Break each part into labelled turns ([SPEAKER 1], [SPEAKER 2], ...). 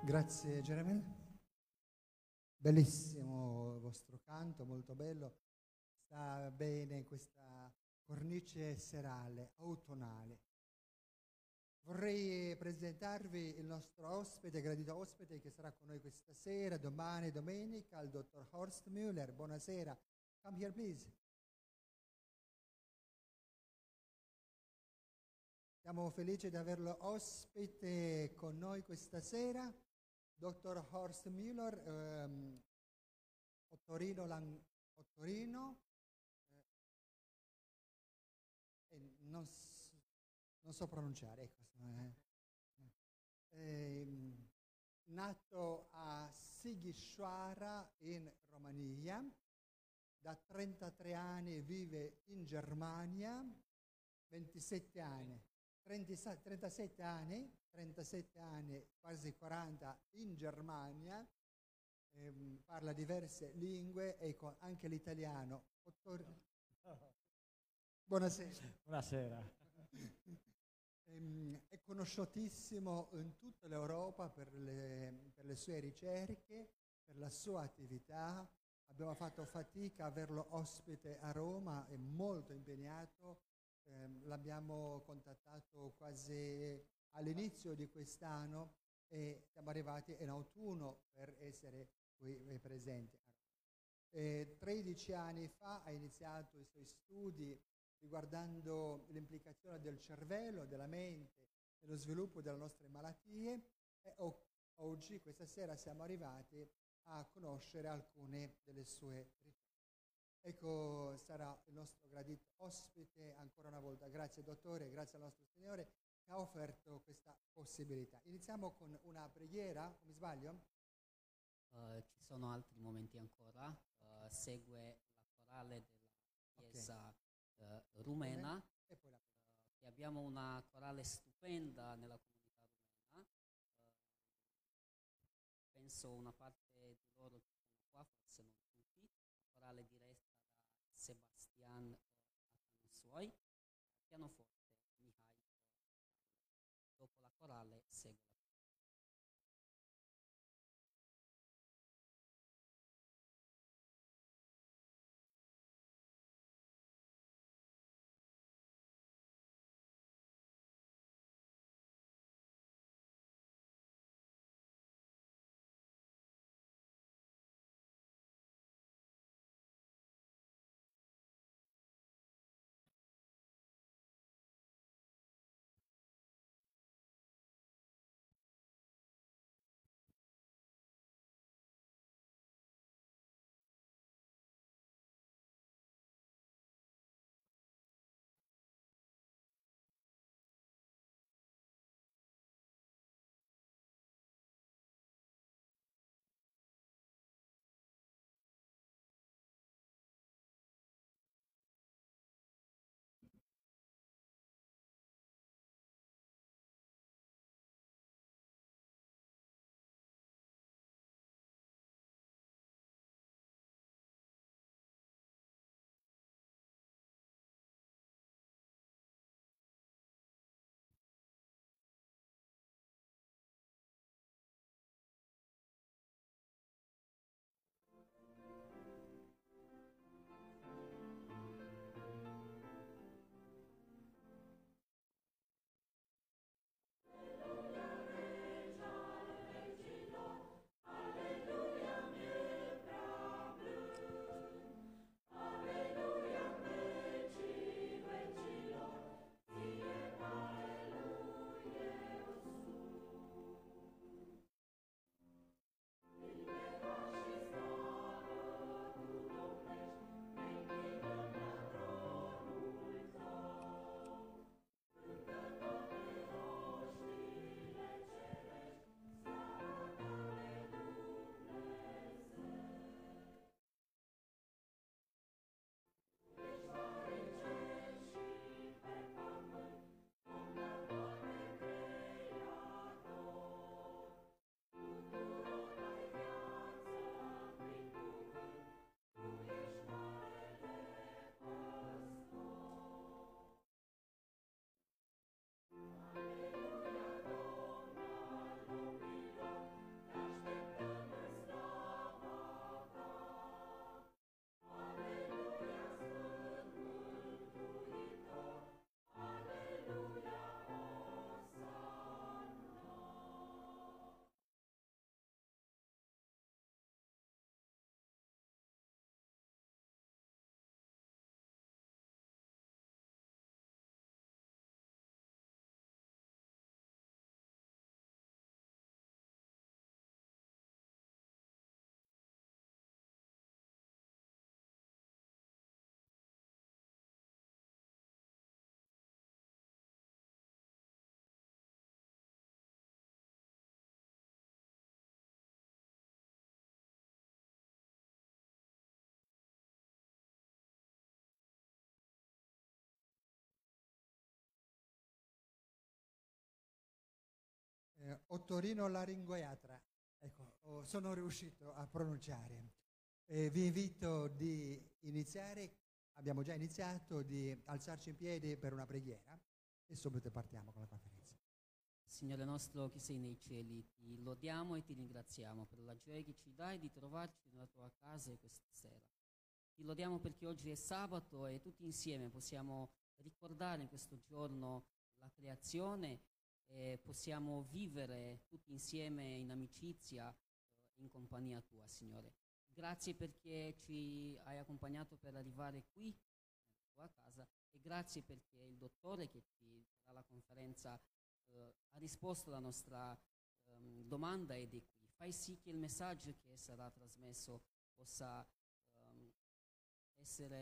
[SPEAKER 1] Grazie Geremia. Bellissimo il vostro canto, molto bello. Sta bene questa cornice serale, autunnale. Vorrei eh, presentarvi il nostro ospite, gradito ospite, che sarà con noi questa sera, domani, domenica, il dottor Horst Müller. Buonasera. Come here, please. Siamo felici di averlo ospite con noi questa sera, dottor Horst Müller, ehm, Ottorino, Lan- Ottorino. eh, eh, non, s- non so pronunciare, ecco. eh. Ehm, nato a Sighiswara in Romania, da 33 anni vive in Germania, 27 anni. 30 37 anni, 37 anni, quasi 40 in Germania, ehm, parla diverse lingue e co- anche l'italiano. Ottor- Buonasera.
[SPEAKER 2] Buonasera.
[SPEAKER 1] Ehm, È conosciutissimo in tutta l'Europa per le, per le sue ricerche, per la sua attività. Abbiamo fatto fatica a averlo ospite a Roma, è molto impegnato. Ehm, l'abbiamo contattato quasi all'inizio di quest'anno e siamo arrivati in autunno per essere qui eh, presenti. Eh, 13 anni fa ha iniziato i suoi studi riguardando l'implicazione del cervello, della mente nello sviluppo delle nostre malattie e o- oggi, questa sera, siamo arrivati a conoscere alcune delle sue ricerche. Ecco, sarà il nostro gradito ospite ancora una volta. Grazie dottore, grazie al nostro Signore che ha offerto questa possibilità. Iniziamo con una preghiera, o mi sbaglio?
[SPEAKER 3] Eh, ci sono altri momenti ancora. Eh, segue la corale della
[SPEAKER 1] Ok.
[SPEAKER 3] chiesa eh, rumena.
[SPEAKER 1] E poi la
[SPEAKER 3] eh, che abbiamo una corale stupenda nella comunità rumena. Eh, penso una parte di loro che sono qua, forse non tutti. La corale diretta da Sebastian eh, Atanasoi, pianoforte Mihai. Dopo la corale segue la
[SPEAKER 1] eh, Ottorino Laringoiatra. Ecco, oh, sono riuscito a pronunciare. Eh, vi invito di iniziare, abbiamo già iniziato, di alzarci in piedi per una preghiera e subito partiamo con la conferenza.
[SPEAKER 3] Signore nostro che sei nei cieli, ti lodiamo e ti ringraziamo per la gioia che ci dai di trovarci nella tua casa questa sera. Ti lodiamo perché oggi è sabato e tutti insieme possiamo ricordare in questo giorno la creazione e possiamo vivere tutti insieme in amicizia, eh, in compagnia tua, Signore. Grazie perché ci hai accompagnato per arrivare qui, nella tua casa, e grazie perché il dottore che ci darà la conferenza eh, ha risposto alla nostra ehm, domanda ed è qui. Fai sì che il messaggio che sarà trasmesso possa ehm, essere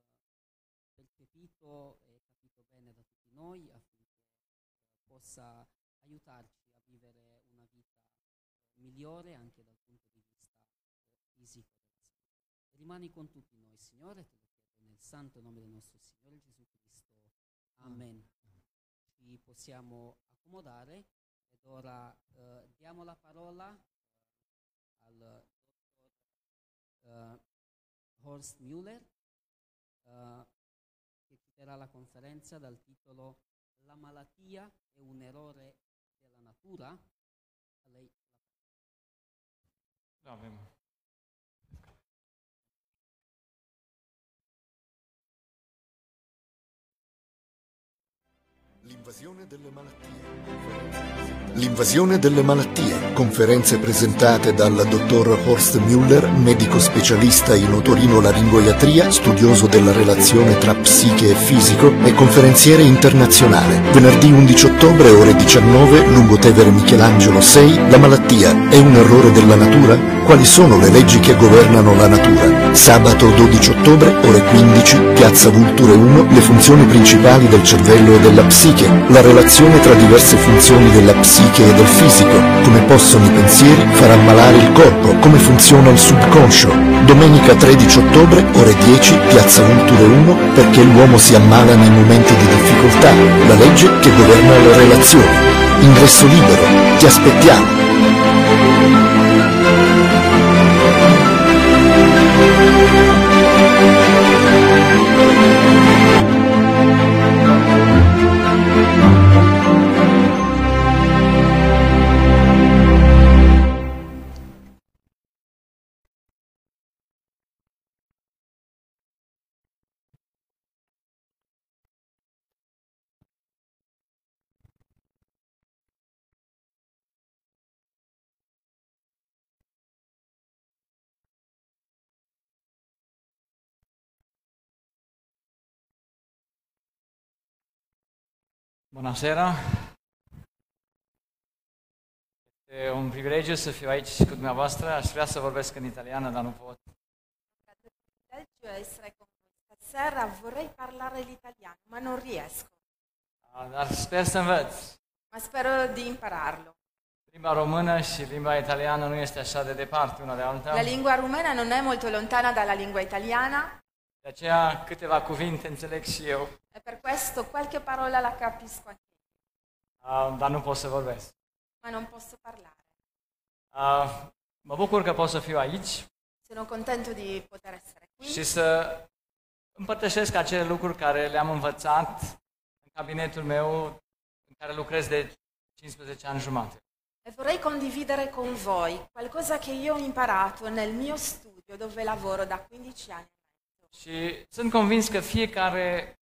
[SPEAKER 3] eh, percepito e capito bene da tutti noi affinché eh, possa aiutarci a vivere una vita eh, migliore anche dal punto di vista eh, fisico. della salute. Rimani con tutti noi, Signore, te lo chiedo nel santo nome del nostro Signore Gesù Cristo. Amen. Ci possiamo accomodare ed ora eh, diamo la parola eh, al dottor eh, Horst Müller eh, che chiuderà la conferenza dal titolo La malattia è un errore della natura. A lei la parola.
[SPEAKER 2] Ja, wem?
[SPEAKER 4] L'invasione delle malattie. L'invasione delle malattie. Conferenze presentate dal dottor Horst Müller, medico specialista in otorinolaringoiatria, studioso della relazione tra psiche e fisico e conferenziere internazionale. Venerdì 11 ottobre ore 19, Lungotevere Michelangelo 6, la malattia è un errore della natura? Quali sono le leggi che governano la natura? Sabato 12 ottobre ore 15, Piazza Vulture 1, le funzioni principali del cervello e della psiche, la relazione tra diverse funzioni della psiche e del fisico, come possono i pensieri far ammalare il corpo, come funziona il subconscio. Domenica 13 ottobre, ore 10, Piazza Vulture 1, perché l'uomo si ammala nei momenti di difficoltà, la legge che governa le relazioni. Ingresso libero, ti aspettiamo.
[SPEAKER 2] Buonasera. Este un privilegiu să fiu aici cu dumneavoastră. Aș vrea să vorbesc în italiană, dar nu pot.
[SPEAKER 5] È un privilegio essere con voi stasera. Vorrei parlare l'italiano, ma non riesco.
[SPEAKER 2] Dar sper să învăț.
[SPEAKER 5] Ma spero di impararlo.
[SPEAKER 2] Limba română și limba italiană nu este așa de departe una de alta.
[SPEAKER 5] La lingua rumena non è molto lontana dalla lingua italiana
[SPEAKER 2] De aceea câteva cuvinte înțeleg și eu,
[SPEAKER 5] e per questo qualche parola la capisco anche,
[SPEAKER 2] ah, dar nu pot să vorbesc.
[SPEAKER 5] ma non posso parlare.
[SPEAKER 2] Ah, Mă bucur că pot să fiu aici
[SPEAKER 5] Sono contento di poter essere qui
[SPEAKER 2] și să împărtășesc acele lucruri care le-am învățat în cabinetul meu în care lucrez de 15 ani jumate.
[SPEAKER 5] e vorrei condividere con voi qualcosa che io ho imparato nel mio studio dove lavoro da 15 anni.
[SPEAKER 2] Și sunt convins că fiecare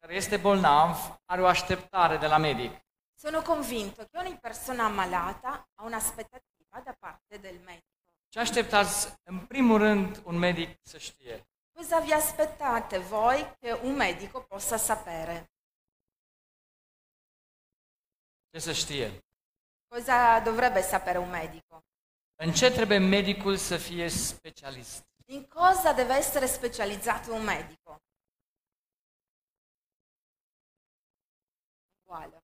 [SPEAKER 2] care este bolnav are o așteptare de la medic.
[SPEAKER 5] Sono convinto che ogni persona ammalata ha un'aspettativa da parte del medico.
[SPEAKER 2] Ce așteptați, în primul rând, un medic să știe?
[SPEAKER 5] Cosa vi aspettate voi che un medico possa sapere?
[SPEAKER 2] Ce să știe?
[SPEAKER 5] Cosa dovrebbe sapere un medico?
[SPEAKER 2] În ce trebuie medicul să fie specialist?
[SPEAKER 5] In cosa deve essere specializzato un medico? Uguale.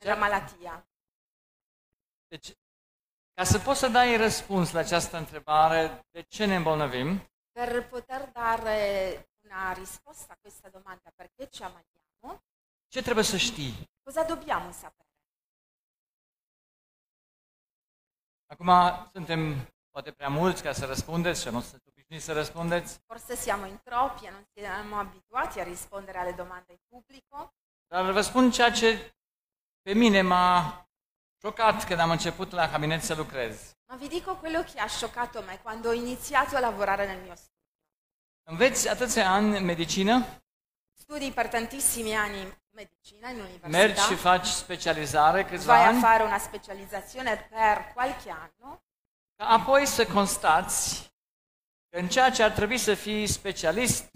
[SPEAKER 5] Nella
[SPEAKER 2] Certo.
[SPEAKER 5] malattia.
[SPEAKER 2] Deci, ca să poți să dai răspuns la această întrebare, de ce ne îmbolnăvim,
[SPEAKER 5] Per poter dare una risposta a questa domanda perché ci ammaliamo,
[SPEAKER 2] ce trebuie să știi?
[SPEAKER 5] cosa dobbiamo sapere?
[SPEAKER 2] Acum suntem poate prea mulți ca să răspundeți, să nu sunteți obișnuiți să răspundeți,
[SPEAKER 5] Forse siamo in troppi e non siamo abituati a rispondere alle domande in pubblico,
[SPEAKER 2] dar vă spun ceea ce pe mine m-a șocat când am început la cabinet să lucrez.
[SPEAKER 5] ma vi dico quello che ha scioccato me quando ho iniziato a lavorare nel mio studio.
[SPEAKER 2] Înveți atâția ani medicină,
[SPEAKER 5] Studi per tantissimi anni medicina in
[SPEAKER 2] mergi și
[SPEAKER 5] università,
[SPEAKER 2] faci specializare câțiva
[SPEAKER 5] da. vai a
[SPEAKER 2] ani,
[SPEAKER 5] fare una specializzazione per qualche anno
[SPEAKER 2] ca apoi să constați că în ceea ce ar trebui să fii specialist,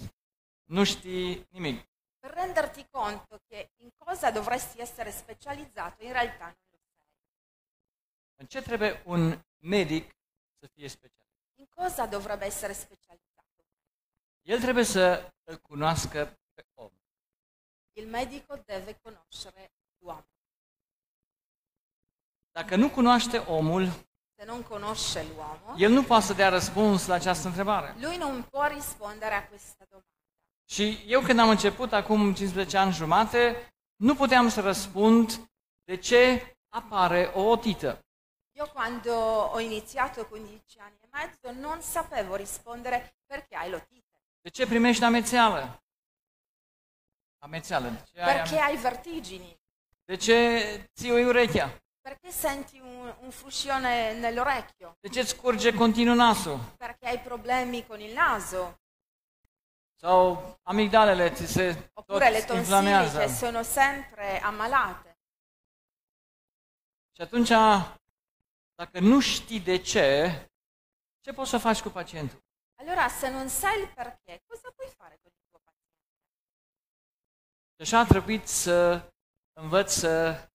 [SPEAKER 2] nu știi nimic.
[SPEAKER 5] per renderti conto che in cosa dovresti essere specializzato in realtà non lo sei.
[SPEAKER 2] În ce trebuie un medic să fie specialist?
[SPEAKER 5] In cosa dovrebbe essere specializzato?
[SPEAKER 2] El trebuie să îl cunoască pe om.
[SPEAKER 5] Il medico deve conoscere l'uomo.
[SPEAKER 2] Dacă nu cunoaște omul,
[SPEAKER 5] Se non conosce l'uomo,
[SPEAKER 2] el nu poate să dea răspuns la această întrebare.
[SPEAKER 5] lui non può rispondere a questa domanda.
[SPEAKER 2] Și eu când am început acum 15 ani jumate, nu puteam să răspund de ce apare o otită.
[SPEAKER 5] Io quando ho iniziato 15 anni e mezzo non sapevo rispondere perché hai l'otite,
[SPEAKER 2] De ce primești amețeală? Amețeală. De ce, ai
[SPEAKER 5] perché
[SPEAKER 2] ame-
[SPEAKER 5] hai vertigini,
[SPEAKER 2] de ce ții urechea?
[SPEAKER 5] perché senti un, un fruscione nell'orecchio,
[SPEAKER 2] De ce îți curge continuu nasul?
[SPEAKER 5] perché hai problemi con il naso,
[SPEAKER 2] Sau amigdalele ți se tot
[SPEAKER 5] oppure le tonsille
[SPEAKER 2] inflamează.
[SPEAKER 5] che sono sempre ammalate.
[SPEAKER 2] Și atunci, dacă nu știi de ce, ce poți să faci cu pacientul?
[SPEAKER 5] Allora se non sai il perché, cosa puoi fare con il tuo paziente?
[SPEAKER 2] Și așa a Deci trebuit să învăț să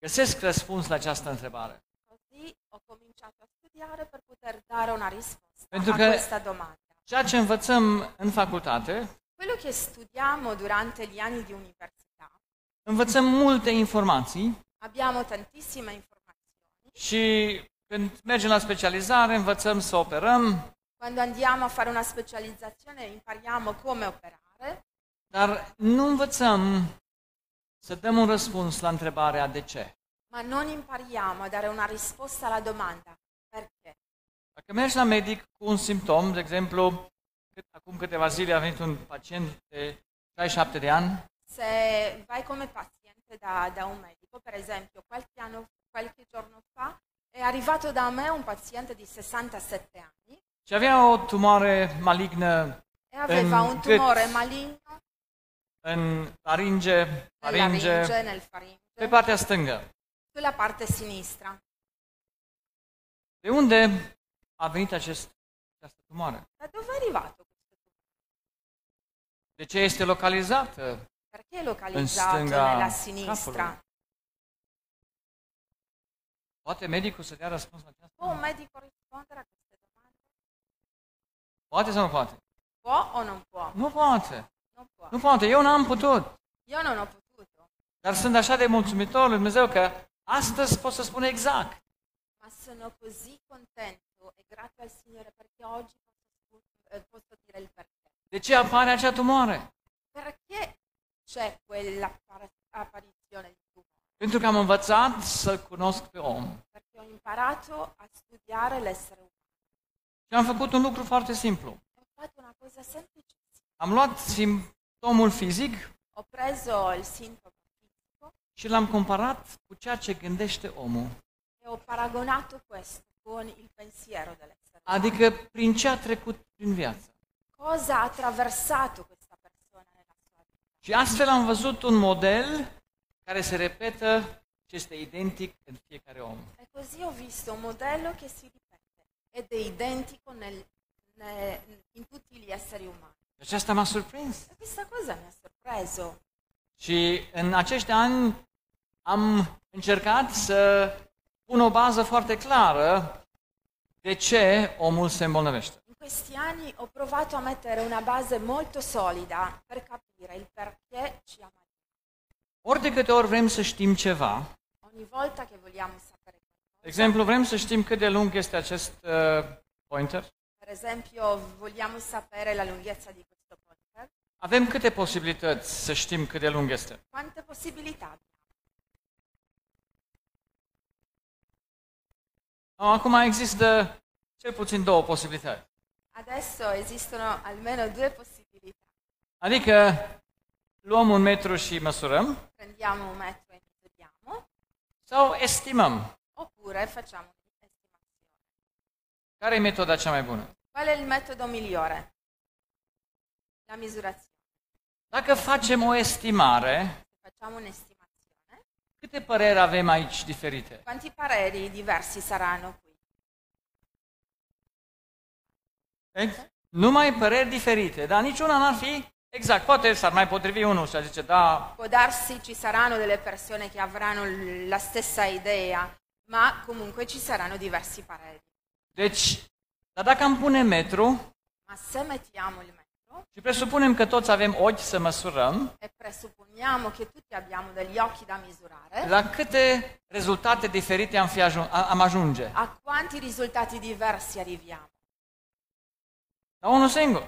[SPEAKER 2] găsesc răspuns la această întrebare.
[SPEAKER 5] Così ho cominciato a studiare per poter dare una risposta
[SPEAKER 2] Penso
[SPEAKER 5] a
[SPEAKER 2] che-
[SPEAKER 5] questa domanda.
[SPEAKER 2] Ceea ce învățăm în facultate,
[SPEAKER 5] Quello che studiamo durante gli anni di università,
[SPEAKER 2] învățăm multe informații
[SPEAKER 5] abbiamo tantissime informazioni.
[SPEAKER 2] și când mergem la specializare, învățăm să operăm,
[SPEAKER 5] Quando andiamo a fare una specializzazione impariamo come operare,
[SPEAKER 2] dar nu învățăm să dăm un răspuns la întrebarea de ce.
[SPEAKER 5] ma non impariamo a dare una risposta alla domanda perché.
[SPEAKER 2] Dacă mergi la medic cu un simptom, de exemplu, cât- acum câteva zile a venit un pacient de 67 de ani
[SPEAKER 5] Se vai come paziente da, da un medico, per esempio qualche, anno- qualche giorno fa è arrivato da me un paziente di 67 anni
[SPEAKER 2] și avea o tumoare malignă
[SPEAKER 5] e aveva
[SPEAKER 2] Ehm,
[SPEAKER 5] un tumore
[SPEAKER 2] che-
[SPEAKER 5] maligno
[SPEAKER 2] în laringe,
[SPEAKER 5] nella
[SPEAKER 2] faringe,
[SPEAKER 5] ringe, nel faringe,
[SPEAKER 2] pe partea stângă.
[SPEAKER 5] sulla parte sinistra.
[SPEAKER 2] De unde a venit acest, această tumoare?
[SPEAKER 5] Da dove è arrivato questo tumore?
[SPEAKER 2] De ce este localizată?
[SPEAKER 5] Perché è localizzato
[SPEAKER 2] stânga
[SPEAKER 5] nella sinistra?
[SPEAKER 2] capului. Poate medicul să dea răspuns la această
[SPEAKER 5] Può un
[SPEAKER 2] întrebare?
[SPEAKER 5] medico rispondere a queste domande?
[SPEAKER 2] Poate sau nu poate?
[SPEAKER 5] Può o non può?
[SPEAKER 2] Nu poate.
[SPEAKER 5] Non può.
[SPEAKER 2] Nu poate. Eu n-am putut.
[SPEAKER 5] Io non ho potuto,
[SPEAKER 2] Dar sunt așa de mulțumitor lui Dumnezeu că astăzi pot să spun exact.
[SPEAKER 5] ma sono così contento e grato al Signore perché oggi posso, scu- eh, posso dire il perché.
[SPEAKER 2] De ce apare acea tumoare?
[SPEAKER 5] Perché c'è quell'apparizione di tumore?
[SPEAKER 2] Pentru că am învățat să-l cunosc pe om.
[SPEAKER 5] Perché ho imparato a studiare l'essere umano.
[SPEAKER 2] Și am făcut un lucru foarte simplu.
[SPEAKER 5] Ho fatto una cosa semplicissima.
[SPEAKER 2] Am luat simptomul fizic
[SPEAKER 5] Ho preso il sintomo fisico
[SPEAKER 2] și l-am comparat cu ceea ce gândește omul.
[SPEAKER 5] e ho paragonato questo con il pensiero dell'essere umano.
[SPEAKER 2] Adică prin ce a trecut prin viață.
[SPEAKER 5] Cosa ha attraversato questa persona nella sua vita?
[SPEAKER 2] Și astfel am văzut un model care se repetă și este identic în fiecare om.
[SPEAKER 5] E così ho visto un modello che si ripete ed è identico nel- ne- in tutti gli esseri umani.
[SPEAKER 2] Și aceasta m-a surprins.
[SPEAKER 5] E questa cosa mi ha sorpreso.
[SPEAKER 2] Și în acești ani am încercat să pun o bază foarte clară de ce omul se îmbolnăvește.
[SPEAKER 5] In questi anni ho provato a mettere una base molto solida per capire il perché ci amaliamo.
[SPEAKER 2] Ori de câte ori vrem să știm ceva,
[SPEAKER 5] Ogni volta che vogliamo sapere
[SPEAKER 2] de
[SPEAKER 5] qualcosa,
[SPEAKER 2] exemplu, vrem să știm cât de lung este acest uh, pointer,
[SPEAKER 5] per esempio vogliamo sapere la lunghezza di questo poster,
[SPEAKER 2] avem câte posibilități să știm cât de lung este.
[SPEAKER 5] quante possibilità abbiamo?
[SPEAKER 2] Acum există cel puțin două posibilități.
[SPEAKER 5] Adesso esistono almeno due possibilità.
[SPEAKER 2] Adică luăm un metru și măsurăm
[SPEAKER 5] Prendiamo un metro e misuriamo
[SPEAKER 2] sau estimăm.
[SPEAKER 5] oppure facciamo un'estimazione.
[SPEAKER 2] Care e metoda cea mai bună?
[SPEAKER 5] Qual è il metodo migliore? La misurazione.
[SPEAKER 2] Dacă facem o estimare,
[SPEAKER 5] Facciamo un'estimazione.
[SPEAKER 2] câte păreri avem aici diferite?
[SPEAKER 5] Quanti pareri diversi saranno qui?
[SPEAKER 2] E? Numai păreri diferite, dar niciuna n-ar fi exact. Poate s-ar mai potrivi unul și a zice, da,
[SPEAKER 5] Può darsi ci saranno delle persone che avranno l- la stessa idea, ma comunque ci saranno diversi pareri.
[SPEAKER 2] deci, dar dacă am pune metru
[SPEAKER 5] Ma se mettiamo il metro
[SPEAKER 2] și presupunem că toți avem ochi să măsurăm,
[SPEAKER 5] e presupponiamo che tutti abbiamo degli occhi da misurare,
[SPEAKER 2] la câte rezultate diferite am, fi ajun- a- am ajunge?
[SPEAKER 5] a quanti risultati diversi arriviamo?
[SPEAKER 2] La unul singur.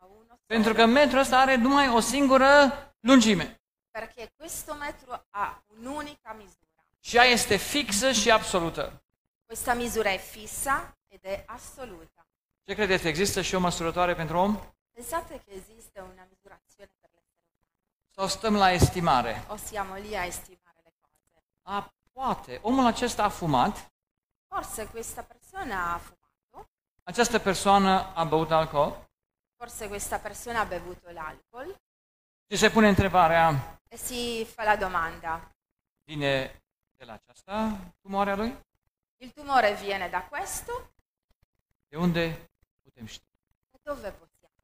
[SPEAKER 5] A uno solo?
[SPEAKER 2] Pentru că metrul ăsta are numai o singură lungime.
[SPEAKER 5] Perché questo metro ha un'unica misura.
[SPEAKER 2] Și ea este fixă și absolută.
[SPEAKER 5] Questa misura è fissa ed è assoluta.
[SPEAKER 2] Ce credeți? Există și o măsurătoare pentru om?
[SPEAKER 5] Pensate che esiste una misurazione per l'essere
[SPEAKER 2] Sau stăm la estimare?
[SPEAKER 5] umano o siamo lì a estimare le cose?
[SPEAKER 2] A, poate. Omul acesta a fumat,
[SPEAKER 5] Forse questa persona ha fumato,
[SPEAKER 2] această persoană a băut alcool
[SPEAKER 5] forse questa persona ha bevuto l'alcol
[SPEAKER 2] și se pune întrebarea,
[SPEAKER 5] e si fa la domanda,
[SPEAKER 2] vine de la aceasta tumoarea lui?
[SPEAKER 5] il tumore viene da questo
[SPEAKER 2] De unde putem ști?
[SPEAKER 5] e dove possiamo?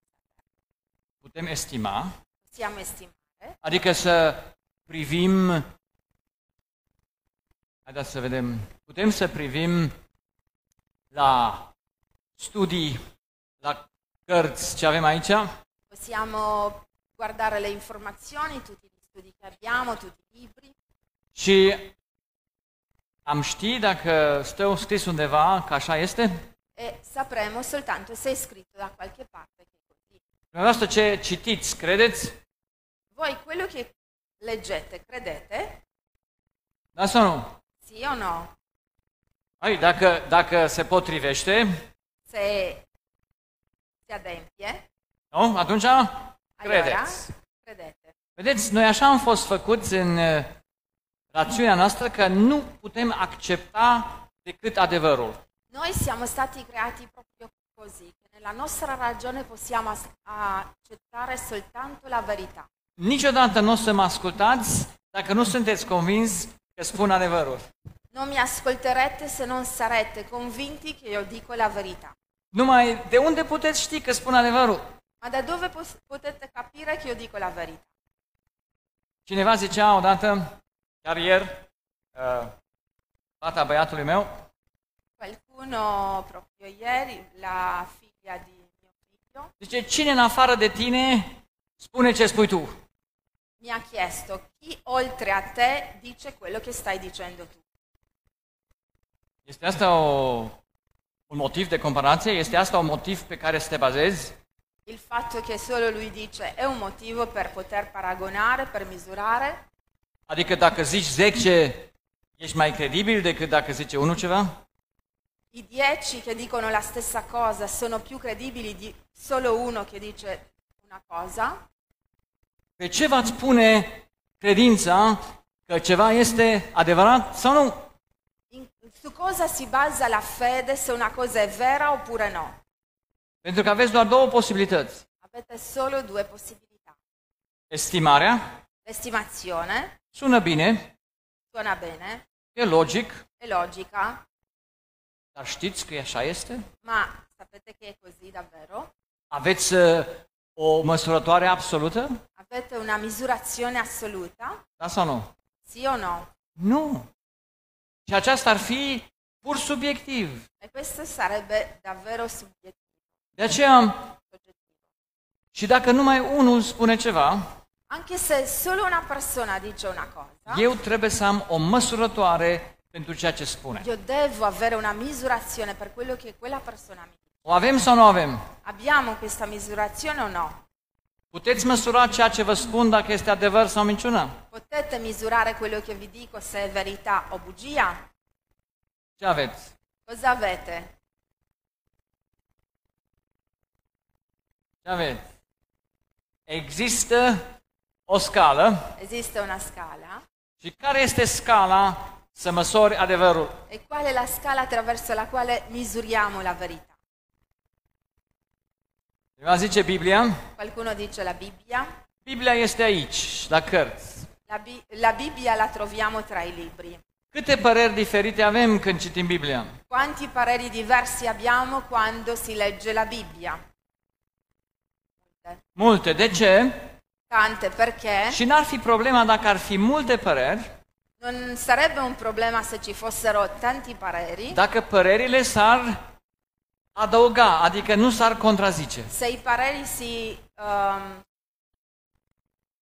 [SPEAKER 2] Putem estima,
[SPEAKER 5] Possiamo estimare,
[SPEAKER 2] adică să privim, haideți să vedem, putem să privim la studii, la cărți ce avem aici
[SPEAKER 5] possiamo guardare le informazioni, tutti gli studi che abbiamo, tutti i libri
[SPEAKER 2] și am ști dacă stă scris undeva că așa este?
[SPEAKER 5] e sapremo soltanto se è scritto da qualche parte che è così.
[SPEAKER 2] Dumneavoastră ce citiți, credeți?
[SPEAKER 5] Voi quello che leggete, credete?
[SPEAKER 2] Da sau nu?
[SPEAKER 5] Sì o no?
[SPEAKER 2] Ai, dacă, dacă se potrivește,
[SPEAKER 5] Se si adempie,
[SPEAKER 2] nu? atunci credeți.
[SPEAKER 5] allora credete.
[SPEAKER 2] Vedeți, noi așa am fost făcuți în uh, rațiunea noastră că nu putem accepta decât adevărul.
[SPEAKER 5] Noi siamo stati creati proprio così, che nella nostra ragione possiamo as- accettare soltanto la verità.
[SPEAKER 2] Niciodată nu o să mă ascultați dacă nu sunteți convins că spun adevărul.
[SPEAKER 5] Non mi ascolterete se non sarete convinti che io dico la verità.
[SPEAKER 2] Numai de unde puteți ști că spun adevărul?
[SPEAKER 5] Ma da dove pos- potete capire che io dico la verità?
[SPEAKER 2] Cineva zicea odată, chiar ieri, uh, fata băiatului meu,
[SPEAKER 5] Qualcuno proprio ieri, la figlia di mio figlio,
[SPEAKER 2] zice, cine în afară de tine spune ce spui tu?
[SPEAKER 5] mi ha chiesto chi oltre a te dice quello che stai dicendo tu.
[SPEAKER 2] Este asta o, un motiv de comparație? Este asta un motiv pe care să te bazezi?
[SPEAKER 5] Il fatto che solo lui dice è un motivo per poter paragonare, per misurare,
[SPEAKER 2] Adică dacă zici 10, ești mai credibil decât dacă zice unul ceva?
[SPEAKER 5] I dieci che dicono la stessa cosa sono più credibili di solo uno che dice una cosa?
[SPEAKER 2] Pe ce va spune credința că ceva este adevărat sau nu?
[SPEAKER 5] In- su cosa si basa la fede se una cosa è vera oppure no?
[SPEAKER 2] Pentru că aveți doar două posibilități.
[SPEAKER 5] Avete solo due possibilità.
[SPEAKER 2] Estimarea
[SPEAKER 5] L'estimazione
[SPEAKER 2] sună bine,
[SPEAKER 5] suona bene,
[SPEAKER 2] e logic,
[SPEAKER 5] è logica,
[SPEAKER 2] dar știți că așa este?
[SPEAKER 5] ma sapete che è così davvero?
[SPEAKER 2] Aveți uh, o măsurătoare absolută?
[SPEAKER 5] Avete una misurazione assoluta?
[SPEAKER 2] Da sau nu?
[SPEAKER 5] Sì o no?
[SPEAKER 2] Nu. Și aceasta ar fi pur subiectiv.
[SPEAKER 5] E questo sarebbe davvero soggettivo.
[SPEAKER 2] De aceea, și dacă numai unul spune ceva,
[SPEAKER 5] Anche se solo una persona dice una cosa,
[SPEAKER 2] Eu trebuie să am o măsurătoare pentru ceea ce spune.
[SPEAKER 5] Io devo avere una misurazione per quello che quella persona mi dice.
[SPEAKER 2] O avem sau nu avem?
[SPEAKER 5] Abbiamo questa misurazione o no?
[SPEAKER 2] Puteți măsura ceea ce vă spun dacă este adevăr sau minciună?
[SPEAKER 5] Potete misurare quello che vi dico se è verità o bugia?
[SPEAKER 2] Ce aveți?
[SPEAKER 5] Cosa avete?
[SPEAKER 2] Ce aveți? Există o scală
[SPEAKER 5] Esiste una scala?
[SPEAKER 2] și care este scala să măsori adevărul?
[SPEAKER 5] E qual è la scala attraverso la quale misuriamo la verità?
[SPEAKER 2] Cineva zice Biblia?
[SPEAKER 5] Qualcuno dice la Bibbia.
[SPEAKER 2] Biblia este aici, la cărți.
[SPEAKER 5] La, Bi- la Bibbia la troviamo tra i libri.
[SPEAKER 2] Câte păreri diferite avem când citim Biblia?
[SPEAKER 5] Quanti pareri diversi abbiamo quando si legge la Bibbia?
[SPEAKER 2] Multe. De ce?
[SPEAKER 5] Tante perché
[SPEAKER 2] Și n-ar fi problema dacă ar fi multe păreri,
[SPEAKER 5] non sarebbe un problema se ci fossero tanti pareri,
[SPEAKER 2] dacă părerile s-ar adăuga, adică nu s-ar contrazice.
[SPEAKER 5] se i pareri si ehm,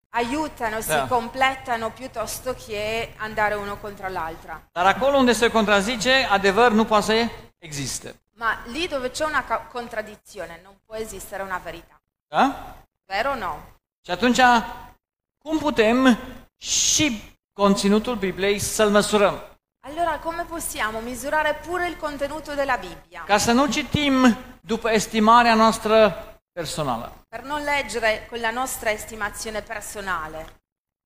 [SPEAKER 5] aiutano, si
[SPEAKER 2] Da.
[SPEAKER 5] completano piuttosto che andare uno contro l'altra.
[SPEAKER 2] Dar acolo unde se contrazice, adevăr nu poate să existe.
[SPEAKER 5] Ma lì dove c'è una ca- contraddizione non può esistere una verità,
[SPEAKER 2] Da?
[SPEAKER 5] vero o no?
[SPEAKER 2] Și atunci, cum putem și conținutul Bibliei să-l măsurăm?
[SPEAKER 5] Allora come possiamo misurare pure il contenuto della Bibbia?
[SPEAKER 2] Ca să nu citim după estimarea noastră personală.
[SPEAKER 5] Per non leggere con la nostra estimazione personale,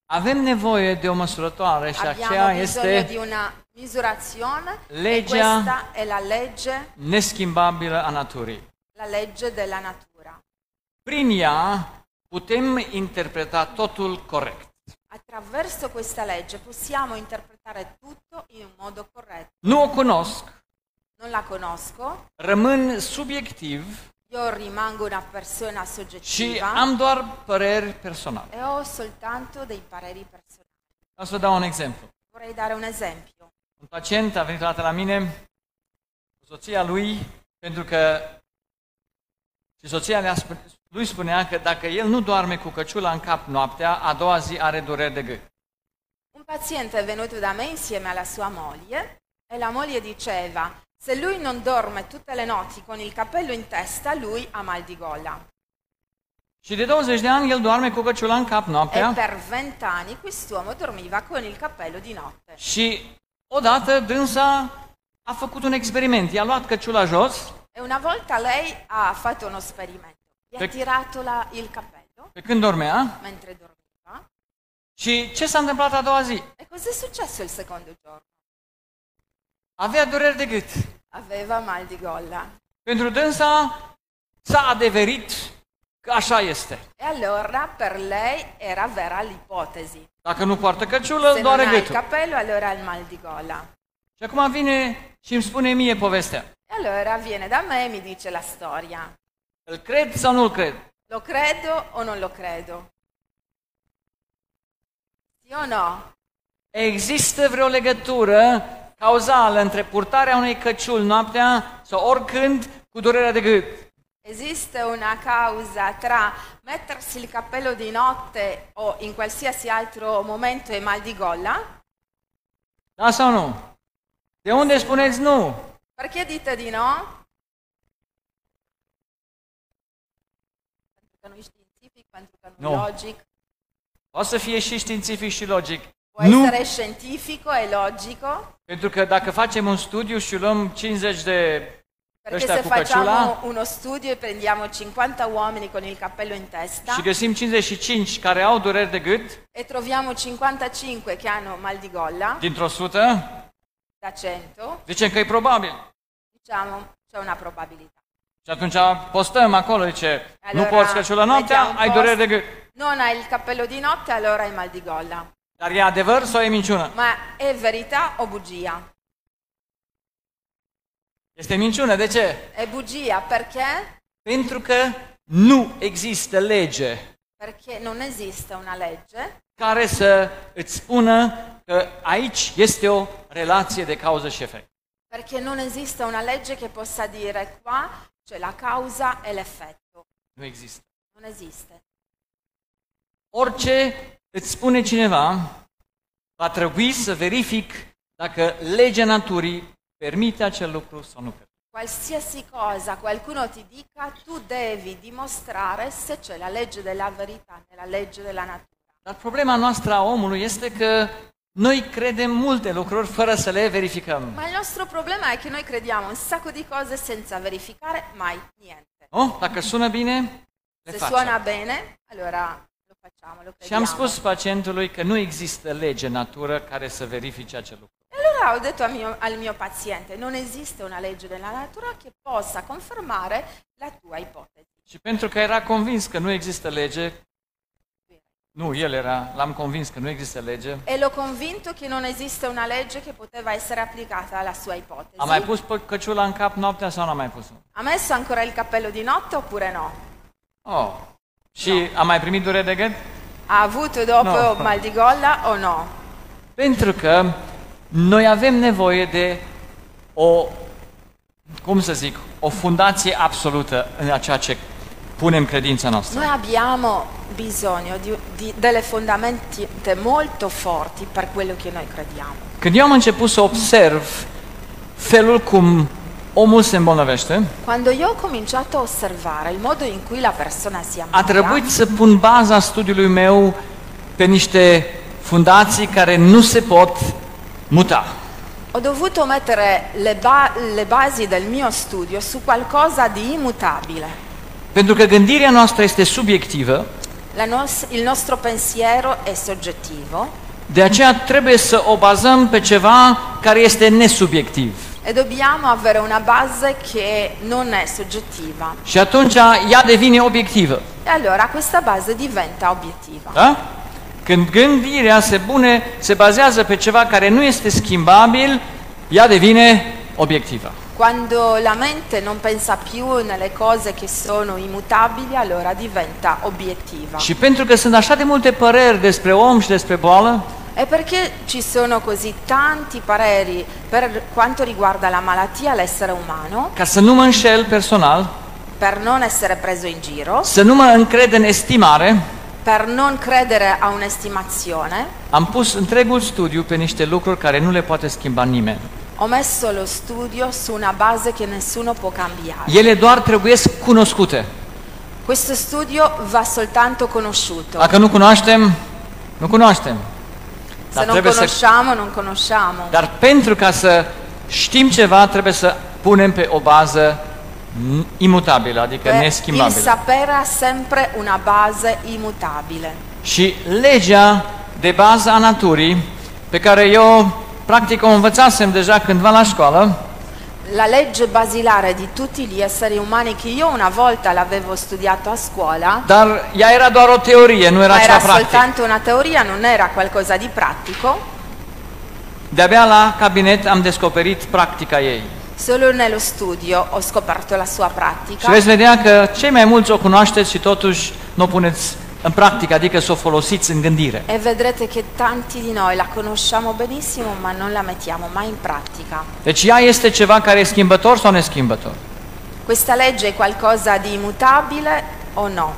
[SPEAKER 2] Avem nevoie de o măsurătoare și aceea
[SPEAKER 5] abbiamo bisogno
[SPEAKER 2] este
[SPEAKER 5] di una misurazione e
[SPEAKER 2] Legge-
[SPEAKER 5] questa è la legge,
[SPEAKER 2] neschimbabilă a naturii.
[SPEAKER 5] la legge della natura.
[SPEAKER 2] Prin ea putem interpreta totul corect.
[SPEAKER 5] Attraverso questa legge possiamo interpretare tutto in un modo corretto.
[SPEAKER 2] Nu o cunosc,
[SPEAKER 5] Non la conosco,
[SPEAKER 2] rămân subiectiv
[SPEAKER 5] io rimango una persona
[SPEAKER 2] și
[SPEAKER 5] soggettiva.
[SPEAKER 2] am doar păreri personale.
[SPEAKER 5] e ho soltanto dei pareri personali.
[SPEAKER 2] O să dau un exemplu.
[SPEAKER 5] Vorrei dare un esempio.
[SPEAKER 2] Un pacient a venit odată la mine cu soția lui pentru că și soția le-a sp- lui spunea că dacă el nu doarme cu căciula în cap noaptea, a doua zi are dureri de gât.
[SPEAKER 5] Un paziente è venuto da me insieme alla sua moglie e la moglie diceva se lui non dorme tutte le notti con il cappello in testa, lui ha mal di gola.
[SPEAKER 2] Și de 20 de ani el doarme cu căciula în cap
[SPEAKER 5] E
[SPEAKER 2] noaptea
[SPEAKER 5] per vent'anni quest'uomo dormiva con il cappello di notte.
[SPEAKER 2] și odată dânsa a făcut un experiment. I-a luat căciula jos
[SPEAKER 5] E una volta lei ha fatto uno sperimento. Gli ha
[SPEAKER 2] Pe-
[SPEAKER 5] tirato la- il cappello
[SPEAKER 2] pe când dormea
[SPEAKER 5] mentre dormiva.
[SPEAKER 2] și ce s-a întâmplat a doua zi?
[SPEAKER 5] E cos'è successo il secondo giorno?
[SPEAKER 2] Avea dureri de gât.
[SPEAKER 5] Aveva mal di gola.
[SPEAKER 2] Pentru dânsa s-a adeverit că așa este.
[SPEAKER 5] E allora per lei era vera l'ipotesi.
[SPEAKER 2] Dacă nu poartă căciulă,
[SPEAKER 5] Se non
[SPEAKER 2] doare
[SPEAKER 5] hai il
[SPEAKER 2] gâtul.
[SPEAKER 5] cappello allora hai il mal di gola.
[SPEAKER 2] Și acum vine și îmi spune mie povestea.
[SPEAKER 5] E allora viene da me e mi dice la storia.
[SPEAKER 2] Îl cred sau nu-l cred?
[SPEAKER 5] Lo credo o non lo credo? Sì o no?
[SPEAKER 2] Există vreo legătură cauzală între purtarea unei căciuli noaptea sau oricând cu durerea de gât?
[SPEAKER 5] Esiste una causa tra mettersi il cappello di notte o in qualsiasi altro momento e mal di gola?
[SPEAKER 2] Da sau nu? De unde spuneți nu?
[SPEAKER 5] Perché dite di no? Pentru că nu e științific, pentru că nu e
[SPEAKER 2] Nu.
[SPEAKER 5] logic.
[SPEAKER 2] Poate să fie și științific și logic.
[SPEAKER 5] Può
[SPEAKER 2] Nu,
[SPEAKER 5] essere scientifico e logico,
[SPEAKER 2] pentru că dacă facem un studiu și luăm 50 de
[SPEAKER 5] Perché
[SPEAKER 2] Questa
[SPEAKER 5] Adică se
[SPEAKER 2] è cucacciolà.
[SPEAKER 5] facciamo uno studio e prendiamo 50 uomini con il cappello in testa
[SPEAKER 2] și găsim 55 care au dureri de gât
[SPEAKER 5] e troviamo 55 che hanno mal di golla
[SPEAKER 2] dintr-o sută,
[SPEAKER 5] da 100,
[SPEAKER 2] zicem că e probabil.
[SPEAKER 5] diciamo c'è una probabilità.
[SPEAKER 2] Și atunci postăm acolo, zice,
[SPEAKER 5] Allora,
[SPEAKER 2] nu poți căciula noaptea,
[SPEAKER 5] mergeam
[SPEAKER 2] ai
[SPEAKER 5] post.
[SPEAKER 2] dureri de gât.
[SPEAKER 5] Non hai il cappello di notte, allora hai mal di golla.
[SPEAKER 2] Dar e adevăr sau e minciună?
[SPEAKER 5] Ma è verità o bugia?
[SPEAKER 2] Este minciună. De ce?
[SPEAKER 5] È bugia perché?
[SPEAKER 2] Pentru că nu există lege
[SPEAKER 5] Perché non esiste una legge
[SPEAKER 2] care să îți spună că aici este o relație de cauză și efect.
[SPEAKER 5] perché non esiste una legge che possa dire qua c'è la causa e l'effetto.
[SPEAKER 2] Nu există.
[SPEAKER 5] Non esiste.
[SPEAKER 2] Orice îți spune cineva, va trebui să verific dacă legea naturii permite acel lucru sau nu permite.
[SPEAKER 5] Qualsiasi cosa qualcuno ti dica, tu devi dimostrare se c'è la legge della verità nella legge della natura.
[SPEAKER 2] Dar problema noastră a omului este că Noi credem multe lucruri fără să le verificăm.
[SPEAKER 5] Ma il nostro problema è che noi crediamo un sacco di cose senza verificare mai niente.
[SPEAKER 2] Nu? Dacă sună bine, le
[SPEAKER 5] Se
[SPEAKER 2] facem.
[SPEAKER 5] suona bene, allora lo facciamo, lo
[SPEAKER 2] Și am
[SPEAKER 5] crediamo.
[SPEAKER 2] spus pacientului că nu există lege în natură care să verifice acel lucru.
[SPEAKER 5] E allora ho detto al mio, al mio paziente, non esiste una legge della natura che possa confermare la tua ipotesi.
[SPEAKER 2] Și pentru că era convins că nu există lege, nu, el era, l-am convins că nu există lege,
[SPEAKER 5] E l'ho convinto che non esiste una legge che poteva essere applicata alla sua ipotesi.
[SPEAKER 2] a mai pus pă- căciula în cap noaptea sau n-a mai pus-o?
[SPEAKER 5] Ha messo ancora il cappello di notte oppure no?
[SPEAKER 2] Oh. Și a mai primit durere de gât?
[SPEAKER 5] Ha avuto dopo
[SPEAKER 2] No.
[SPEAKER 5] mal di gola o no?
[SPEAKER 2] Pentru că noi avem nevoie de o, cum să zic, o fundație absolută în a ceea ce punem credința noastră.
[SPEAKER 5] Noi abbiamo bisogno di, di- delle fondamenta molto forti per quello che noi crediamo.
[SPEAKER 2] Când eu am început să observ felul cum omul se îmbolnăvește,
[SPEAKER 5] Quando io ho cominciato a osservare il modo in cui la persona si
[SPEAKER 2] a
[SPEAKER 5] ammala,
[SPEAKER 2] trebuit să pun baza studiului meu pe niște fundații care nu se pot muta.
[SPEAKER 5] ho dovuto mettere le, ba- le basi del mio studio su qualcosa di immutabile.
[SPEAKER 2] Pentru că gândirea noastră este subiectivă,
[SPEAKER 5] La nos- il nostro pensiero è soggettivo
[SPEAKER 2] de aceea trebuie să o bazăm pe ceva care este nesubiectiv.
[SPEAKER 5] e dobbiamo avere una base che non è soggettiva.
[SPEAKER 2] Și atunci ea devine obiectivă.
[SPEAKER 5] E allora questa base diventa obiettiva.
[SPEAKER 2] Da? Când gândirea se bune, se bazează pe ceva care nu este schimbabil, ea devine obiectivă.
[SPEAKER 5] Quando la mente non pensa più nelle cose che sono immutabili, allora diventa obiettiva.
[SPEAKER 2] Și pentru că sunt așa de multe păreri despre om și despre boală,
[SPEAKER 5] E perché ci sono così tanti pareri per quanto riguarda la malattia, l'essere umano,
[SPEAKER 2] ca să nu mă înșel personal,
[SPEAKER 5] per non essere preso in giro,
[SPEAKER 2] să nu mă încred în estimare,
[SPEAKER 5] per non credere a un'estimazione,
[SPEAKER 2] am pus întregul studiu pe niște lucruri care nu le poate schimba nimeni.
[SPEAKER 5] ho messo lo studio su una base che nessuno può cambiare.
[SPEAKER 2] Ele doar trebuie cunoscute.
[SPEAKER 5] Questo studio va soltanto conosciuto.
[SPEAKER 2] Dacă nu cunoaștem, nu cunoaștem.
[SPEAKER 5] Se non
[SPEAKER 2] trebuie să
[SPEAKER 5] conosciamo, non conosciamo.
[SPEAKER 2] Dar pentru ca să știm ceva, trebuie să punem pe o bază n- imutabilă, adică
[SPEAKER 5] Eh, il
[SPEAKER 2] neschimbabilă.
[SPEAKER 5] sapere ha sempre una base immutabile.
[SPEAKER 2] Și legea de bază a naturii, pe care eu practic o învățasem deja cândva la școală,
[SPEAKER 5] La legge basilare di tutti gli esseri umani che io una volta l'avevo studiato a scuola,
[SPEAKER 2] dar ea era doar o teorie, nu era
[SPEAKER 5] ma
[SPEAKER 2] cea
[SPEAKER 5] era
[SPEAKER 2] practică.
[SPEAKER 5] soltanto una teoria, non era qualcosa di pratico,
[SPEAKER 2] De-abia la cabinet am descoperit practica ei.
[SPEAKER 5] solo nello studio ho scoperto la sua
[SPEAKER 2] Și
[SPEAKER 5] pratica
[SPEAKER 2] veți vedea că cei mai mulți o cunoașteți și totuși nu o puneți în practică, adică să o folosiți în gândire.
[SPEAKER 5] e vedrete che tanti di noi la conosciamo benissimo ma non la mettiamo mai in pratica.
[SPEAKER 2] Deci ea este ceva care e schimbător sau neschimbător?
[SPEAKER 5] Questa legge è qualcosa di immutabile o no?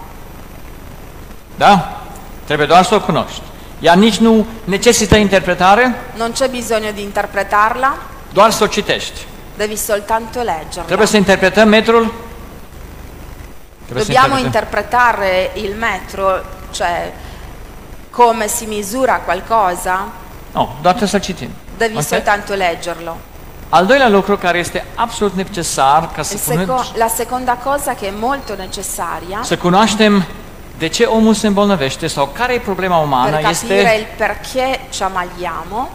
[SPEAKER 2] Da? Trebuie doar să o cunoști. Ea nici nu necesită interpretare,
[SPEAKER 5] Non c'è bisogno di interpretarla,
[SPEAKER 2] doar să o citești.
[SPEAKER 5] devi soltanto leggerla.
[SPEAKER 2] Trebuie să interpretăm metrul? Trebuie să
[SPEAKER 5] Dobbiamo
[SPEAKER 2] interpretăm.
[SPEAKER 5] interpretare il metro, cioè come si misura qualcosa,
[SPEAKER 2] Nu, doar trebuie să citim.
[SPEAKER 5] devi
[SPEAKER 2] Ok?
[SPEAKER 5] soltanto leggerlo.
[SPEAKER 2] Al doilea lucru care este absolut necesar ca
[SPEAKER 5] Il
[SPEAKER 2] să,
[SPEAKER 5] seco-
[SPEAKER 2] cunoști,
[SPEAKER 5] la seconda cosa che è molto necessaria
[SPEAKER 2] să cunoaștem de ce omul se îmbolnăvește sau care e problema umană
[SPEAKER 5] per capire
[SPEAKER 2] este
[SPEAKER 5] il perché ci ammaliamo,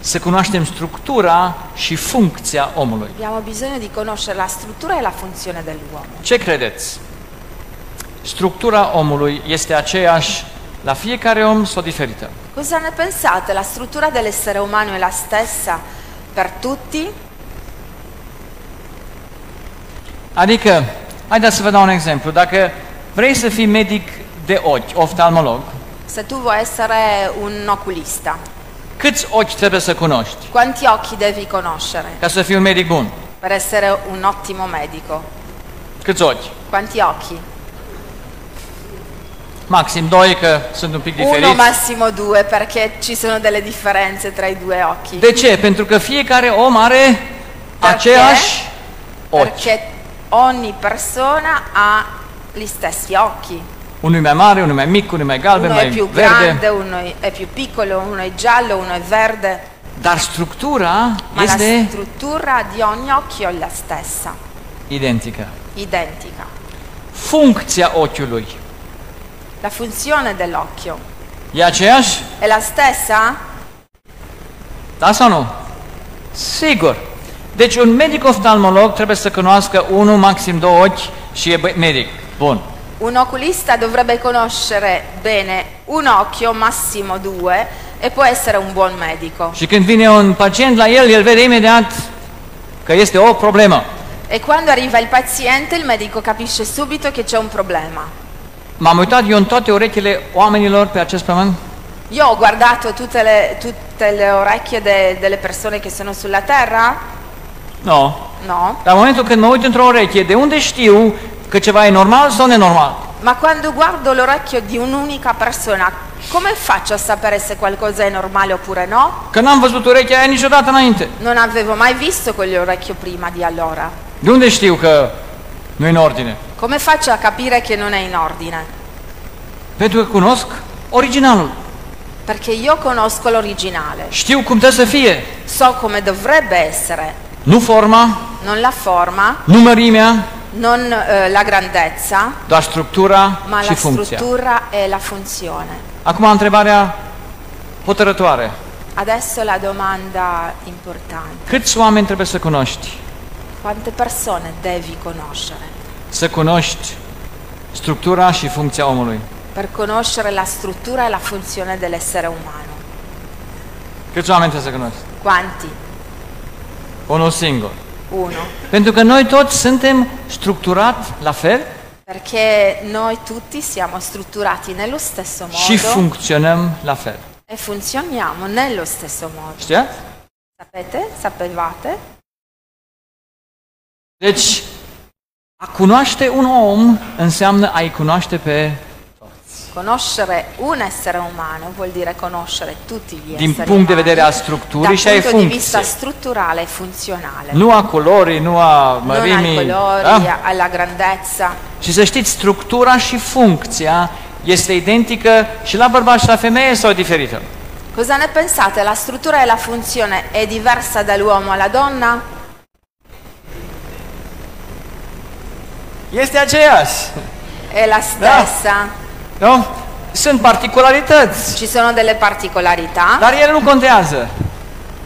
[SPEAKER 2] să cunoaștem structura și funcția omului.
[SPEAKER 5] abbiamo bisogno di conoscere la struttura e la funzione dell'uomo.
[SPEAKER 2] Ce credeți? Structura omului este aceeași la fiecare om sau diferită?
[SPEAKER 5] Cosa ne pensate? La struttura dell'essere umano è la stessa per tutti?
[SPEAKER 2] Adică, haideți să vă dau un exemplu. Dacă vrei să fii medic de ochi, oftalmolog,
[SPEAKER 5] Se tu vuoi essere un oculista,
[SPEAKER 2] câți ochi trebuie să cunoști
[SPEAKER 5] quanti occhi devi conoscere
[SPEAKER 2] ca să fii un medic bun?
[SPEAKER 5] per essere un ottimo medico?
[SPEAKER 2] Câți ochi?
[SPEAKER 5] Quanti occhi?
[SPEAKER 2] Maxim doi, că sunt un pic
[SPEAKER 5] Uno,
[SPEAKER 2] diferiți.
[SPEAKER 5] massimo due, perché ci sono delle differenze tra i due occhi.
[SPEAKER 2] De certo. ce? Pentru că fiecare om are aceeași ochi.
[SPEAKER 5] Perché ogni persona ha gli stessi occhi.
[SPEAKER 2] Unul e mai mare, unul e mai mic, unul e mai galben,
[SPEAKER 5] Uno
[SPEAKER 2] mai
[SPEAKER 5] è più
[SPEAKER 2] verde.
[SPEAKER 5] grande, uno è più piccolo, uno è giallo, uno è verde,
[SPEAKER 2] Dar structura
[SPEAKER 5] ma la
[SPEAKER 2] este
[SPEAKER 5] struttura di ogni occhio è la stessa,
[SPEAKER 2] identică.
[SPEAKER 5] identica.
[SPEAKER 2] Funcția ochiului
[SPEAKER 5] La funzione dell'occhio
[SPEAKER 2] e aceeași?
[SPEAKER 5] è la stessa?
[SPEAKER 2] Da sau nu? Sigur. Deci un medic oftalmolog trebuie să cunoască unul, maxim două ochi și e be- medic. Bun.
[SPEAKER 5] Un oculista dovrebbe conoscere bene un occhio, massimo due, e può essere un buon medico.
[SPEAKER 2] Și când vine un pacient la el, el vede imediat că este o problemă.
[SPEAKER 5] E quando arriva il paziente, il medico capisce subito che c'è un problema.
[SPEAKER 2] M-am uitat eu în toate urechile oamenilor pe acest pământ
[SPEAKER 5] Io ho guardato tutte le, tutte le orecchie de- delle persone che sono sulla terra?
[SPEAKER 2] Nu. No.
[SPEAKER 5] No.
[SPEAKER 2] Dar în momentul când mă uit într-o ureche, de unde știu că ceva e normal sau nenormal?
[SPEAKER 5] Ma quando guardo l'orecchio di un'unica persona, come faccio a sapere se qualcosa è normale oppure no?
[SPEAKER 2] Că n-am văzut urechea aia niciodată înainte.
[SPEAKER 5] Non avevo mai visto quell'orecchio prima di allora.
[SPEAKER 2] De unde știu că nu e în ordine?
[SPEAKER 5] Come faccio a capire che non è in ordine?
[SPEAKER 2] Pentru că cunosc originalul.
[SPEAKER 5] Perché io conosco l'originale,
[SPEAKER 2] Știu cum trebuie să fie.
[SPEAKER 5] so come dovrebbe essere,
[SPEAKER 2] Nu forma,
[SPEAKER 5] non la forma,
[SPEAKER 2] nu mărimea,
[SPEAKER 5] non eh, la grandezza,
[SPEAKER 2] doar structura
[SPEAKER 5] ma
[SPEAKER 2] și
[SPEAKER 5] la
[SPEAKER 2] funcția.
[SPEAKER 5] struttura e la funzione.
[SPEAKER 2] Acum întrebarea hotărătoare.
[SPEAKER 5] Adesso la domanda importante,
[SPEAKER 2] Câți oameni trebuie să cunoști?
[SPEAKER 5] quante persone devi conoscere
[SPEAKER 2] Să cunoști structura și funcția omului.
[SPEAKER 5] per conoscere la struttura e la funzione dell'essere umano?
[SPEAKER 2] Câți oameni trebuie să cunoști?
[SPEAKER 5] Quanti?
[SPEAKER 2] Unul singur.
[SPEAKER 5] Uno.
[SPEAKER 2] Pentru că noi toți suntem structurat la fel
[SPEAKER 5] Perché noi tutti siamo strutturati nello stesso
[SPEAKER 2] și
[SPEAKER 5] modo
[SPEAKER 2] funcționăm la fel.
[SPEAKER 5] e funzioniamo nello stesso modo.
[SPEAKER 2] Știați?
[SPEAKER 5] Sapete? Sapevate?
[SPEAKER 2] Deci, a cunoaște un om înseamnă a-i cunoaște pe
[SPEAKER 5] Conoscere un essere umano vuol dire conoscere tutti gli
[SPEAKER 2] Din
[SPEAKER 5] esseri
[SPEAKER 2] punct de
[SPEAKER 5] umani
[SPEAKER 2] vedere al strutturii
[SPEAKER 5] dal
[SPEAKER 2] și ai
[SPEAKER 5] punto di vista
[SPEAKER 2] funcției.
[SPEAKER 5] strutturale e funzionale.
[SPEAKER 2] nu a culorii, nu a
[SPEAKER 5] non ai
[SPEAKER 2] mărimii.
[SPEAKER 5] colori,
[SPEAKER 2] Da?
[SPEAKER 5] alla grandezza.
[SPEAKER 2] Și să știți, structura și funcția este identică și la bărbat și la femeie sau diferită?
[SPEAKER 5] Cosa ne pensate? La struttura e la funzione è diversa dall'uomo alla donna?
[SPEAKER 2] Este aceeași,
[SPEAKER 5] È la stessa?
[SPEAKER 2] nu? Sunt particularități,
[SPEAKER 5] Ci sono delle particolarità,
[SPEAKER 2] dar ele nu contează.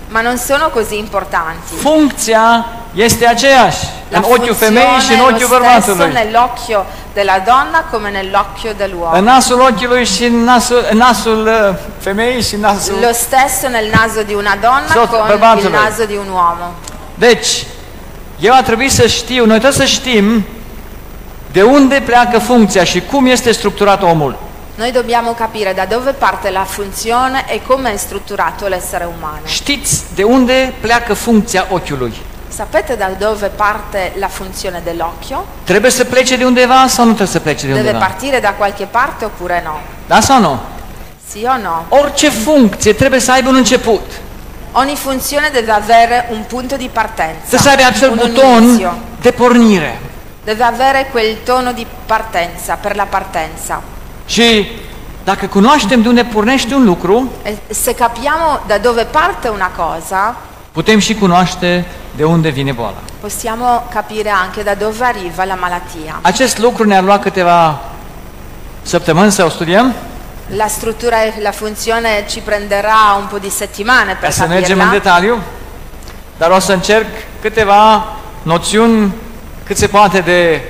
[SPEAKER 5] ma non sono così importanti.
[SPEAKER 2] Funcția este aceeași
[SPEAKER 5] La
[SPEAKER 2] în ochiul femeii și
[SPEAKER 5] funzione
[SPEAKER 2] în
[SPEAKER 5] è
[SPEAKER 2] ochiul
[SPEAKER 5] lo stesso
[SPEAKER 2] bărbatului.
[SPEAKER 5] nell'occhio della donna come nell'occhio
[SPEAKER 2] În
[SPEAKER 5] dell'uomo.
[SPEAKER 2] nasul ochiului și în nasul, în nasul uh, femeii și în nasul...
[SPEAKER 5] Lo stesso nel naso di una donna
[SPEAKER 2] Sotto,
[SPEAKER 5] con il
[SPEAKER 2] perbatelo.
[SPEAKER 5] naso di un uomo.
[SPEAKER 2] Deci, eu a trebuit să știu, noi trebuie să știm de unde pleacă funcția și cum este structurat omul.
[SPEAKER 5] Noi dobbiamo capire da dove parte la funzione e come è strutturato l'essere umano.
[SPEAKER 2] Știți de unde pleacă funcția ochiului?
[SPEAKER 5] Sapete da dove parte la funzione dell'occhio?
[SPEAKER 2] Trebuie să plece de undeva sau nu trebuie să plece de
[SPEAKER 5] Deve
[SPEAKER 2] undeva?
[SPEAKER 5] partire da qualche parte oppure no?
[SPEAKER 2] Da sau nu?
[SPEAKER 5] Sì o no?
[SPEAKER 2] Orice funcție trebuie să aibă un început.
[SPEAKER 5] Ogni funzione deve avere un punto di partenza,
[SPEAKER 2] Trebuie să aibă acel
[SPEAKER 5] Da. un
[SPEAKER 2] buton
[SPEAKER 5] inizio.
[SPEAKER 2] de pornire.
[SPEAKER 5] Deve avere quel tono di partenza per la partenza.
[SPEAKER 2] Și dacă cunoaștem de unde pornește un lucru,
[SPEAKER 5] E se capiamo da dove parte una cosa,
[SPEAKER 2] putem și cunoaște de unde vine boala.
[SPEAKER 5] possiamo capire anche da dove arriva la malattia.
[SPEAKER 2] Acest lucru ne-ar lua câteva săptămâni să o studiem.
[SPEAKER 5] La struttura e la funzione ci prenderà un po' di settimane
[SPEAKER 2] Ca
[SPEAKER 5] per
[SPEAKER 2] să mergem în
[SPEAKER 5] capirla.
[SPEAKER 2] detaliu, dar o să încerc câteva noțiuni cât se poate de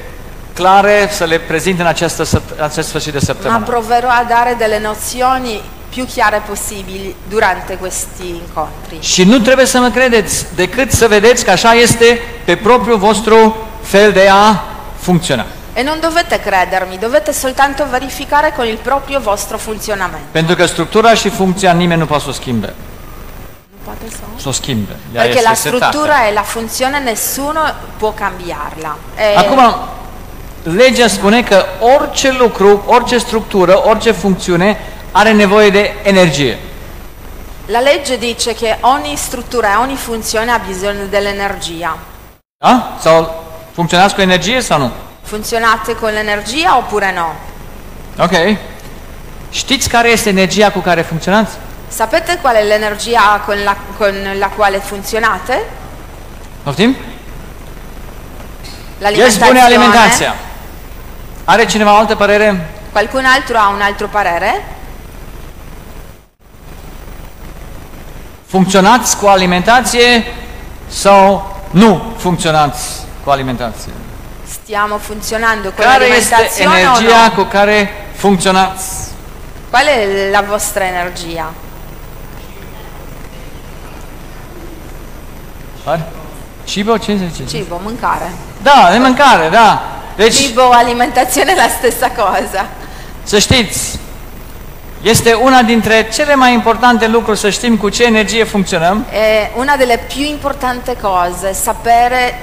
[SPEAKER 2] clare să le prezint în această, săpt- acest sfârșit de
[SPEAKER 5] ma
[SPEAKER 2] săptămână.
[SPEAKER 5] proverò a dare delle nozioni più chiare possibili durante questi incontri.
[SPEAKER 2] Și nu trebuie să mă credeți decât să vedeți că așa este pe propriul vostru fel de a funcționa.
[SPEAKER 5] E non dovete credermi, dovete soltanto verificare con il proprio vostro funzionamento.
[SPEAKER 2] Pentru că structura și funcția nimeni nu poate să o schimbe.
[SPEAKER 5] Non poate so.
[SPEAKER 2] Să o schimbe. Ea
[SPEAKER 5] Perché
[SPEAKER 2] este
[SPEAKER 5] la
[SPEAKER 2] setată.
[SPEAKER 5] struttura e la funzione nessuno può cambiarla. Eh, E
[SPEAKER 2] Acum, legea spune că orice lucru, orice structură, orice funcțiune are nevoie de energie.
[SPEAKER 5] la legge dice che ogni struttura e ogni funzione ha bisogno dell'energia.
[SPEAKER 2] Da? Sau funcționați cu energie sau nu?
[SPEAKER 5] Funzionate con l'energia oppure no?
[SPEAKER 2] Ok. Știți care este energia cu care funcționați?
[SPEAKER 5] Sapete qual è l'energia con la, con la quale funzionate?
[SPEAKER 2] Poftim? El
[SPEAKER 5] L'alimentazione.
[SPEAKER 2] spune alimentația. Are cineva o altă părere?
[SPEAKER 5] Qualcun altro ha un altro parere?
[SPEAKER 2] Funcționați cu alimentație sau nu funcționați cu alimentație?
[SPEAKER 5] Stiamo funzionando con
[SPEAKER 2] Care este
[SPEAKER 5] l'alimentazione o no?
[SPEAKER 2] energia cu care funcționați?
[SPEAKER 5] Qual è la vostra energia?
[SPEAKER 2] Ar? Cibo? Ce zice?
[SPEAKER 5] Cibo, mancare.
[SPEAKER 2] Da, de mâncare, da. Deci,
[SPEAKER 5] Cibo, alimentazione è la stessa cosa.
[SPEAKER 2] Să știți, este una dintre cele mai importante lucruri să știm cu ce energie funcționăm
[SPEAKER 5] È una delle più importanti cose, sapere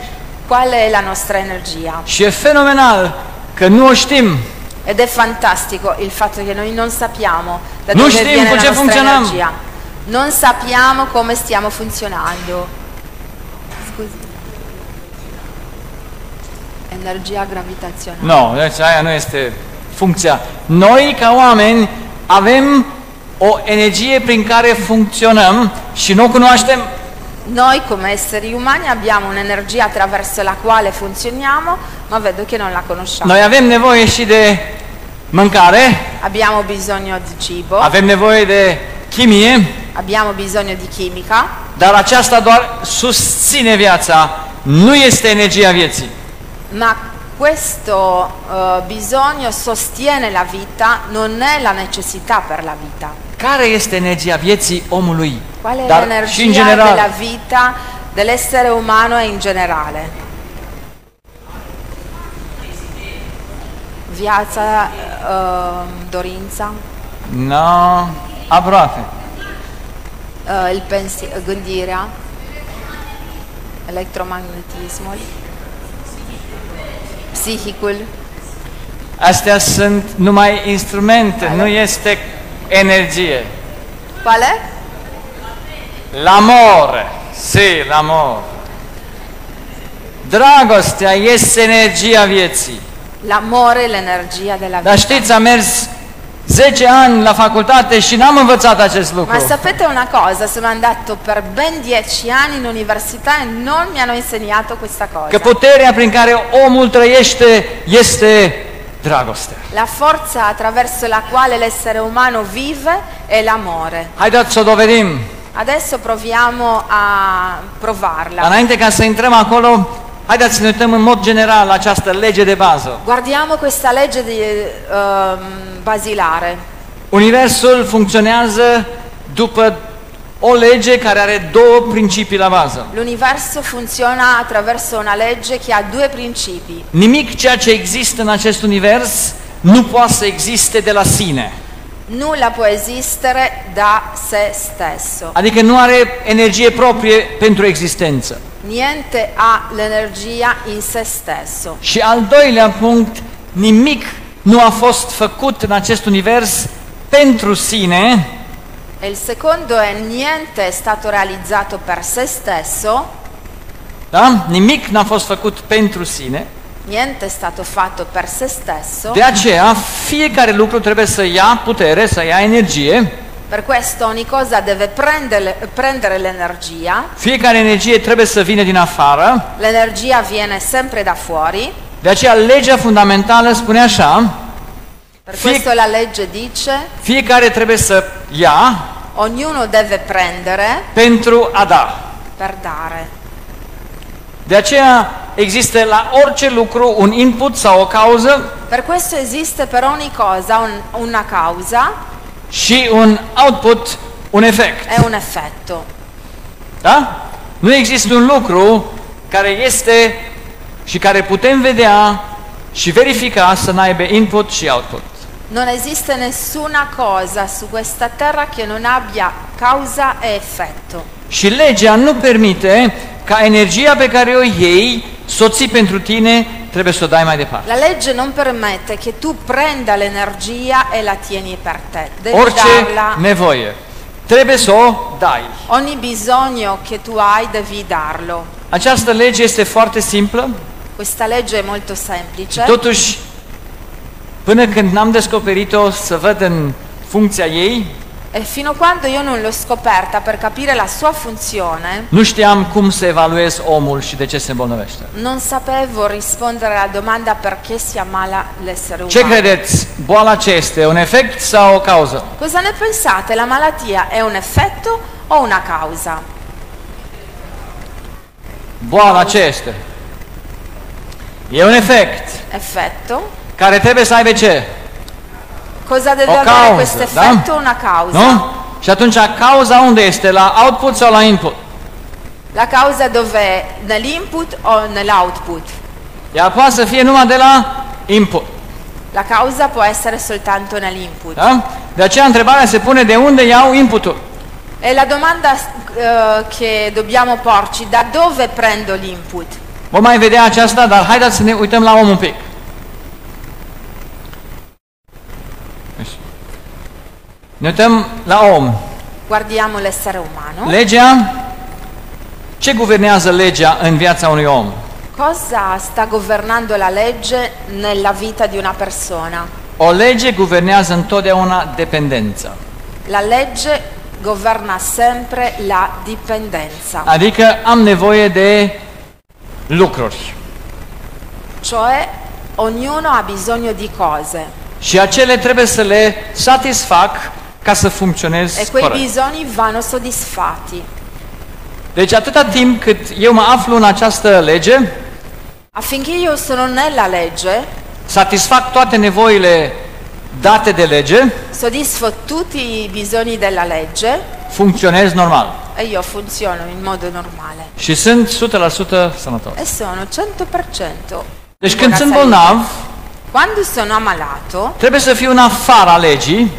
[SPEAKER 5] qual è la nostra energia.
[SPEAKER 2] și e fenomenal că nu o știm.
[SPEAKER 5] Ed è fantastico il fatto che noi non sappiamo da
[SPEAKER 2] Non
[SPEAKER 5] dove
[SPEAKER 2] stiamo
[SPEAKER 5] viene la
[SPEAKER 2] già
[SPEAKER 5] nostra
[SPEAKER 2] funzionando.
[SPEAKER 5] energia. Non sappiamo come stiamo funzionando. Scusi. Energia gravitazionale.
[SPEAKER 2] Nu, no, deci aia nu este funcția. Noi, ca oameni, avem o energie prin care funcționăm și nu o cunoaștem.
[SPEAKER 5] Noi come esseri umani abbiamo un'energia attraverso la quale funzioniamo, ma vedo che non la conosciamo.
[SPEAKER 2] Noi avem nevoie și de mâncare,
[SPEAKER 5] Abbiamo bisogno di cibo,
[SPEAKER 2] avem nevoie de chimie,
[SPEAKER 5] abbiamo bisogno di chimica,
[SPEAKER 2] dar aceasta doar susține viața, nu este energia vieții.
[SPEAKER 5] ma questo eh, bisogno sostiene la vita, non è la necessità per la vita.
[SPEAKER 2] Care este energia vieții omului?
[SPEAKER 5] Qual è
[SPEAKER 2] Dar și
[SPEAKER 5] l'energia
[SPEAKER 2] în
[SPEAKER 5] della
[SPEAKER 2] general.
[SPEAKER 5] vita dell'essere umano e in generale? Viața, ehm, dorința,
[SPEAKER 2] No, aproape.
[SPEAKER 5] eh, il pensi- gândirea, electromagnetismul, psihicul,
[SPEAKER 2] Astea sunt numai instrumente, nu este energie.
[SPEAKER 5] quale?
[SPEAKER 2] L'amore, sì, l'amore. Dragostea este energia vieții.
[SPEAKER 5] L'amore e l'energia della vita.
[SPEAKER 2] Dar știți, am mers 10 ani la facultate și n-am învățat acest
[SPEAKER 5] Ma
[SPEAKER 2] lucru.
[SPEAKER 5] sapete una cosa, sono andato per ben dieci anni in università e non mi hanno insegnato questa cosa.
[SPEAKER 2] Că puterea prin care omul trăiește este dragostea.
[SPEAKER 5] La forza attraverso la quale l'essere umano vive è l'amore.
[SPEAKER 2] Haideți să o dovedim.
[SPEAKER 5] Adesso proviamo a
[SPEAKER 2] Dar
[SPEAKER 5] provarla.
[SPEAKER 2] înainte ca să intrăm acolo, haideți să ne uităm în mod general la această lege de bază.
[SPEAKER 5] Guardiamo questa legge di, ehm, basilare.
[SPEAKER 2] Universul funcționează după o lege care are două principii la bază.
[SPEAKER 5] L'universo funziona attraverso una legge che ha due principi.
[SPEAKER 2] Nimic ceea ce există în acest univers nu poate să existe de la sine.
[SPEAKER 5] Nulla può esistere da se stesso.
[SPEAKER 2] Adică nu are energie proprie pentru existență.
[SPEAKER 5] Niente ha l'energia in se stesso.
[SPEAKER 2] Și al doilea punct, nimic nu a fost făcut în acest univers pentru sine,
[SPEAKER 5] E il secondo è niente è stato realizzato per se stesso,
[SPEAKER 2] da? Nimic n-a fost făcut pentru sine,
[SPEAKER 5] niente è stato fatto per se stesso.
[SPEAKER 2] De aceea, fiecare lucru trebuie să ia putere, să ia energie.
[SPEAKER 5] Per questo ogni cosa deve prendere, prendere l'energia.
[SPEAKER 2] Fiecare energie trebuie să vină din afară.
[SPEAKER 5] L'energia viene sempre da fuori.
[SPEAKER 2] De aceea, legea fundamentală spune așa,
[SPEAKER 5] Per
[SPEAKER 2] Sì.
[SPEAKER 5] questo la legge dice
[SPEAKER 2] fiecare trebuie să ia
[SPEAKER 5] ognuno deve prendere
[SPEAKER 2] pentru a da.
[SPEAKER 5] per dare.
[SPEAKER 2] De aceea, există la orice lucru un input sau o cauză
[SPEAKER 5] Per questo esiste per ogni cosa un- una causa
[SPEAKER 2] și un output, un efect.
[SPEAKER 5] e un effetto.
[SPEAKER 2] Da? Nu există un lucru care este și care putem vedea și verifica să n-aibă input și output.
[SPEAKER 5] Non esiste nessuna cosa su questa terra che non abbia causa e effetto.
[SPEAKER 2] Și legea nu permite ca energia pe care o iei, să o ții pentru tine, trebuie să o dai mai departe.
[SPEAKER 5] La legge non permette che tu prenda l'energia e la tieni per te. Devi
[SPEAKER 2] Orice
[SPEAKER 5] darla.
[SPEAKER 2] nevoie. Trebuie să o dai.
[SPEAKER 5] Ogni bisogno che tu hai devi darlo.
[SPEAKER 2] Această lege este foarte simplă,
[SPEAKER 5] Da. Questa legge è molto semplice,
[SPEAKER 2] totuși Până când n-am descoperit-o să văd în funcția ei,
[SPEAKER 5] E fino a quando io non l'ho scoperta per capire la sua funzione,
[SPEAKER 2] nu știam cum să evaluez omul și de ce se îmbolnăvește.
[SPEAKER 5] non sapevo rispondere alla domanda perché si ammala l'essere
[SPEAKER 2] Ce
[SPEAKER 5] umano.
[SPEAKER 2] credeți? Boala ce este? Un efect sau o cauză?
[SPEAKER 5] Cosa ne pensate? La malattia è un effetto o una causa?
[SPEAKER 2] Boala ce este? E un efect
[SPEAKER 5] Effetto?
[SPEAKER 2] care trebuie să aibă ce?
[SPEAKER 5] Cosa deve
[SPEAKER 2] O
[SPEAKER 5] avere
[SPEAKER 2] causa,
[SPEAKER 5] questo effetto
[SPEAKER 2] da?
[SPEAKER 5] o una causa?
[SPEAKER 2] Nu? Și atunci cauza unde este? La output sau la input?
[SPEAKER 5] La causa dov'è? Nell'input o nell'output?
[SPEAKER 2] Ea poate să fie numai de la input.
[SPEAKER 5] La causa può essere soltanto nell'input.
[SPEAKER 2] Da? De aceea întrebarea se pune de unde iau inputul.
[SPEAKER 5] E la domanda eh, che dobbiamo porci, da dove prendo l'input?
[SPEAKER 2] Vom mai vedea aceasta, dar haideți să ne uităm la om un pic. Ne uităm la om.
[SPEAKER 5] Guardiamo l'essere umano.
[SPEAKER 2] Legea, ce guvernează legea în viața unui om?
[SPEAKER 5] Cosa sta governando la legge nella vita di una persona?
[SPEAKER 2] O lege guvernează întotdeauna dependența.
[SPEAKER 5] La legge governa sempre la dipendenza,
[SPEAKER 2] Adică am nevoie de lucruri.
[SPEAKER 5] cioè ognuno ha bisogno di cose
[SPEAKER 2] Și acele trebuie să le satisfac ca să
[SPEAKER 5] e
[SPEAKER 2] funcționez
[SPEAKER 5] quei
[SPEAKER 2] corect.
[SPEAKER 5] bisogni vanno soddisfatti.
[SPEAKER 2] Deci atâta timp cât eu mă aflu în această lege,
[SPEAKER 5] Affinché io sono nella legge,
[SPEAKER 2] satisfac toate nevoile date de lege,
[SPEAKER 5] soddisfo tutti i bisogni della legge
[SPEAKER 2] funcționez normal.
[SPEAKER 5] e io funziono in modo normale
[SPEAKER 2] Și sunt 100% sănătos.
[SPEAKER 5] e sono 100%.
[SPEAKER 2] Deci
[SPEAKER 5] in
[SPEAKER 2] când
[SPEAKER 5] buona
[SPEAKER 2] sunt
[SPEAKER 5] salute.
[SPEAKER 2] bolnav,
[SPEAKER 5] Quando sono ammalato,
[SPEAKER 2] trebuie să fiu în afara legii,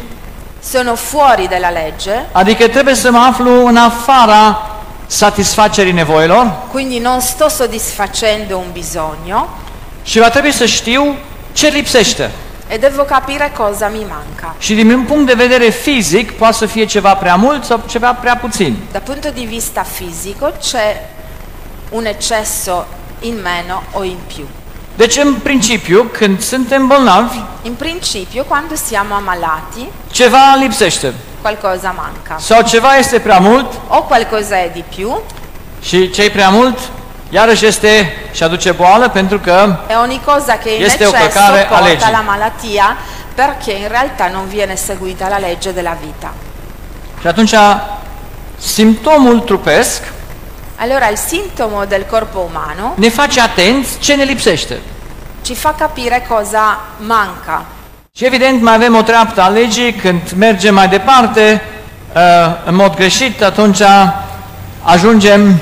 [SPEAKER 5] sono fuori dalla legge
[SPEAKER 2] adică trebuie să mă aflu în afara satisfacerii nevoilor
[SPEAKER 5] Quindi non sto soddisfacendo un bisogno
[SPEAKER 2] și va trebui să știu ce lipsește.
[SPEAKER 5] e devo capire cosa mi manca.
[SPEAKER 2] Și din un punct de vedere fizic poate să fie ceva prea mult sau ceva prea puțin.
[SPEAKER 5] Dal punto di vista fisico c'è un eccesso in meno o in più.
[SPEAKER 2] Deci în principiu, când suntem bolnavi,
[SPEAKER 5] In principio quando siamo ammalati
[SPEAKER 2] ceva lipsește
[SPEAKER 5] qualcosa manca
[SPEAKER 2] sau ceva este prea mult
[SPEAKER 5] o qualcosa è di più
[SPEAKER 2] Și cei prea mult, iarăși este și aduce boală pentru că
[SPEAKER 5] e ogni cosa che in
[SPEAKER 2] Este o
[SPEAKER 5] eccesso
[SPEAKER 2] plecare a legge.
[SPEAKER 5] porta alla malattia perché in realtà non viene seguita la legge della vita.
[SPEAKER 2] și atunci simptomul trupesc
[SPEAKER 5] Allora il sintomo del corpo umano
[SPEAKER 2] ne face atenți ce ne lipsește.
[SPEAKER 5] ci fa capire cosa manca
[SPEAKER 2] Și evident mai avem o treaptă a legii când mergem mai departe uh, în mod greșit, atunci ajungem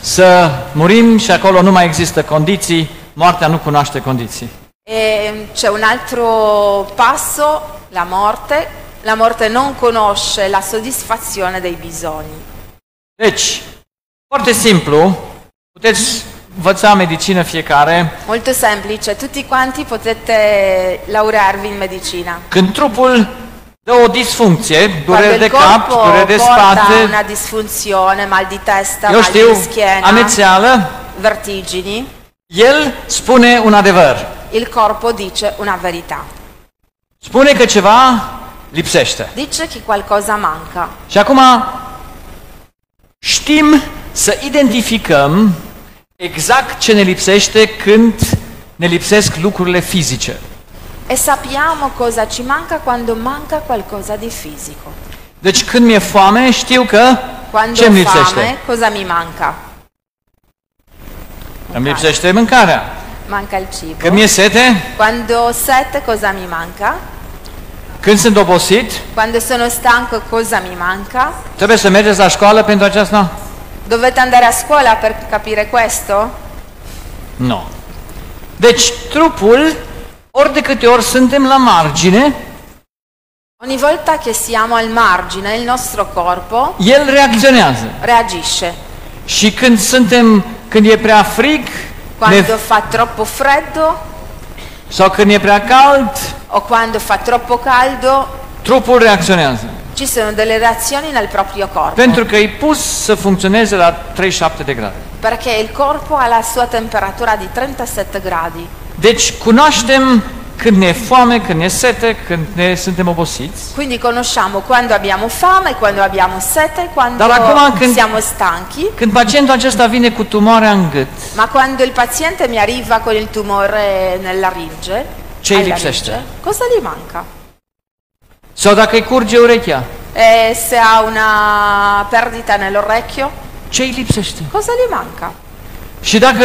[SPEAKER 2] să murim și acolo nu mai există condiții, moartea nu cunoaște condiții.
[SPEAKER 5] E ehm, c'è un altro passo, la morte. La morte non conosce la soddisfazione dei bisogni.
[SPEAKER 2] Deci, foarte simplu, puteți învăța medicină fiecare,
[SPEAKER 5] Molto semplice, tutti quanti potete laurearvi in medicina.
[SPEAKER 2] Când trupul dă o disfuncție,
[SPEAKER 5] Quando
[SPEAKER 2] dureri de
[SPEAKER 5] il
[SPEAKER 2] cap,
[SPEAKER 5] corpo
[SPEAKER 2] dureri de
[SPEAKER 5] porta una
[SPEAKER 2] spate,
[SPEAKER 5] disfunzione, mal di testa,
[SPEAKER 2] eu
[SPEAKER 5] mal
[SPEAKER 2] știu,
[SPEAKER 5] di schiena,
[SPEAKER 2] amețeală,
[SPEAKER 5] vertigini,
[SPEAKER 2] el spune un adevăr.
[SPEAKER 5] il corpo dice una verità.
[SPEAKER 2] Spune că ceva lipsește.
[SPEAKER 5] Dice che qualcosa manca.
[SPEAKER 2] Și acum știm să identificăm exact ce ne lipsește când ne lipsesc lucrurile fizice.
[SPEAKER 5] E sappiamo cosa ci manca quando manca qualcosa di fisico.
[SPEAKER 2] Deci când mi-e foame, știu că
[SPEAKER 5] Quando
[SPEAKER 2] ce mi
[SPEAKER 5] ho fame,
[SPEAKER 2] lipsește.
[SPEAKER 5] cosa mi manca?
[SPEAKER 2] Îmi lipsește mâncarea.
[SPEAKER 5] Manca il cibo.
[SPEAKER 2] Când mi-e sete,
[SPEAKER 5] Quando ho sete cosa mi manca?
[SPEAKER 2] când sunt obosit,
[SPEAKER 5] Quando sono stanco cosa mi manca?
[SPEAKER 2] trebuie să mergeți la școală pentru aceasta?
[SPEAKER 5] Dovete andare a scuola per capire questo?
[SPEAKER 2] Nu. Deci trupul, ori de câte ori suntem la margine,
[SPEAKER 5] Ogni volta che siamo al margine, il nostro corpo
[SPEAKER 2] el reacționează.
[SPEAKER 5] reagisce.
[SPEAKER 2] Și când suntem, când e prea frig,
[SPEAKER 5] Quando fa troppo freddo
[SPEAKER 2] sau când e prea cald,
[SPEAKER 5] o quando fa troppo caldo,
[SPEAKER 2] trupul reacționează.
[SPEAKER 5] ci sono delle reazioni nel proprio corpo,
[SPEAKER 2] Pentru că e pus să funcționeze la 37 de grade.
[SPEAKER 5] perché il corpo ha la sua temperatura di 37 gradi.
[SPEAKER 2] Deci cunoaștem Când ne e foame, când ne e sete, când ne suntem obosiți.
[SPEAKER 5] Quindi conosciamo quando abbiamo fame, quando abbiamo sete, quando
[SPEAKER 2] Dalla coma che-
[SPEAKER 5] siamo stanchi,
[SPEAKER 2] Când pacientul acesta vine cu tumoarea în gât,
[SPEAKER 5] ma quando il paziente mi arriva con il tumore nella laringe,
[SPEAKER 2] Ce gli
[SPEAKER 5] alla
[SPEAKER 2] lipsește?
[SPEAKER 5] laringe, cosa gli manca?
[SPEAKER 2] sau dacă îi curge urechea,
[SPEAKER 5] E Eh, se ha una perdita nell'orecchio,
[SPEAKER 2] ce îi lipsește?
[SPEAKER 5] cosa gli manca?
[SPEAKER 2] Și dacă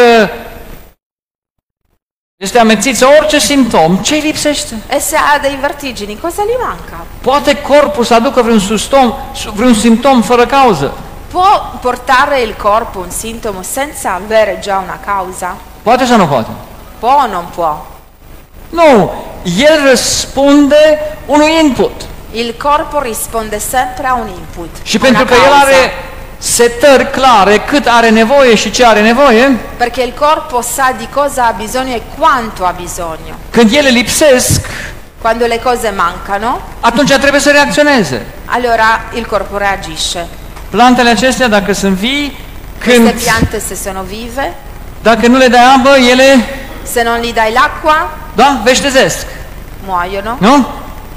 [SPEAKER 2] este amețit sau orice simptom, ce îi lipsește?
[SPEAKER 5] E se ha dei vertigini, cosa gli manca?
[SPEAKER 2] Poate corpul să aducă vreun, sustom, vreun simptom fără cauză.
[SPEAKER 5] Può portare il corpo un sintomo senza avere già una causa?
[SPEAKER 2] Poate sau nu poate?
[SPEAKER 5] Può o non può?
[SPEAKER 2] Nu, el răspunde unui input.
[SPEAKER 5] Il corpo risponde sempre a un input.
[SPEAKER 2] Și
[SPEAKER 5] a
[SPEAKER 2] pentru
[SPEAKER 5] una
[SPEAKER 2] că el
[SPEAKER 5] causa.
[SPEAKER 2] are setări clare cât are nevoie și ce are nevoie,
[SPEAKER 5] Perché il corpo sa di cosa ha bisogno e quanto ha bisogno.
[SPEAKER 2] când ele lipsesc,
[SPEAKER 5] Quando le cose mancano,
[SPEAKER 2] atunci trebuie să reacționeze.
[SPEAKER 5] allora il corpo reagisce.
[SPEAKER 2] Plantele acestea, dacă sunt vii, când,
[SPEAKER 5] Queste piante se sono vive,
[SPEAKER 2] dacă nu le dai apă, ele,
[SPEAKER 5] se non gli dai l'acqua,
[SPEAKER 2] da, veștezesc,
[SPEAKER 5] muoiono.
[SPEAKER 2] nu?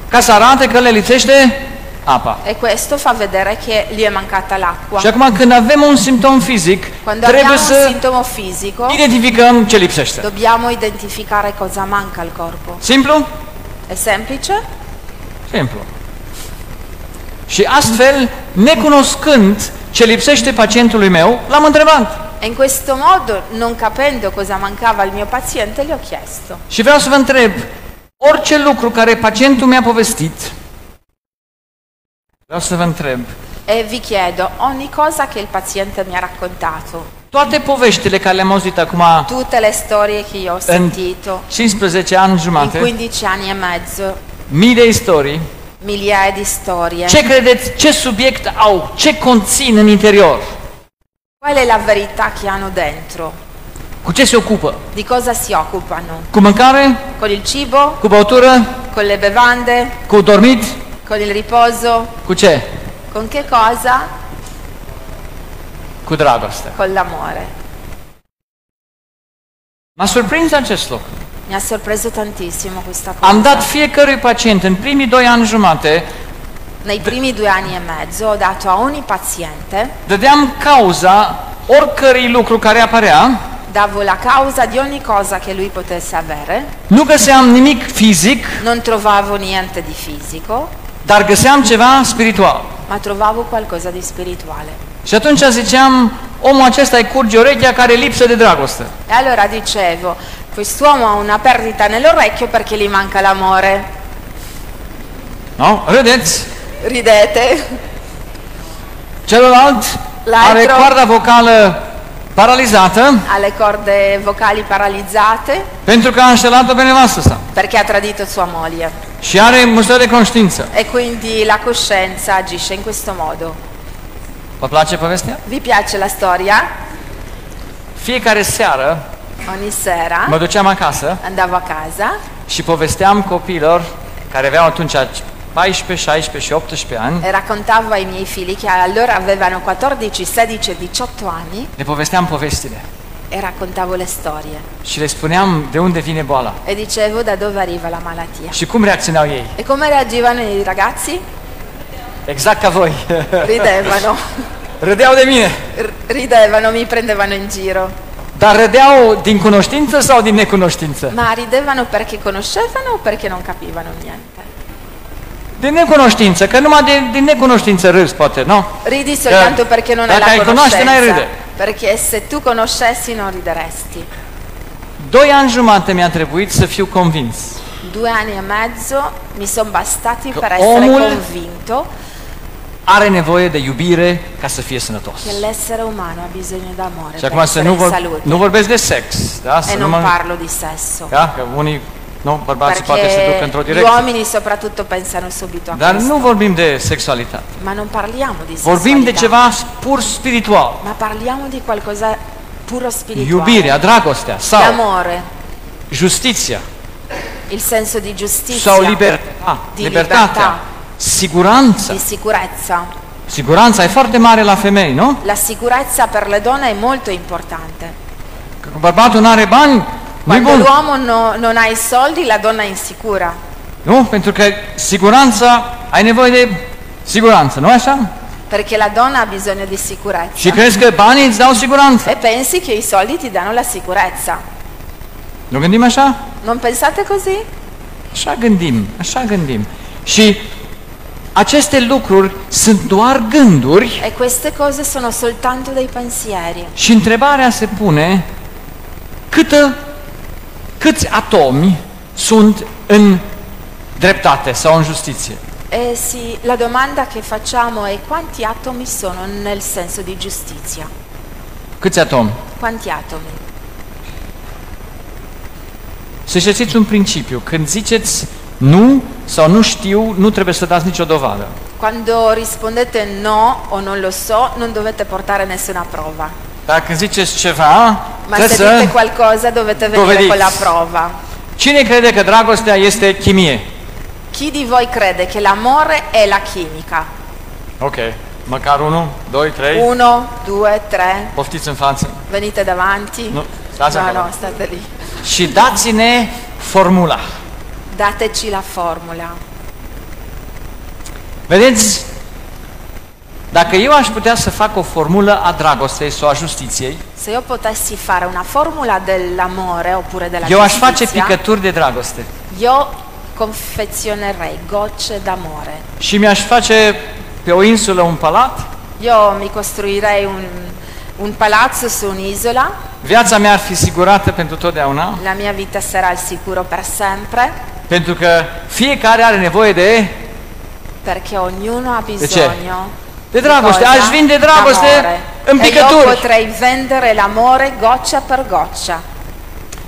[SPEAKER 2] Ca să arate că le lipsește apa.
[SPEAKER 5] E questo fa vedere che gli è mancata l'acqua.
[SPEAKER 2] Și acum când avem un simptom fizic,
[SPEAKER 5] Quando abbiamo
[SPEAKER 2] trebuie
[SPEAKER 5] un
[SPEAKER 2] să
[SPEAKER 5] sintomo fisico,
[SPEAKER 2] identificăm ce lipsește.
[SPEAKER 5] dobbiamo identificare cosa manca al corpo.
[SPEAKER 2] Simplu?
[SPEAKER 5] È semplice?
[SPEAKER 2] Simplu. Și astfel, necunoscând ce lipsește pacientului meu, l-am întrebat.
[SPEAKER 5] E in questo modo, non capendo cosa mancava al mio paziente, gli ho chiesto.
[SPEAKER 2] Și vreau să vă întreb, orice lucru care pacientul mi-a povestit, vreau să vă întreb,
[SPEAKER 5] E vi chiedo, ogni cosa che il paziente mi ha raccontato,
[SPEAKER 2] toate poveștile care le-am auzit acum
[SPEAKER 5] tutte le storie che io ho
[SPEAKER 2] în
[SPEAKER 5] sentito
[SPEAKER 2] 15 ani
[SPEAKER 5] in
[SPEAKER 2] jumate,
[SPEAKER 5] 15 anni e mezzo,
[SPEAKER 2] mii de istorii,
[SPEAKER 5] migliaia di storie,
[SPEAKER 2] ce credeți, ce subiect au, ce conțin în interior,
[SPEAKER 5] qual è la verità che hanno dentro?
[SPEAKER 2] cu ce se ocupă,
[SPEAKER 5] Di cosa si occupano?
[SPEAKER 2] cu mâncare,
[SPEAKER 5] Con il cibo?
[SPEAKER 2] cu băutură,
[SPEAKER 5] Con le bevande?
[SPEAKER 2] cu dormit,
[SPEAKER 5] Con il riposo?
[SPEAKER 2] cu ce?
[SPEAKER 5] Con che cosa?
[SPEAKER 2] Cu dragoste.
[SPEAKER 5] Con l'amore.
[SPEAKER 2] M-a surprins acest lucru.
[SPEAKER 5] Mi ha sorpreso tantissimo questa cosa.
[SPEAKER 2] Am dat fiecărui pacient în primii doi ani jumate,
[SPEAKER 5] Nei primi due anni e mezzo ho dato a ogni paziente,
[SPEAKER 2] dădeam cauza oricărui lucru care apărea,
[SPEAKER 5] davo la causa di ogni cosa che lui potesse avere,
[SPEAKER 2] nu găseam nimic fizic,
[SPEAKER 5] non trovavo niente di fisico,
[SPEAKER 2] dar găseam ceva spiritual.
[SPEAKER 5] ma trovavo qualcosa di spirituale.
[SPEAKER 2] Și atunci ziceam, omul acesta îi curge urechea care e lipsă de dragoste.
[SPEAKER 5] E allora dicevo, quest'uomo ha una perdita nell'orecchio perché gli manca l'amore.
[SPEAKER 2] Nu? Râdeți?
[SPEAKER 5] Ridete?
[SPEAKER 2] Celălalt
[SPEAKER 5] La
[SPEAKER 2] are
[SPEAKER 5] etro-
[SPEAKER 2] coarda vocală paralizată
[SPEAKER 5] Ha le corde vocali paralizzate
[SPEAKER 2] pentru că a înșelat-o pe nevastă sa
[SPEAKER 5] perché ha tradito sua moglie
[SPEAKER 2] și are mustări de conștiință.
[SPEAKER 5] e quindi la coscienza agisce in questo modo.
[SPEAKER 2] Vă place povestea?
[SPEAKER 5] Vi piace la storia?
[SPEAKER 2] Fiecare seară
[SPEAKER 5] Ogni sera
[SPEAKER 2] mă duceam acasă
[SPEAKER 5] andavo a casa
[SPEAKER 2] și povesteam copilor care aveau atunci 14, 16 și 18 ani,
[SPEAKER 5] E raccontavo ai miei figli che allora avevano 14, 16 e 18 anni
[SPEAKER 2] le povesteam povestile
[SPEAKER 5] e raccontavo le storie
[SPEAKER 2] și le spuneam de unde vine boala
[SPEAKER 5] e dicevo da dove arriva la malattia.
[SPEAKER 2] și cum reacționau ei,
[SPEAKER 5] E come reagivano i ragazzi?
[SPEAKER 2] exact ca voi.
[SPEAKER 5] Ridevano,
[SPEAKER 2] Râdeau de mine,
[SPEAKER 5] R- ridevano, mi prendevano in giro.
[SPEAKER 2] dar râdeau din cunoștință sau din necunoștință?
[SPEAKER 5] Ma ridevano perché conoscevano o perché non capivano niente?
[SPEAKER 2] Din necunoștință, că numai de, din necunoștință râzi poate, nu?
[SPEAKER 5] Ridi soltanto
[SPEAKER 2] Eh,
[SPEAKER 5] perché non
[SPEAKER 2] eh,
[SPEAKER 5] hai
[SPEAKER 2] dai,
[SPEAKER 5] la
[SPEAKER 2] conosci, non hai
[SPEAKER 5] conoscenza.
[SPEAKER 2] ride.
[SPEAKER 5] Perché se tu conoscessi non rideresti.
[SPEAKER 2] Doi ani jumate mi-a trebuit să fiu convins
[SPEAKER 5] Due anni e mezzo mi sono bastati
[SPEAKER 2] Che
[SPEAKER 5] per essere
[SPEAKER 2] omul-
[SPEAKER 5] convinto
[SPEAKER 2] are nevoie de iubire ca să fie sănătos.
[SPEAKER 5] che l'essere umano ha bisogno d'amore
[SPEAKER 2] Și
[SPEAKER 5] per
[SPEAKER 2] acum să
[SPEAKER 5] essere
[SPEAKER 2] nu,
[SPEAKER 5] in
[SPEAKER 2] vor,
[SPEAKER 5] salute.
[SPEAKER 2] nu vorbesc de sex, da? Să
[SPEAKER 5] E
[SPEAKER 2] nu
[SPEAKER 5] non
[SPEAKER 2] mă...
[SPEAKER 5] parlo di sesso.
[SPEAKER 2] Da? Că unii, nu, bărbații poate se duc într-o
[SPEAKER 5] Perché gli
[SPEAKER 2] direcție.
[SPEAKER 5] uomini soprattutto pensano subito a
[SPEAKER 2] Dar
[SPEAKER 5] questo.
[SPEAKER 2] nu vorbim de sexualitate.
[SPEAKER 5] Ma non parliamo di
[SPEAKER 2] Vorbim de
[SPEAKER 5] sessualità,
[SPEAKER 2] ceva pur spiritual.
[SPEAKER 5] ma parliamo di qualcosa puro spirituale.
[SPEAKER 2] Iubirea, dragostea sau
[SPEAKER 5] L'amore,
[SPEAKER 2] justiția
[SPEAKER 5] il senso di giustizia,
[SPEAKER 2] sau libertatea.
[SPEAKER 5] Di
[SPEAKER 2] Libertatea.
[SPEAKER 5] libertà.
[SPEAKER 2] Siguranța.
[SPEAKER 5] di sicurezza.
[SPEAKER 2] Siguranța e foarte mare la femei, nu?
[SPEAKER 5] La sicurezza per le donne è molto importante.
[SPEAKER 2] Că bărbatul nu are bani,
[SPEAKER 5] Quando
[SPEAKER 2] Lui bun.
[SPEAKER 5] l'uomo no- non ha i soldi, la donna è insicura.
[SPEAKER 2] Nu? Pentru că siguranța, ai nevoie de siguranță, nu așa?
[SPEAKER 5] Perché la donna ha bisogno di sicurezza.
[SPEAKER 2] Și crezi că banii îți dau siguranță.
[SPEAKER 5] E pensi che i soldi ti danno la sicurezza.
[SPEAKER 2] Nu gândim așa?
[SPEAKER 5] Non pensate così?
[SPEAKER 2] Așa gândim, așa gândim. Și aceste lucruri sunt doar gânduri
[SPEAKER 5] E queste cose sono soltanto dei pensieri.
[SPEAKER 2] și întrebarea se pune câtă, câți atomi sunt în dreptate sau în justiție.
[SPEAKER 5] E sì, la domanda che facciamo è quanti atomi sono nel senso di giustizia?
[SPEAKER 2] Câți atomi?
[SPEAKER 5] Quanti atomi?
[SPEAKER 2] Să știți un principiu. Când ziceți nu sau nu știu, nu trebuie să dați nicio dovadă.
[SPEAKER 5] Quando rispondete no o non lo so, non dovete portare nessuna prova.
[SPEAKER 2] Dacă ziceți ceva,
[SPEAKER 5] Ma
[SPEAKER 2] trebuie
[SPEAKER 5] se
[SPEAKER 2] să...
[SPEAKER 5] dite qualcosa dovete venire
[SPEAKER 2] Dovedix.
[SPEAKER 5] con la prova.
[SPEAKER 2] Cine crede că dragostea este chimie?
[SPEAKER 5] Chi di voi crede che l'amore è la chimica?
[SPEAKER 2] Ok, măcar unul, doi, trei,
[SPEAKER 5] Uno, due, tre,
[SPEAKER 2] poftiți în față.
[SPEAKER 5] venite davanti.
[SPEAKER 2] Nu, state
[SPEAKER 5] no,
[SPEAKER 2] acolo.
[SPEAKER 5] no, state lì.
[SPEAKER 2] Și dați-ne formula.
[SPEAKER 5] Dateci la formula.
[SPEAKER 2] Vedeți? Dacă eu aș putea să fac o formulă a dragostei sau a justiției,
[SPEAKER 5] Se io potessi fare una formula dell'amore oppure della
[SPEAKER 2] eu aș face
[SPEAKER 5] giustizia,
[SPEAKER 2] picături de dragoste
[SPEAKER 5] io confezionerei gocce d'amore.
[SPEAKER 2] și mi-aș face pe o insulă un palat,
[SPEAKER 5] Io mi costruirei un, un palazzo su un'isola,
[SPEAKER 2] viața mea ar fi sigurată pentru totdeauna,
[SPEAKER 5] la mia vita sarà al sicuro per sempre,
[SPEAKER 2] pentru că fiecare are nevoie de,
[SPEAKER 5] perché ognuno ha
[SPEAKER 2] De ce?
[SPEAKER 5] bisogno
[SPEAKER 2] de ah,
[SPEAKER 5] di
[SPEAKER 2] dragoste.
[SPEAKER 5] cosa?
[SPEAKER 2] Aș vinde dragoste
[SPEAKER 5] D'amore.
[SPEAKER 2] în
[SPEAKER 5] E io
[SPEAKER 2] picături,
[SPEAKER 5] potrei vendere l'amore goccia per goccia.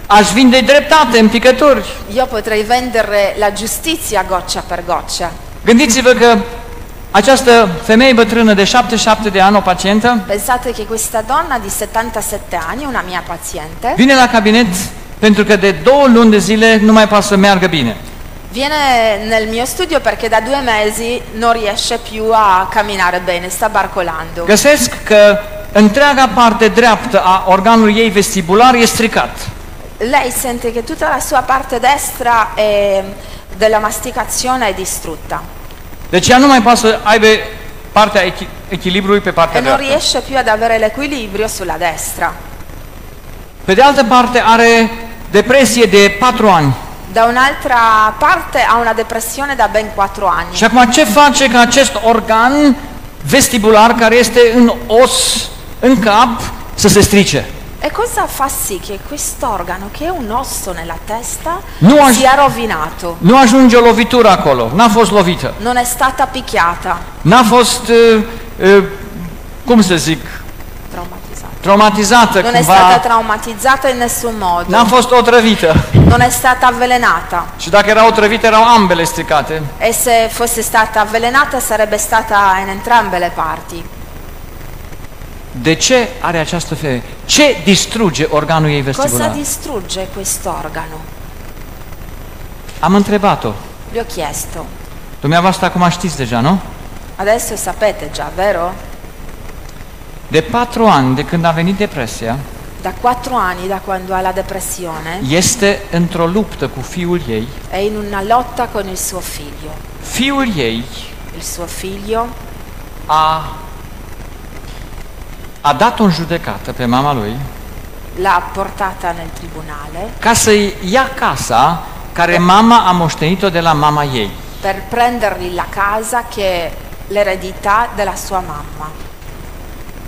[SPEAKER 2] aș vinde dreptate în picături.
[SPEAKER 5] Io potrei vendere la giustizia goccia per goccia.
[SPEAKER 2] Gândiți-vă că această femeie bătrână de 77 de ani, o pacientă,
[SPEAKER 5] Pensate che questa donna di 77 anni, una mia paziente,
[SPEAKER 2] vine la cabinet pentru că de două luni de zile nu mai poate să meargă bine.
[SPEAKER 5] viene nel mio studio perché da due mesi non riesce più a camminare bene, sta barcolando.
[SPEAKER 2] Găsesc că întreaga parte dreaptă a organului ei vestibular e stricat.
[SPEAKER 5] Lei sente che tutta la sua parte destra è- della masticazione è distrutta
[SPEAKER 2] Deci ea nu mai poate să aibă partea echi- echilibrului pe
[SPEAKER 5] e
[SPEAKER 2] partea
[SPEAKER 5] non
[SPEAKER 2] dreaptă.
[SPEAKER 5] riesce più ad avere l'equilibrio sulla destra.
[SPEAKER 2] Pe de altă parte are depresie de 4 ani.
[SPEAKER 5] Da un'altra parte ha una depressione da ben 4 anni.
[SPEAKER 2] Și acum ce face ca acest organ vestibular care este în os, în cap, să se strice?
[SPEAKER 5] E cosa fa sì che quest'organo, che è un osso nella testa,
[SPEAKER 2] No,
[SPEAKER 5] sia rovinato?
[SPEAKER 2] Nu ajunge o lovitură acolo, n-a fost lovită,
[SPEAKER 5] Non è stata picchiata,
[SPEAKER 2] n-a fost, uh, uh, cum să zic,
[SPEAKER 5] traumatizzata.
[SPEAKER 2] traumatizată
[SPEAKER 5] Non è stata
[SPEAKER 2] cumva,
[SPEAKER 5] traumatizzata in nessun modo,
[SPEAKER 2] n-a fost otrăvită.
[SPEAKER 5] non è stata avvelenata
[SPEAKER 2] Și dacă era otrăvită, erau ambele stricate.
[SPEAKER 5] e se fosse stata avvelenata sarebbe stata in entrambe le parti.
[SPEAKER 2] De ce are această femeie? Ce distruge organul ei
[SPEAKER 5] Cosa
[SPEAKER 2] vestibular?
[SPEAKER 5] distrugge quest'organo?
[SPEAKER 2] Am întrebat-o.
[SPEAKER 5] Le ho chiesto.
[SPEAKER 2] Dumneavoastră acum știți deja, nu?
[SPEAKER 5] Adesso sapete già, vero?
[SPEAKER 2] De patru ani, de când a venit depresia,
[SPEAKER 5] Da quattro anni da quando ha la depressione
[SPEAKER 2] este într-o luptă cu fiul ei.
[SPEAKER 5] è in una lotta con il suo figlio.
[SPEAKER 2] Fiul ei
[SPEAKER 5] Il suo figlio
[SPEAKER 2] a, a dat-o în judecată pe mama lui
[SPEAKER 5] l'ha portata nel tribunale
[SPEAKER 2] ca să-i ia casa care mama a moștenit-o de la mama ei.
[SPEAKER 5] per prendergli la casa che è l'eredità della sua mamma.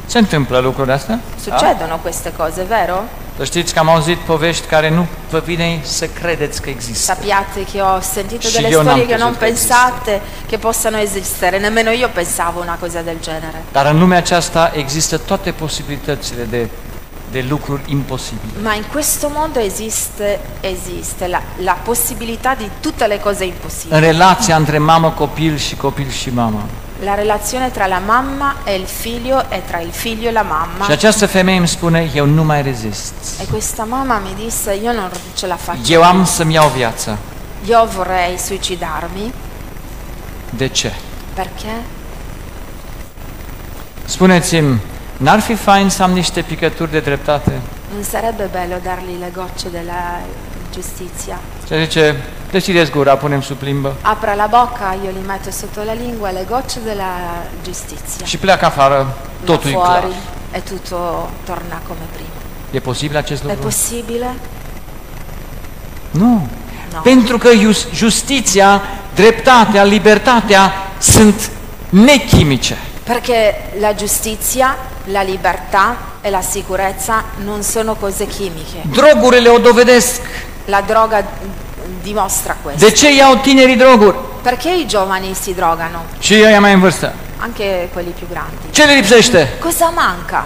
[SPEAKER 2] Se întâmplă lucrurile astea? Da?
[SPEAKER 5] Succedono queste cose, vero?
[SPEAKER 2] Să știți că am auzit povești care nu vă vine să credeți că există.
[SPEAKER 5] Sappiate che ho sentito
[SPEAKER 2] Sì,
[SPEAKER 5] delle
[SPEAKER 2] io non
[SPEAKER 5] storie che non
[SPEAKER 2] credo che
[SPEAKER 5] pensate che possano esistere, nemmeno io pensavo una cosa del genere.
[SPEAKER 2] Dar în lumea aceasta există toate posibilitățile de, de lucruri imposibili.
[SPEAKER 5] Ma in questo mondo esiste, esiste la, la possibilità di tutte le cose impossibili.
[SPEAKER 2] În relația între mamă, copil și copil și mamă.
[SPEAKER 5] La relazione tra la mamma e il figlio e tra il figlio e la mamma.
[SPEAKER 2] Și această femeie îmi spune, eu nu mai rezist.
[SPEAKER 5] E questa mamma mi disse io non ce la faccio,
[SPEAKER 2] Eu am să-mi iau viața.
[SPEAKER 5] io vorrei suicidarmi
[SPEAKER 2] De ce?
[SPEAKER 5] perché
[SPEAKER 2] Spuneți-mi, n-ar fi fain să am niște picături de dreptate?
[SPEAKER 5] Non sarebbe bello dargli le gocce della giustizia.
[SPEAKER 2] Și zice, deschideți gura, punem sub limbă.
[SPEAKER 5] Apra la bocca, io li metto sotto la lingua le gocce della giustizia.
[SPEAKER 2] Și pleacă afară,
[SPEAKER 5] Da
[SPEAKER 2] totul e clar.
[SPEAKER 5] fuori e tutto torna come prima.
[SPEAKER 2] E posibil acest
[SPEAKER 5] È
[SPEAKER 2] lucru?
[SPEAKER 5] possibile?
[SPEAKER 2] nu.
[SPEAKER 5] No.
[SPEAKER 2] Pentru că ius- justiția, dreptatea, libertatea sunt nechimice.
[SPEAKER 5] Perché la giustizia, la libertà e la sicurezza non sono cose chimiche.
[SPEAKER 2] Drogurile o dovedesc.
[SPEAKER 5] La droga mm, dimostra questo.
[SPEAKER 2] De ce iau tinerii droguri?
[SPEAKER 5] Perché i giovani si drogano,
[SPEAKER 2] Și ea mai în vârstă.
[SPEAKER 5] anche quelli più grandi?
[SPEAKER 2] Ce le lipsește?
[SPEAKER 5] Cosa manca?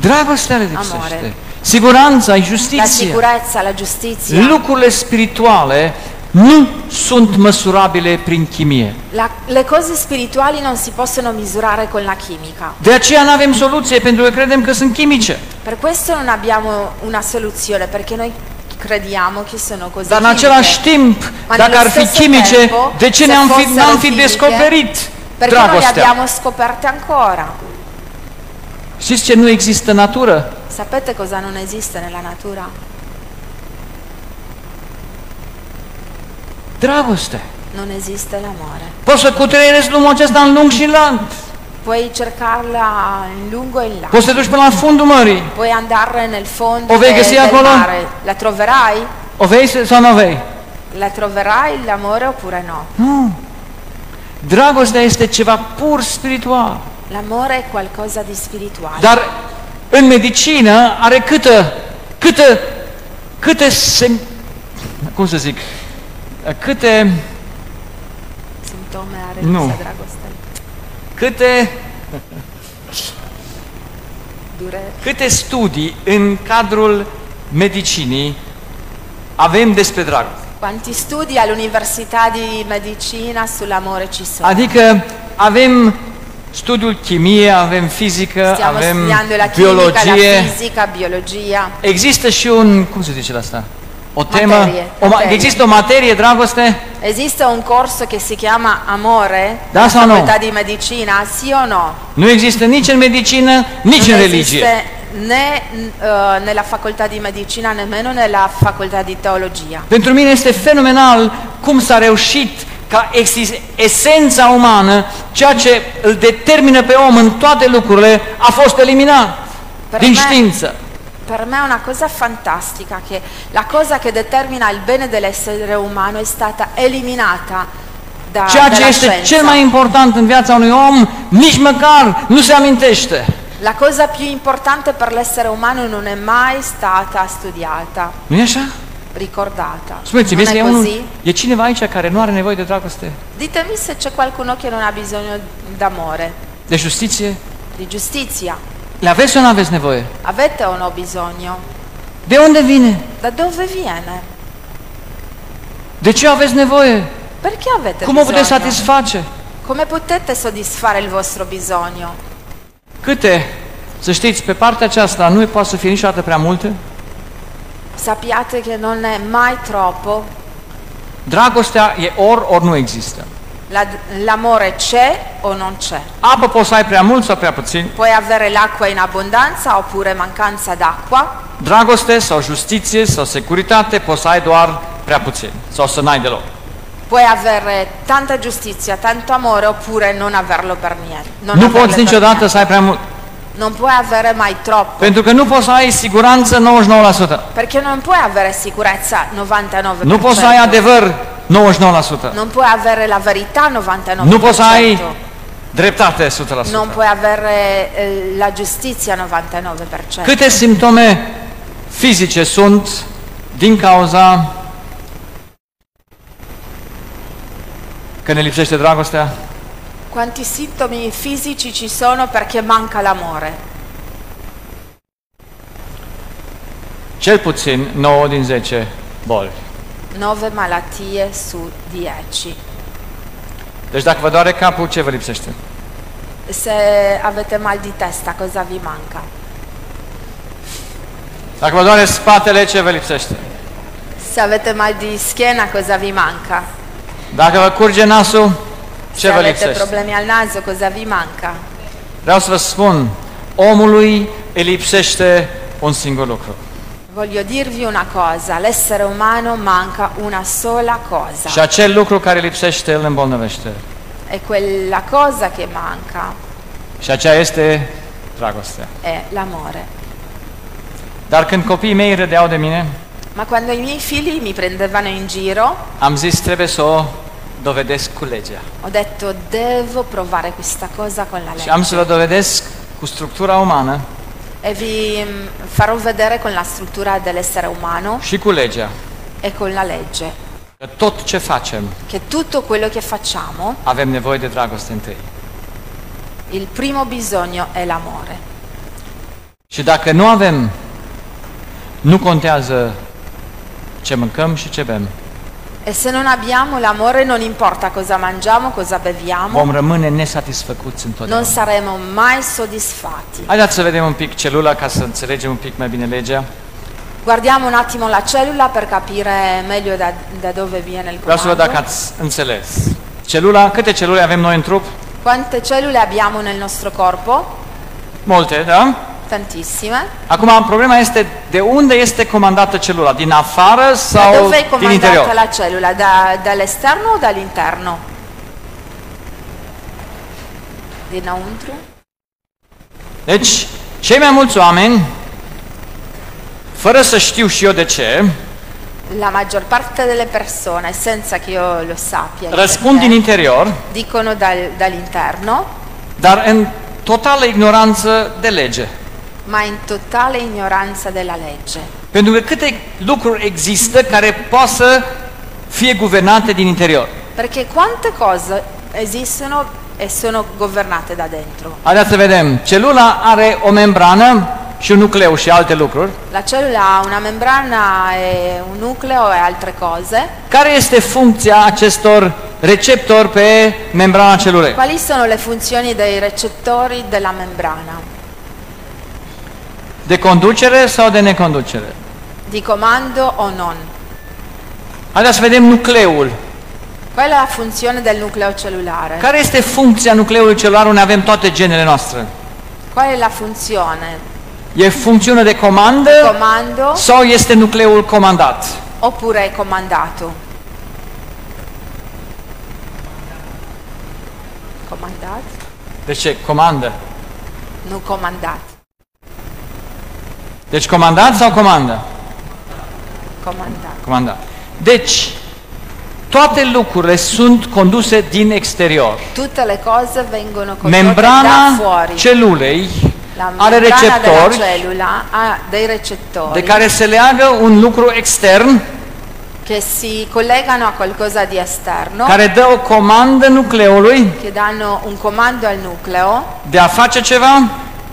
[SPEAKER 2] Dragostea le lipsește.
[SPEAKER 5] Amore.
[SPEAKER 2] Siguranța,
[SPEAKER 5] La
[SPEAKER 2] justiția.
[SPEAKER 5] sicurezza, la giustizia,
[SPEAKER 2] Lucrurile spirituale nu sunt măsurabile prin chimie.
[SPEAKER 5] la- le cose spirituali non si possono misurare con la chimica.
[SPEAKER 2] De aceea nu avem soluție pentru că credem că sunt chimice.
[SPEAKER 5] Per questo non abbiamo una soluzione, perché noi crediamo che sono cose
[SPEAKER 2] Dar în același
[SPEAKER 5] chimiche.
[SPEAKER 2] timp,
[SPEAKER 5] Ma
[SPEAKER 2] dacă ar fi
[SPEAKER 5] nello stesso
[SPEAKER 2] chimice,
[SPEAKER 5] tempo,
[SPEAKER 2] de ce
[SPEAKER 5] se
[SPEAKER 2] ne-am fi,
[SPEAKER 5] fossero
[SPEAKER 2] n-am fi
[SPEAKER 5] chimiche,
[SPEAKER 2] descoperit
[SPEAKER 5] Perché non le
[SPEAKER 2] dragostea?
[SPEAKER 5] abbiamo scoperte ancora?
[SPEAKER 2] Știți ce nu există în natură?
[SPEAKER 5] Sapete cosa non esiste nella natura?
[SPEAKER 2] Dragoste.
[SPEAKER 5] Non esiste l'amore.
[SPEAKER 2] Poți să cutreierezi lumea acesta în lung și în lat.
[SPEAKER 5] Puoi cercarla in lungo e in là.
[SPEAKER 2] Poți să te duci până la fundul mării.
[SPEAKER 5] Puoi andare nel fondo
[SPEAKER 2] O vei
[SPEAKER 5] de-
[SPEAKER 2] găsi
[SPEAKER 5] del
[SPEAKER 2] acolo?
[SPEAKER 5] mare. La troverai?
[SPEAKER 2] O vei să- sau nu o vei?
[SPEAKER 5] La troverai l'amore oppure no?
[SPEAKER 2] Nu. Dragostea este ceva pur spiritual.
[SPEAKER 5] L'amore è qualcosa di spirituale.
[SPEAKER 2] Dar în medicină are câtă, câtă, câte, sem, cum să zic, câte,
[SPEAKER 5] Sintoma era
[SPEAKER 2] No.
[SPEAKER 5] no. Dragostea.
[SPEAKER 2] câte,
[SPEAKER 5] Dure.
[SPEAKER 2] câte studii în cadrul medicinii avem despre dragoste.
[SPEAKER 5] Quanti studi all'università di medicina sull'amore ci sono?
[SPEAKER 2] Adică avem studiul chimie, avem fizică,
[SPEAKER 5] Stiamo
[SPEAKER 2] avem
[SPEAKER 5] studiando la chimica, la
[SPEAKER 2] biologie.
[SPEAKER 5] fisica, biologia.
[SPEAKER 2] Există și un, cum se zice la asta? O temă,
[SPEAKER 5] Materie,
[SPEAKER 2] o ma-
[SPEAKER 5] materie.
[SPEAKER 2] există o materie dragoste?
[SPEAKER 5] Esiste un corso che si chiama Amore?
[SPEAKER 2] Da
[SPEAKER 5] alla
[SPEAKER 2] sau nu?
[SPEAKER 5] facoltà di medicina, sì o no?
[SPEAKER 2] Nu există nici în medicină, nici în
[SPEAKER 5] non
[SPEAKER 2] religie.
[SPEAKER 5] esiste né eh, nella facoltà di medicina, nemmeno nella facoltà di teologia.
[SPEAKER 2] Pentru mine este fenomenal cum s-a reușit ca exis- esența umană, ceea ce îl determină pe om în toate lucrurile, a fost eliminat
[SPEAKER 5] Per
[SPEAKER 2] din
[SPEAKER 5] me-
[SPEAKER 2] știință.
[SPEAKER 5] Per me è una cosa fantastica che la cosa che determina il bene dell'essere umano è stata eliminata da,
[SPEAKER 2] Ceea ce
[SPEAKER 5] dalla
[SPEAKER 2] este
[SPEAKER 5] scienza.
[SPEAKER 2] cel mai important în viața unui om, nici măcar nu se amintește.
[SPEAKER 5] La cosa più importante per l'essere umano non è mai stata studiata,
[SPEAKER 2] nu e așa?
[SPEAKER 5] ricordata.
[SPEAKER 2] Spuneți-mi,
[SPEAKER 5] non
[SPEAKER 2] este
[SPEAKER 5] è
[SPEAKER 2] unul,
[SPEAKER 5] così?
[SPEAKER 2] e cineva aici care nu are nevoie de dragoste,
[SPEAKER 5] Ditemi se c'è qualcuno che non ha bisogno d'amore,
[SPEAKER 2] de justiție?
[SPEAKER 5] di giustizia.
[SPEAKER 2] Le aveți sau nu aveți nevoie?
[SPEAKER 5] Avete o no bisogno?
[SPEAKER 2] De unde vine?
[SPEAKER 5] Da dove viene?
[SPEAKER 2] De ce aveți nevoie?
[SPEAKER 5] Perché avete
[SPEAKER 2] Cum o
[SPEAKER 5] bisogno?
[SPEAKER 2] puteți satisface?
[SPEAKER 5] Come potete soddisfare il vostro bisogno?
[SPEAKER 2] Câte? Să știți, pe partea aceasta nu poate să fie niciodată prea multe.
[SPEAKER 5] Sappiate che non è mai troppo,
[SPEAKER 2] Dragostea e ori, ori nu există.
[SPEAKER 5] La- l'amore c'è o non c'è.
[SPEAKER 2] Apă poți să ai prea mult sau prea puțin,
[SPEAKER 5] Puoi avere l'acqua in abbondanza oppure mancanza d'acqua,
[SPEAKER 2] dragoste sau justiție sau securitate poți să ai doar prea puțin sau să n-ai deloc.
[SPEAKER 5] puoi avere tanta giustizia, tanto amore oppure non averlo per niente.
[SPEAKER 2] Nu,
[SPEAKER 5] averle
[SPEAKER 2] poți
[SPEAKER 5] per
[SPEAKER 2] niciodată
[SPEAKER 5] niente.
[SPEAKER 2] să ai prea mult,
[SPEAKER 5] Non puoi avere mai troppo,
[SPEAKER 2] pentru că nu poți să ai siguranță 99%,
[SPEAKER 5] perché non puoi avere sicurezza 99%.
[SPEAKER 2] nu poți să ai adevăr 99%,
[SPEAKER 5] Non puoi avere la verità 99%.
[SPEAKER 2] nu poți să ai dreptate 100%.
[SPEAKER 5] Non puoi avere eh, la giustizia 99%.
[SPEAKER 2] Câte simptome fizice sunt din cauza că ne lipsește dragostea?
[SPEAKER 5] Quanti sintomi fisici ci sono perché manca l'amore?
[SPEAKER 2] Cel puțin 9 din 10 boli.
[SPEAKER 5] 9 malattie su 10.
[SPEAKER 2] Deci dacă vă doare capul, ce vă lipsește?
[SPEAKER 5] Se avete mal di testa cosa vi manca?
[SPEAKER 2] Dacă vă doare spatele, ce vă lipsește?
[SPEAKER 5] Se avete mal di schiena cosa vi manca?
[SPEAKER 2] Dacă vă curge nasul,
[SPEAKER 5] Se
[SPEAKER 2] ce vă
[SPEAKER 5] avete
[SPEAKER 2] lipsește?
[SPEAKER 5] problemi al naso cosa vi manca?
[SPEAKER 2] Vreau să vă spun, omului îi lipsește un singur lucru.
[SPEAKER 5] Voglio dirvi una cosa, all'essere umano manca una sola cosa
[SPEAKER 2] Și acel lucru care lipsește îl îmbolnăvește.
[SPEAKER 5] e quella cosa che manca
[SPEAKER 2] Și aceea este dragostea.
[SPEAKER 5] è l'amore.
[SPEAKER 2] Dar când copiii mei râdeau de mine,
[SPEAKER 5] Ma quando i miei figli mi prendevano in giro,
[SPEAKER 2] am zis trebuie să o dovedesc cu legea.
[SPEAKER 5] ho detto devo provare questa cosa con la
[SPEAKER 2] Și am
[SPEAKER 5] legge
[SPEAKER 2] să vă dovedesc cu structura umană
[SPEAKER 5] e vi mm, farò vedere con la struttura dell'essere umano
[SPEAKER 2] și cu legea
[SPEAKER 5] e con la legge
[SPEAKER 2] că tot ce facem
[SPEAKER 5] che tutto quello che facciamo,
[SPEAKER 2] avem nevoie de dragoste întâi.
[SPEAKER 5] il primo bisogno è l'amore.
[SPEAKER 2] Și dacă nu avem, nu contează ce mâncăm și ce bem.
[SPEAKER 5] E se non abbiamo l'amore non importa cosa mangiamo, cosa beviamo,
[SPEAKER 2] Vom rămâne nesatisfăcuți
[SPEAKER 5] non
[SPEAKER 2] întotdeauna.
[SPEAKER 5] saremo mai soddisfatti.
[SPEAKER 2] Haideți să vedem un pic celula ca să înțelegem un pic mai bine legea.
[SPEAKER 5] Guardiamo un attimo la cellula per capire meglio da, da dove viene il
[SPEAKER 2] Vreau să văd dacă
[SPEAKER 5] comando.
[SPEAKER 2] ați înțeles. Celula, câte celule avem noi în trup?
[SPEAKER 5] Quante cellule abbiamo nel nostro corpo?
[SPEAKER 2] Multe, da?
[SPEAKER 5] Tantissime.
[SPEAKER 2] Acum, problema este de unde este comandată celula? Din afară
[SPEAKER 5] Da
[SPEAKER 2] sau
[SPEAKER 5] dove è
[SPEAKER 2] din
[SPEAKER 5] comandata
[SPEAKER 2] interior?
[SPEAKER 5] la cellula? Da- dall'esterno o dall'interno? Di nauntru?
[SPEAKER 2] Deci, cei mai mulți oameni, fără să știu și eu de ce,
[SPEAKER 5] La maggior parte delle persone, senza che io lo sappia,
[SPEAKER 2] răspund din
[SPEAKER 5] perché,
[SPEAKER 2] interior,
[SPEAKER 5] dicono dal- dall'interno,
[SPEAKER 2] dar în totală ignoranță de lege.
[SPEAKER 5] ma in totale ignoranza della legge.
[SPEAKER 2] Pentru că câte lucruri există care poate să fie guvernate din interior.
[SPEAKER 5] Perché quante cose esistono e sono governate da dentro?
[SPEAKER 2] Haideți să vedem. Celula are o membrană și un nucleu și alte lucruri.
[SPEAKER 5] La cellula ha una membrana, e un nucleo e altre cose.
[SPEAKER 2] Care este funcția acestor receptori pe membrana celulei?
[SPEAKER 5] Quali sono le funzioni dei recettori della membrana?
[SPEAKER 2] De conducere sau de neconducere?
[SPEAKER 5] Di comando o non?
[SPEAKER 2] Haideți să vedem nucleul.
[SPEAKER 5] Qual è la funzione del nucleo cellulare?
[SPEAKER 2] Care este funcția nucleului celular unde avem toate genele noastre?
[SPEAKER 5] Qual è la funzione?
[SPEAKER 2] E funcțiune de comandă
[SPEAKER 5] Comando
[SPEAKER 2] sau este nucleul comandat?
[SPEAKER 5] oppure è comandato? Comandato?
[SPEAKER 2] De ce? Comandă.
[SPEAKER 5] Non comandato.
[SPEAKER 2] Deci comandat sau comandă?
[SPEAKER 5] Comandato.
[SPEAKER 2] Comandat. Deci, toate lucrurile sunt conduse din exterior.
[SPEAKER 5] Tutte le cose vengono condotte da
[SPEAKER 2] Membrana
[SPEAKER 5] fuori.
[SPEAKER 2] celulei
[SPEAKER 5] La
[SPEAKER 2] are
[SPEAKER 5] membrana della
[SPEAKER 2] receptori
[SPEAKER 5] cellula ha dei
[SPEAKER 2] de
[SPEAKER 5] recettori
[SPEAKER 2] care se leagă un lucru extern
[SPEAKER 5] che si collegano a qualcosa di esterno,
[SPEAKER 2] care dă o comandă nucleului
[SPEAKER 5] che danno un comando al nucleo
[SPEAKER 2] de a face ceva,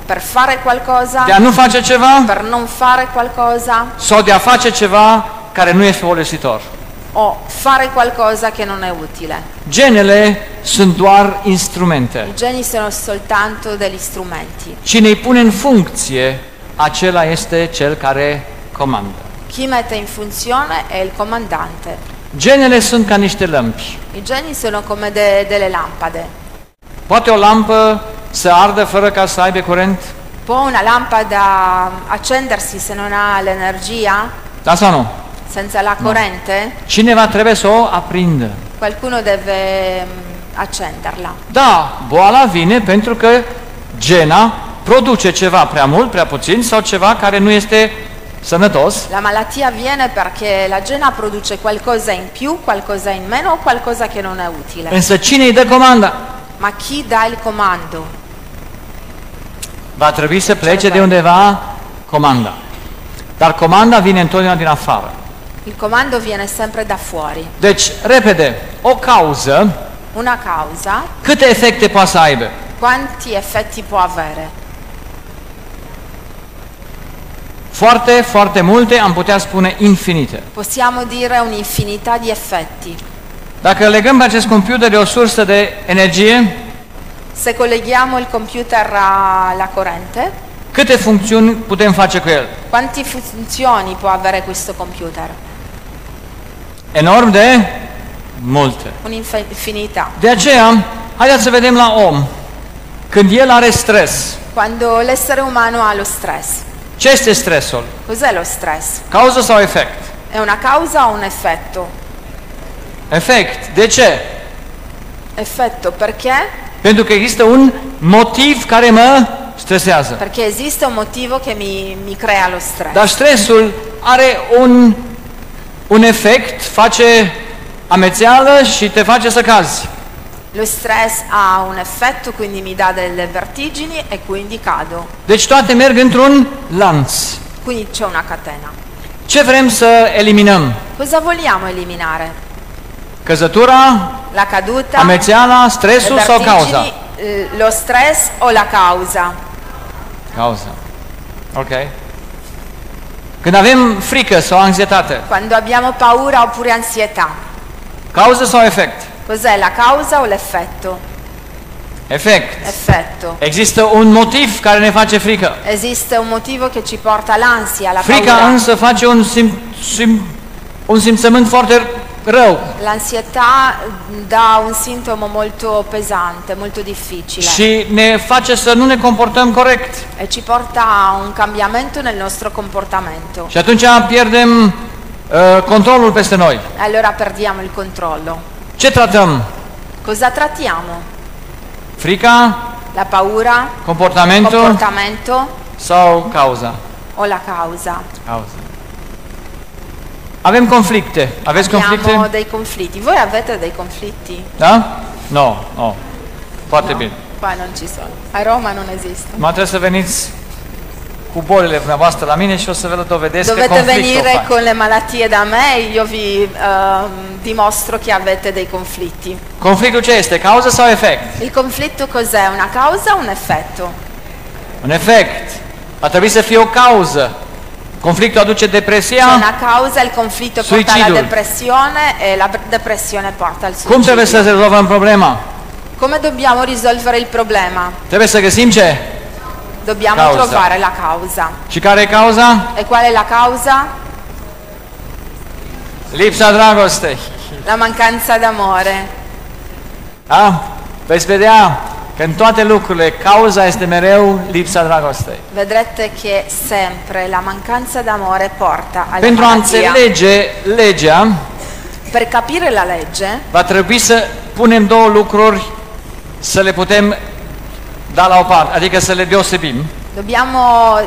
[SPEAKER 5] per fare qualcosa,
[SPEAKER 2] de a nu face ceva
[SPEAKER 5] per non fare qualcosa
[SPEAKER 2] sau de a face ceva care nu e folositor.
[SPEAKER 5] o fare qualcosa che non è utile.
[SPEAKER 2] Genele sunt doar instrumente.
[SPEAKER 5] I geni sono soltanto degli strumenti.
[SPEAKER 2] Cine îi pune în funcție, acela este cel care comandă.
[SPEAKER 5] Chi mette in funzione è il comandante.
[SPEAKER 2] Genele sunt ca niște lămpi.
[SPEAKER 5] I geni sono come de- delle lampade.
[SPEAKER 2] Poate o lampă să ardă fără ca să aibă curent?
[SPEAKER 5] Può una lampada accendersi se non ha l'energia?
[SPEAKER 2] Da sau nu?
[SPEAKER 5] Senza la corrente?
[SPEAKER 2] Cineva trebuie să o aprindă.
[SPEAKER 5] Qualcuno deve mm, accenderla.
[SPEAKER 2] Da, boala vine pentru că gena produce ceva prea mult, prea puțin sau ceva care nu este sănătos
[SPEAKER 5] La malattia avviene perché la gena produce qualcosa in più, qualcosa in meno o qualcosa che non è utile.
[SPEAKER 2] Însă cine îi dă comanda?
[SPEAKER 5] Ma chi dà il comando?
[SPEAKER 2] Va trebui să plece de undeva comanda. Dar comanda vine întotdeauna din afară.
[SPEAKER 5] Il comando viene sempre da fuori.
[SPEAKER 2] Deci, repede, o cauză,
[SPEAKER 5] Una causa,
[SPEAKER 2] câte efecte poate să aibă?
[SPEAKER 5] quanti effetti può avere?
[SPEAKER 2] Foarte, foarte multe, am putea spune infinite.
[SPEAKER 5] Possiamo dire un'infinità di effetti.
[SPEAKER 2] Dacă legăm pe acest computer de o sursă de energie,
[SPEAKER 5] Se colleghiamo il computer alla corrente,
[SPEAKER 2] câte funcțiuni putem face cu el?
[SPEAKER 5] quanti funzioni può avere questo computer?
[SPEAKER 2] Enorm de multe.
[SPEAKER 5] Un'infinità.
[SPEAKER 2] De aceea, haideți să vedem la om. Când el are stres,
[SPEAKER 5] Quando l'essere umano ha lo stress,
[SPEAKER 2] Ce este stresul?
[SPEAKER 5] cos'è lo stress?
[SPEAKER 2] Cauză sau efect?
[SPEAKER 5] È una causa o un effetto?
[SPEAKER 2] Efect. De ce?
[SPEAKER 5] Effetto perché?
[SPEAKER 2] Pentru că există un motiv care mă stresează.
[SPEAKER 5] Perché esiste un motivo che mi, mi crea lo stress.
[SPEAKER 2] Dar stresul are un, un efect, face amețeală și te face să cazi.
[SPEAKER 5] Lo stress ha un effetto, quindi mi dà delle vertigini e quindi cado.
[SPEAKER 2] Deci toate merg într-un lanț.
[SPEAKER 5] Quindi c'è una catena.
[SPEAKER 2] Ce vrem să eliminăm?
[SPEAKER 5] Cosa vogliamo eliminare?
[SPEAKER 2] Căzătura,
[SPEAKER 5] La caduta?
[SPEAKER 2] amețeala,
[SPEAKER 5] le
[SPEAKER 2] stresul sau
[SPEAKER 5] vertigini,
[SPEAKER 2] cauza?
[SPEAKER 5] l- lo stress o la causa?
[SPEAKER 2] Cauza. Ok. Când avem frică sau anxietate,
[SPEAKER 5] Quando abbiamo paura oppure ansietà?
[SPEAKER 2] cauză sau efect?
[SPEAKER 5] Cos'è la causa o l'effetto?
[SPEAKER 2] Efect.
[SPEAKER 5] Effetto.
[SPEAKER 2] Există un motiv care ne face frică.
[SPEAKER 5] Esiste un motivo che ci porta all'ansia, alla
[SPEAKER 2] Frica
[SPEAKER 5] paura.
[SPEAKER 2] însă face un, sim, sim, un simțământ foarte rău
[SPEAKER 5] L'ansietà dà un sintomo molto pesante, molto difficile
[SPEAKER 2] și ne face să nu ne comportăm corect.
[SPEAKER 5] e ci porta a un cambiamento nel nostro comportamento.
[SPEAKER 2] Și atunci pierdem uh, controlul peste noi.
[SPEAKER 5] E Allora perdiamo il controllo.
[SPEAKER 2] Ce tratăm?
[SPEAKER 5] Cosa trattiamo?
[SPEAKER 2] Frica,
[SPEAKER 5] La paura, il
[SPEAKER 2] comportamentul
[SPEAKER 5] comportamento
[SPEAKER 2] sau cauza?
[SPEAKER 5] o la causa?
[SPEAKER 2] Cauza. Avem conflicte. Aveți
[SPEAKER 5] Abbiamo
[SPEAKER 2] conflicte?
[SPEAKER 5] dei conflitti. Voi avete dei conflitti?
[SPEAKER 2] Da? Nu, no, nu. No. Foarte bine.
[SPEAKER 5] Qua non ci sono. A Roma non esistono.
[SPEAKER 2] Mă trebuie să veniți cu bolile dumneavoastră la mine și o să vă dovedesc că
[SPEAKER 5] Dovete
[SPEAKER 2] conflictul
[SPEAKER 5] venire
[SPEAKER 2] fac.
[SPEAKER 5] con le malattie da me, io vi ehm, dimostro che avete dei conflitti.
[SPEAKER 2] Conflictul ce este? Cauză sau efect?
[SPEAKER 5] Il conflitto cos'è? Una causa o un effetto?
[SPEAKER 2] Un efect. A trebuit să fie o cauză. Conflictul aduce
[SPEAKER 5] C'è
[SPEAKER 2] depresia.
[SPEAKER 5] una causa, il conflitto porta alla
[SPEAKER 2] Suicidio.
[SPEAKER 5] depressione e la depressione porta al
[SPEAKER 2] Cum trebuie să
[SPEAKER 5] suicidio.
[SPEAKER 2] rezolvăm problema?
[SPEAKER 5] Come dobbiamo risolvere il problema?
[SPEAKER 2] Trebuie să găsim ce?
[SPEAKER 5] Dobbiamo
[SPEAKER 2] Causa.
[SPEAKER 5] trovare la causa.
[SPEAKER 2] Și care e cauza?
[SPEAKER 5] E qual è la causa?
[SPEAKER 2] Lipsa dragostei.
[SPEAKER 5] La mancanza d'amore.
[SPEAKER 2] Da? Veți vedea că în toate lucrurile cauza este mereu lipsa dragostei.
[SPEAKER 5] Vedrete che sempre la mancanza d'amore porta alla
[SPEAKER 2] Pentru a
[SPEAKER 5] malattia.
[SPEAKER 2] înțelege legea,
[SPEAKER 5] Per capire la legge
[SPEAKER 2] va trebui să punem două lucruri să le putem da la o parte, adică să le deosebim.
[SPEAKER 5] dobbiamo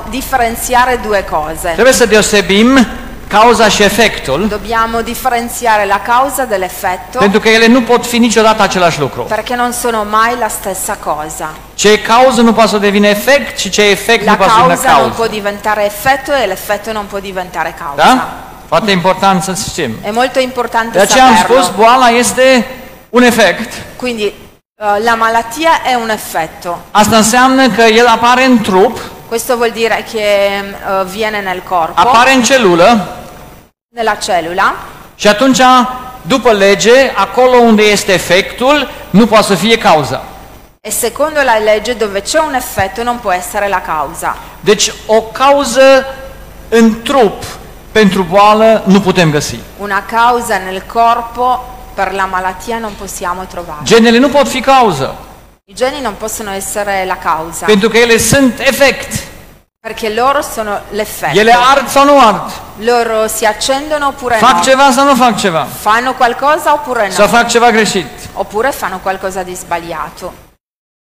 [SPEAKER 5] differenziare due cose.
[SPEAKER 2] Trebuie să deosebim cauza și efectul,
[SPEAKER 5] Dobbiamo differenziare la causa dell'effetto
[SPEAKER 2] pentru că ele nu pot fi niciodată același lucru.
[SPEAKER 5] perché non sono mai la stessa cosa.
[SPEAKER 2] Ce e cauză nu poate să devină efect și ce e efect nu
[SPEAKER 5] La
[SPEAKER 2] poate să devină
[SPEAKER 5] causa non può
[SPEAKER 2] cauză.
[SPEAKER 5] diventare effetto e l'effetto non può diventare causa.
[SPEAKER 2] Da? Foarte important să știm.
[SPEAKER 5] È molto importante
[SPEAKER 2] De aceea am
[SPEAKER 5] saperlo.
[SPEAKER 2] spus, boala este un efect.
[SPEAKER 5] Quindi eh, la malattia è un effetto.
[SPEAKER 2] Asta înseamnă că el apare în trup,
[SPEAKER 5] Questo vuol dire che eh, viene nel corpo,
[SPEAKER 2] apare în celulă
[SPEAKER 5] nella cellula.
[SPEAKER 2] și atunci, după lege, acolo unde este efectul, nu poate să fie cauza.
[SPEAKER 5] E secondo la legge dove c'è un effetto non può essere la causa.
[SPEAKER 2] Deci o cauză în trup pentru boală nu putem găsi.
[SPEAKER 5] Una causa nel corpo per la malattia non possiamo trovare.
[SPEAKER 2] Genele nu pot fi cauză,
[SPEAKER 5] I geni non possono essere la causa
[SPEAKER 2] pentru că ele sunt efect.
[SPEAKER 5] perché loro sono l'effetto.
[SPEAKER 2] Ele ard sau nu ard,
[SPEAKER 5] Loro si accendono oppure
[SPEAKER 2] fac
[SPEAKER 5] no.
[SPEAKER 2] ceva sau nu fac ceva,
[SPEAKER 5] Fanno qualcosa oppure
[SPEAKER 2] sau
[SPEAKER 5] no.
[SPEAKER 2] fac ceva greșit.
[SPEAKER 5] Oppure fanno qualcosa di sbagliato.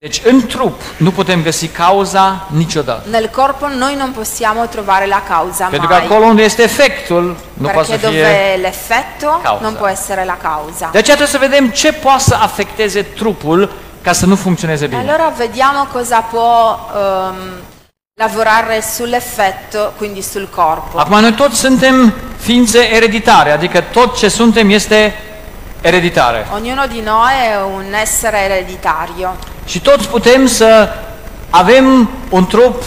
[SPEAKER 2] Deci în trup nu putem găsi cauza niciodată.
[SPEAKER 5] Nel corpo noi non possiamo trovare la causa
[SPEAKER 2] Pentru că
[SPEAKER 5] mai.
[SPEAKER 2] acolo unde este efectul, nu poate să
[SPEAKER 5] Perché
[SPEAKER 2] fie...
[SPEAKER 5] dove l'effetto
[SPEAKER 2] causa.
[SPEAKER 5] non può essere la causa.
[SPEAKER 2] De aceea trebuie să vedem ce poate să afecteze trupul ca să nu funcționeze bine.
[SPEAKER 5] Allora vediamo cosa può ehm, lavorare sull'effetto, quindi sul corpo.
[SPEAKER 2] Acum, noi toți suntem ființe ereditare, adică tot ce suntem este ereditare.
[SPEAKER 5] Ognuno di noi è un essere ereditario
[SPEAKER 2] Și toți putem să avem un trup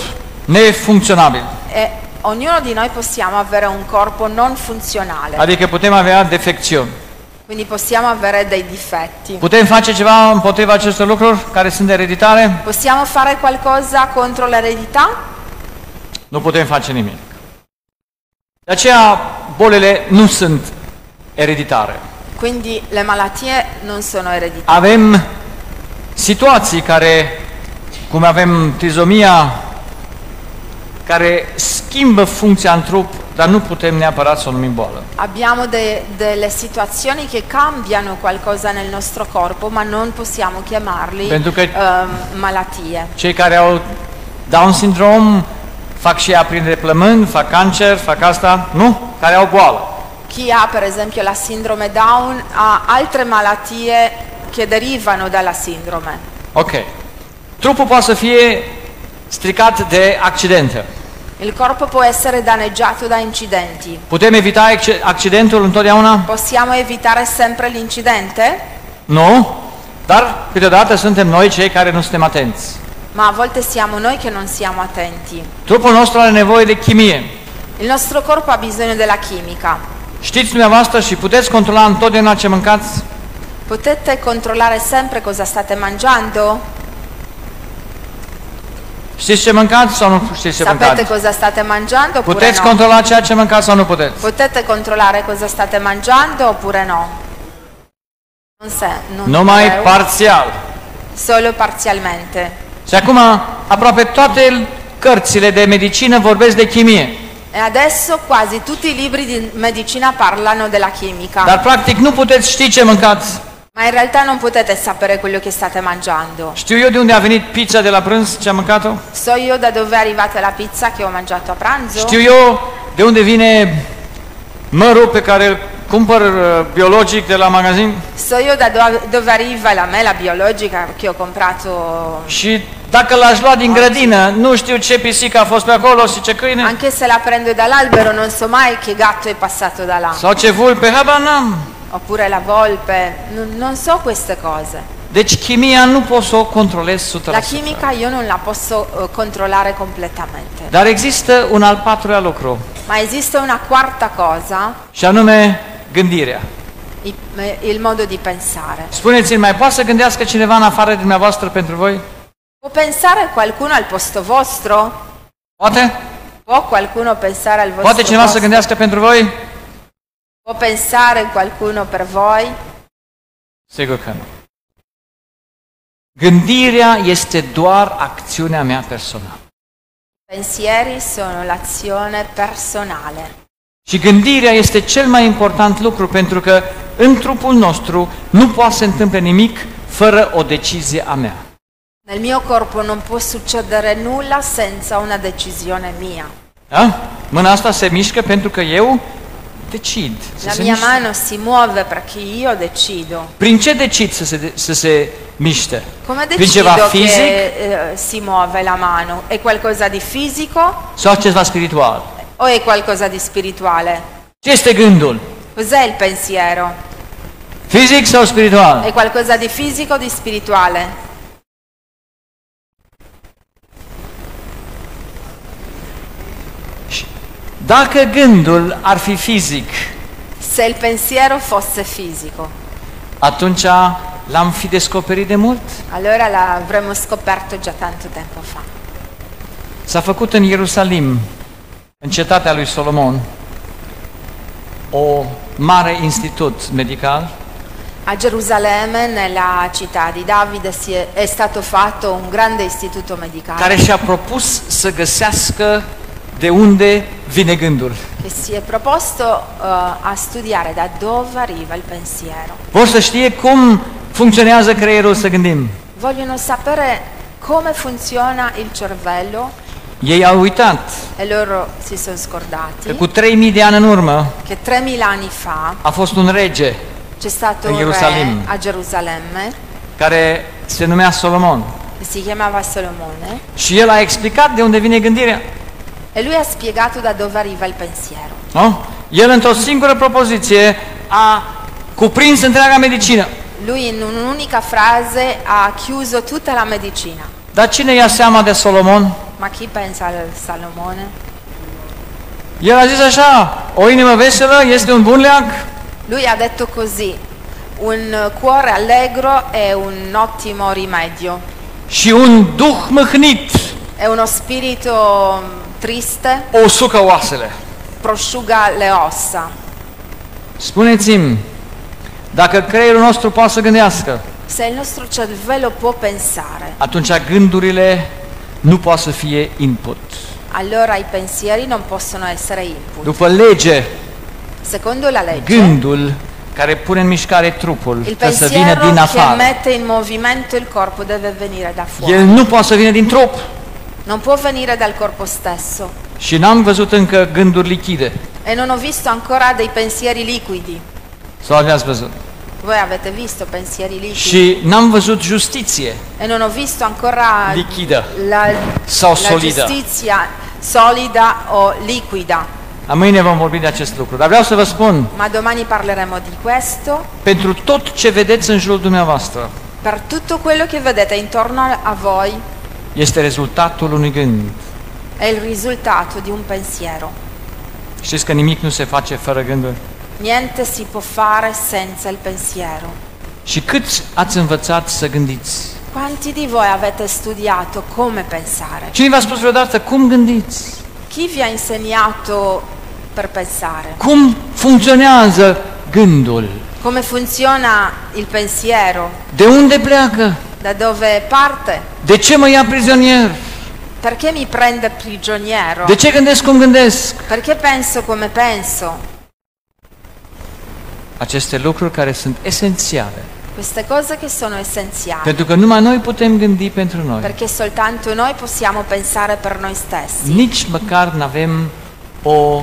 [SPEAKER 2] nefuncționabil.
[SPEAKER 5] e ognuno di noi possiamo avere un corpo non funzionale,
[SPEAKER 2] Adică putem avea defecțiuni.
[SPEAKER 5] quindi possiamo avere dei difetti.
[SPEAKER 2] Putem face ceva împotriva acestor lucruri care sunt ereditare?
[SPEAKER 5] Possiamo fare qualcosa contro l'eredità?
[SPEAKER 2] Nu putem face nimic. De aceea bolile nu sunt ereditare.
[SPEAKER 5] Quindi le malattie non sono ereditarie.
[SPEAKER 2] avem situații care Cum avem trizomia care schimbă funcția în trup, dar nu putem neapărat să o numim boală.
[SPEAKER 5] Abbiamo de- delle situazioni che cambiano qualcosa nel nostro corpo, ma non possiamo chiamarli
[SPEAKER 2] Pentru că-
[SPEAKER 5] ehm, malattie.
[SPEAKER 2] Cei care au Down syndrome fac și ea prin plămâni, fac cancer, fac asta, nu, care au boală.
[SPEAKER 5] Chi ha per esempio la sindrome Down ha altre malattie che derivano dalla sindrome.
[SPEAKER 2] Ok. Trupul poate să fie stricat de accidente.
[SPEAKER 5] Il corpo può essere danneggiato da incidenti.
[SPEAKER 2] Putem evita acc- accidentul întotdeauna?
[SPEAKER 5] Possiamo evitare sempre l'incidente,
[SPEAKER 2] Nu. Dar câteodată suntem noi cei care nu suntem atenți.
[SPEAKER 5] ma a volte siamo noi che non siamo attenti.
[SPEAKER 2] Trupul nostru are nevoie de chimie.
[SPEAKER 5] Il nostro corpo ha bisogno della chimica.
[SPEAKER 2] Știți dumneavoastră și puteți controla întotdeauna ce mâncați?
[SPEAKER 5] Potete controllare sempre cosa state mangiando?
[SPEAKER 2] Știți ce mâncați sau nu știți ce
[SPEAKER 5] Sapete
[SPEAKER 2] mâncați?
[SPEAKER 5] cosa state mangiando oppure
[SPEAKER 2] Puteți
[SPEAKER 5] no?
[SPEAKER 2] controla ceea ce mâncați sau nu puteți?
[SPEAKER 5] Potete controllare cosa state mangiando oppure no? Non se, non
[SPEAKER 2] Numai
[SPEAKER 5] creo,
[SPEAKER 2] parțial.
[SPEAKER 5] solo parzialmente.
[SPEAKER 2] Și acum aproape toate cărțile de medicină vorbesc de chimie.
[SPEAKER 5] E adesso quasi tutti i libri di medicina parlano della chimica,
[SPEAKER 2] Dar practic nu puteți ști ce mâncați.
[SPEAKER 5] ma in realtà non potete sapere quello che state mangiando.
[SPEAKER 2] Știu eu de unde a venit pizza de la prânz, ce am mâncat-o?
[SPEAKER 5] So io da dove è arrivata la pizza che ho mangiato a pranzo?
[SPEAKER 2] Știu eu de unde vine mărul pe care îl cumpăr uh, biologic de la magazin
[SPEAKER 5] So io da do- dove arriva la mela biologica che ho comprato
[SPEAKER 2] și dacă l-aș lua din grădină, nu știu ce pisică a fost pe acolo și ce câine
[SPEAKER 5] Anche se la prendo dall'albero non so mai che gatto è passato da là,
[SPEAKER 2] sau ce vulpe, habar n-am.
[SPEAKER 5] oppure la volpe, non- non so queste cose.
[SPEAKER 2] Deci chimia nu pot să o controlez 100%.
[SPEAKER 5] La chimica io non la posso eh, controllare completamente,
[SPEAKER 2] Dar există un al patrulea lucru
[SPEAKER 5] ma esiste una quarta cosa,
[SPEAKER 2] și anume gândirea.
[SPEAKER 5] i- eh, il modo di pensare.
[SPEAKER 2] Spuneți-mi, mai poate să gândească cineva în afară de dumneavoastră pentru voi?
[SPEAKER 5] Può pensare qualcuno al posto vostro?
[SPEAKER 2] Poate?
[SPEAKER 5] Può qualcuno pensare al vostro
[SPEAKER 2] Poate cineva să
[SPEAKER 5] posto?
[SPEAKER 2] gândească pentru voi?
[SPEAKER 5] Può pensare qualcuno per voi?
[SPEAKER 2] Sigur că nu. Gândirea este doar acțiunea mea personală.
[SPEAKER 5] I pensieri sono l'azione personale
[SPEAKER 2] Și gândirea este cel mai important lucru pentru că în trupul nostru nu poate să se întâmple nimic fără o decizie a mea.
[SPEAKER 5] Nel mio corpo non può succedere nulla senza una decisione mia.
[SPEAKER 2] Da? Mâna asta se mișcă pentru că eu decid. Să
[SPEAKER 5] La
[SPEAKER 2] se
[SPEAKER 5] mia
[SPEAKER 2] miște.
[SPEAKER 5] mano si muove perché io decido.
[SPEAKER 2] Prin ce decid să se, să se miște?
[SPEAKER 5] Come
[SPEAKER 2] Prin ceva
[SPEAKER 5] decido
[SPEAKER 2] fizic
[SPEAKER 5] che eh, si muove la mano? È qualcosa di fisico
[SPEAKER 2] sau ceva spiritual?
[SPEAKER 5] o è qualcosa di spirituale?
[SPEAKER 2] Ce este gândul?
[SPEAKER 5] Cos'è il pensiero?
[SPEAKER 2] Fizic sau spiritual?
[SPEAKER 5] È qualcosa di fisico o di spirituale?
[SPEAKER 2] Dacă gândul ar fi fizic,
[SPEAKER 5] Se il pensiero fosse fisico,
[SPEAKER 2] atunci l-am fi descoperit de mult.
[SPEAKER 5] allora l'avremmo scoperto già tanto tempo fa.
[SPEAKER 2] S-a făcut în Ierusalim, în cetatea lui Solomon, o mare institut medical
[SPEAKER 5] A Gerusalemme, nella città di Davide, si è, è stato fatto un grande istituto medicale
[SPEAKER 2] care și-a propus să găsească de unde vine gândul.
[SPEAKER 5] che si è proposto eh, a studiare da dove arriva il pensiero.
[SPEAKER 2] Vor să știe cum funcționează creierul să gândim.
[SPEAKER 5] Vogliono sapere come funziona il cervello
[SPEAKER 2] Ei au uitat
[SPEAKER 5] e loro si sono
[SPEAKER 2] că
[SPEAKER 5] scordati
[SPEAKER 2] cu 3000 de ani în urmă
[SPEAKER 5] che 3.000 anni fa
[SPEAKER 2] a fost un rege
[SPEAKER 5] c'è stato
[SPEAKER 2] A
[SPEAKER 5] un re
[SPEAKER 2] Gerusalemme.
[SPEAKER 5] a Gerusalemme
[SPEAKER 2] care se numea Solomon.
[SPEAKER 5] che si chiamava Solomone
[SPEAKER 2] Și el a explicat de unde vine gândirea.
[SPEAKER 5] e lui ha spiegato da dove arriva il pensiero.
[SPEAKER 2] Nu? El într-o singură propoziție a cuprins întreaga medicină.
[SPEAKER 5] Lui in un'unica frase ha chiuso tutta la medicina.
[SPEAKER 2] Dar cine ia seama de Solomon?
[SPEAKER 5] Ma chi pensa al Salomone?
[SPEAKER 2] El a zis așa, o inimă veselă este un bun leac.
[SPEAKER 5] Lui ha detto così, un cuore allegro è un ottimo rimedio,
[SPEAKER 2] Și un duh mâhnit
[SPEAKER 5] è uno spirito mh, triste
[SPEAKER 2] o sucă oasele.
[SPEAKER 5] prosciuga le ossa.
[SPEAKER 2] Spuneți-mi, dacă creierul nostru poate să gândească,
[SPEAKER 5] Se il nostro cervello può pensare,
[SPEAKER 2] atunci gândurile nu poate să fie input.
[SPEAKER 5] allora i pensieri non possono essere input.
[SPEAKER 2] După lege,
[SPEAKER 5] Secondo la legge,
[SPEAKER 2] gândul care pune în mișcare trupul
[SPEAKER 5] il
[SPEAKER 2] trebuie să vină
[SPEAKER 5] pensiero
[SPEAKER 2] din
[SPEAKER 5] che
[SPEAKER 2] afară.
[SPEAKER 5] mette in movimento il corpo deve venire da fuori.
[SPEAKER 2] El nu poate să vină din trup
[SPEAKER 5] Non può venire dal corpo stesso.
[SPEAKER 2] și n-am văzut încă gânduri lichide.
[SPEAKER 5] E non ho visto ancora dei pensieri liquidi.
[SPEAKER 2] Sau aveați văzut.
[SPEAKER 5] Voi avete visto pensieri liquidi.
[SPEAKER 2] Și n-am văzut justiție
[SPEAKER 5] E non ho visto ancora
[SPEAKER 2] lichidă
[SPEAKER 5] la,
[SPEAKER 2] sau
[SPEAKER 5] la
[SPEAKER 2] solidă.
[SPEAKER 5] giustizia solida o liquida.
[SPEAKER 2] Mâine vom vorbi de acest lucru. Dar vreau să vă spun,
[SPEAKER 5] Ma domani parleremo di questo.
[SPEAKER 2] pentru tot ce vedeți în jurul dumneavoastră,
[SPEAKER 5] Per tutto quello che vedete intorno a voi
[SPEAKER 2] este rezultatul unui gând.
[SPEAKER 5] è il risultato di un pensiero.
[SPEAKER 2] Știți că nimic nu se face fără gânduri.
[SPEAKER 5] Niente si può fare senza il pensiero.
[SPEAKER 2] Și cât ați învățat să gândiți?
[SPEAKER 5] Quanti di voi avete studiato come pensare?
[SPEAKER 2] Cine v-a spus vreodată cum gândiți?
[SPEAKER 5] Chi vi ha insegnato per pensare?
[SPEAKER 2] Cum funcționează gândul?
[SPEAKER 5] Come funziona il pensiero?
[SPEAKER 2] De unde pleacă?
[SPEAKER 5] Da dove parte?
[SPEAKER 2] De ce mă ia prizonier?
[SPEAKER 5] Perché mi prende prigioniero?
[SPEAKER 2] De ce gândesc cum gândesc?
[SPEAKER 5] Perché penso come penso?
[SPEAKER 2] Aceste lucruri care sunt esențiale.
[SPEAKER 5] Queste cose che sono essenziali.
[SPEAKER 2] Pentru că numai noi putem gândi pentru noi.
[SPEAKER 5] Perché soltanto noi possiamo pensare per noi stessi.
[SPEAKER 2] Nici măcar nu avem o,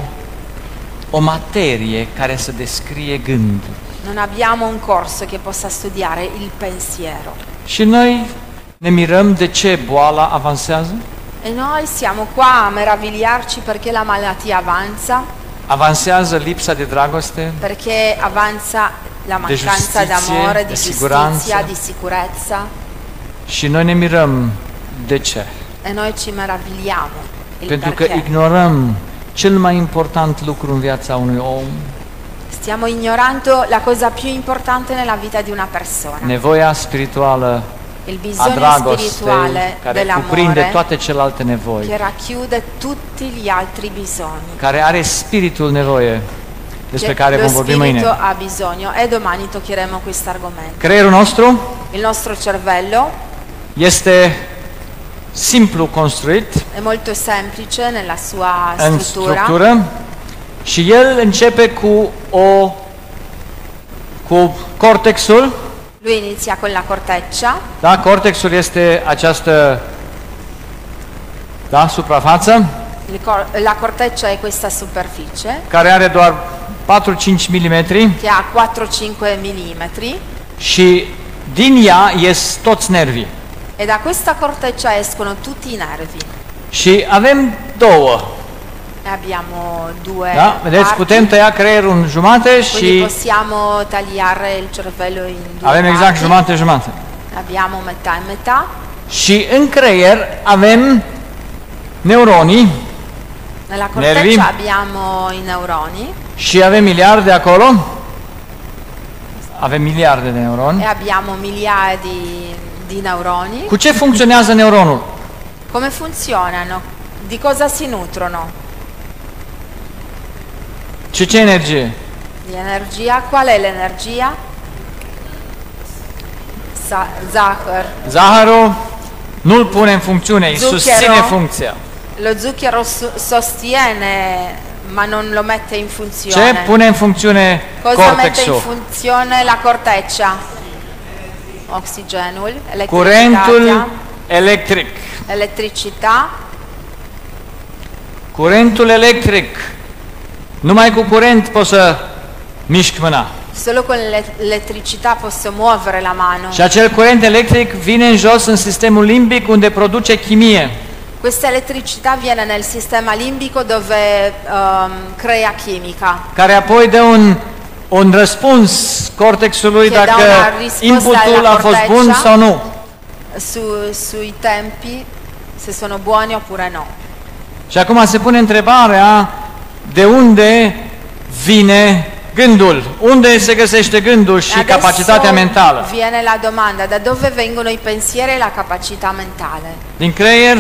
[SPEAKER 2] o materie care să descrie gândul.
[SPEAKER 5] Non abbiamo un corso che possa studiare il pensiero.
[SPEAKER 2] Și noi ne mirăm de ce boala avansează?
[SPEAKER 5] E noi siamo qua a meravigliarci perché la malattia avanza,
[SPEAKER 2] Avansează lipsa de dragoste,
[SPEAKER 5] perché avanza la mancanza
[SPEAKER 2] giustizie,
[SPEAKER 5] d'amore, di
[SPEAKER 2] di
[SPEAKER 5] giustizia,
[SPEAKER 2] sicurezza.
[SPEAKER 5] di sicurezza.
[SPEAKER 2] Și noi ne mirăm de ce?
[SPEAKER 5] E noi ci meravigliamo. Il
[SPEAKER 2] Pentru că
[SPEAKER 5] perché.
[SPEAKER 2] ignorăm cel mai important lucru în viața unui om,
[SPEAKER 5] Stiamo ignorando la cosa più importante nella vita di una persona,
[SPEAKER 2] nevoia spirituală
[SPEAKER 5] il
[SPEAKER 2] a
[SPEAKER 5] bisogno
[SPEAKER 2] dragostei,
[SPEAKER 5] spirituale
[SPEAKER 2] care cuprinde
[SPEAKER 5] dell'amore
[SPEAKER 2] toate celelalte
[SPEAKER 5] che
[SPEAKER 2] nevoi,
[SPEAKER 5] racchiude tutti gli altri bisogni.
[SPEAKER 2] care are spiritul nevoie, despre
[SPEAKER 5] Che
[SPEAKER 2] care
[SPEAKER 5] lo
[SPEAKER 2] vom vorbi
[SPEAKER 5] spirito
[SPEAKER 2] mâine.
[SPEAKER 5] ha bisogno e domani toccheremo questo argomento.
[SPEAKER 2] Creierul nostru
[SPEAKER 5] Il nostro cervello
[SPEAKER 2] este simplu construit
[SPEAKER 5] è molto semplice nella sua
[SPEAKER 2] în
[SPEAKER 5] struttura.
[SPEAKER 2] structură și el începe cu o cu cortexul,
[SPEAKER 5] Lui inizia con la corteccia,
[SPEAKER 2] da, cortexul este această da, suprafață
[SPEAKER 5] il cor- la corteccia è questa superficie
[SPEAKER 2] care are doar 4-5 mm
[SPEAKER 5] che ha 4-5 mm
[SPEAKER 2] și din ea ies toți nervii.
[SPEAKER 5] e da questa corteccia escono tutti i nervi.
[SPEAKER 2] Și avem două,
[SPEAKER 5] Ne abbiamo due
[SPEAKER 2] da? Vedeți,
[SPEAKER 5] parti,
[SPEAKER 2] putem tăia creierul în jumate
[SPEAKER 5] quindi
[SPEAKER 2] și
[SPEAKER 5] possiamo tagliare il cervello in due
[SPEAKER 2] avem exact
[SPEAKER 5] parti.
[SPEAKER 2] jumate-jumate.
[SPEAKER 5] Abbiamo metà e metà
[SPEAKER 2] Și în creier avem neuronii
[SPEAKER 5] nella corteccia
[SPEAKER 2] Nervi.
[SPEAKER 5] abbiamo i neuroni
[SPEAKER 2] Și avem miliarde acolo? Avem miliarde de
[SPEAKER 5] e
[SPEAKER 2] neuroni.
[SPEAKER 5] abbiamo migliaia di, di neuroni.
[SPEAKER 2] Cu ce funcționează neuronul?
[SPEAKER 5] Come funzionano? Di cosa si nutrono?
[SPEAKER 2] Ce ce energie?
[SPEAKER 5] Di energia, qual è l'energia? Sa- Zucker.
[SPEAKER 2] Zahărul nu-l pune în funcțiune, îi
[SPEAKER 5] Zucchero.
[SPEAKER 2] susține funcția.
[SPEAKER 5] Lo zucchero so- sostiene ma non lo mette in
[SPEAKER 2] Ce
[SPEAKER 5] funzione.
[SPEAKER 2] pune în funcțiune
[SPEAKER 5] Cosa mette in
[SPEAKER 2] cortexul?
[SPEAKER 5] funzione la corteccia? Oxigenul, elettricità,
[SPEAKER 2] Curentul electric.
[SPEAKER 5] elettricità,
[SPEAKER 2] Curentul electric. Numai cu curent poți să mișci mâna.
[SPEAKER 5] solo con l'e- l'elettricità posso muovere la mano.
[SPEAKER 2] Și acel curent electric vine în jos în sistemul limbic unde produce chimie.
[SPEAKER 5] Questa elettricità viene nel sistema limbico dove ehm, crea chimica.
[SPEAKER 2] care apoi dă un, un răspuns cortexului
[SPEAKER 5] Che dă
[SPEAKER 2] dacă
[SPEAKER 5] un răspuns
[SPEAKER 2] inputul
[SPEAKER 5] la
[SPEAKER 2] a fost
[SPEAKER 5] corteccia.
[SPEAKER 2] bun sau nu.
[SPEAKER 5] su- sui tempi, se sono buoni oppure no.
[SPEAKER 2] Și acum se pune întrebarea de unde vine gândul, unde se găsește gândul și
[SPEAKER 5] Adesso
[SPEAKER 2] capacitatea mentală.
[SPEAKER 5] Viene la domanda, da dove vengono i pensieri e la capacità mentale?
[SPEAKER 2] Din creier,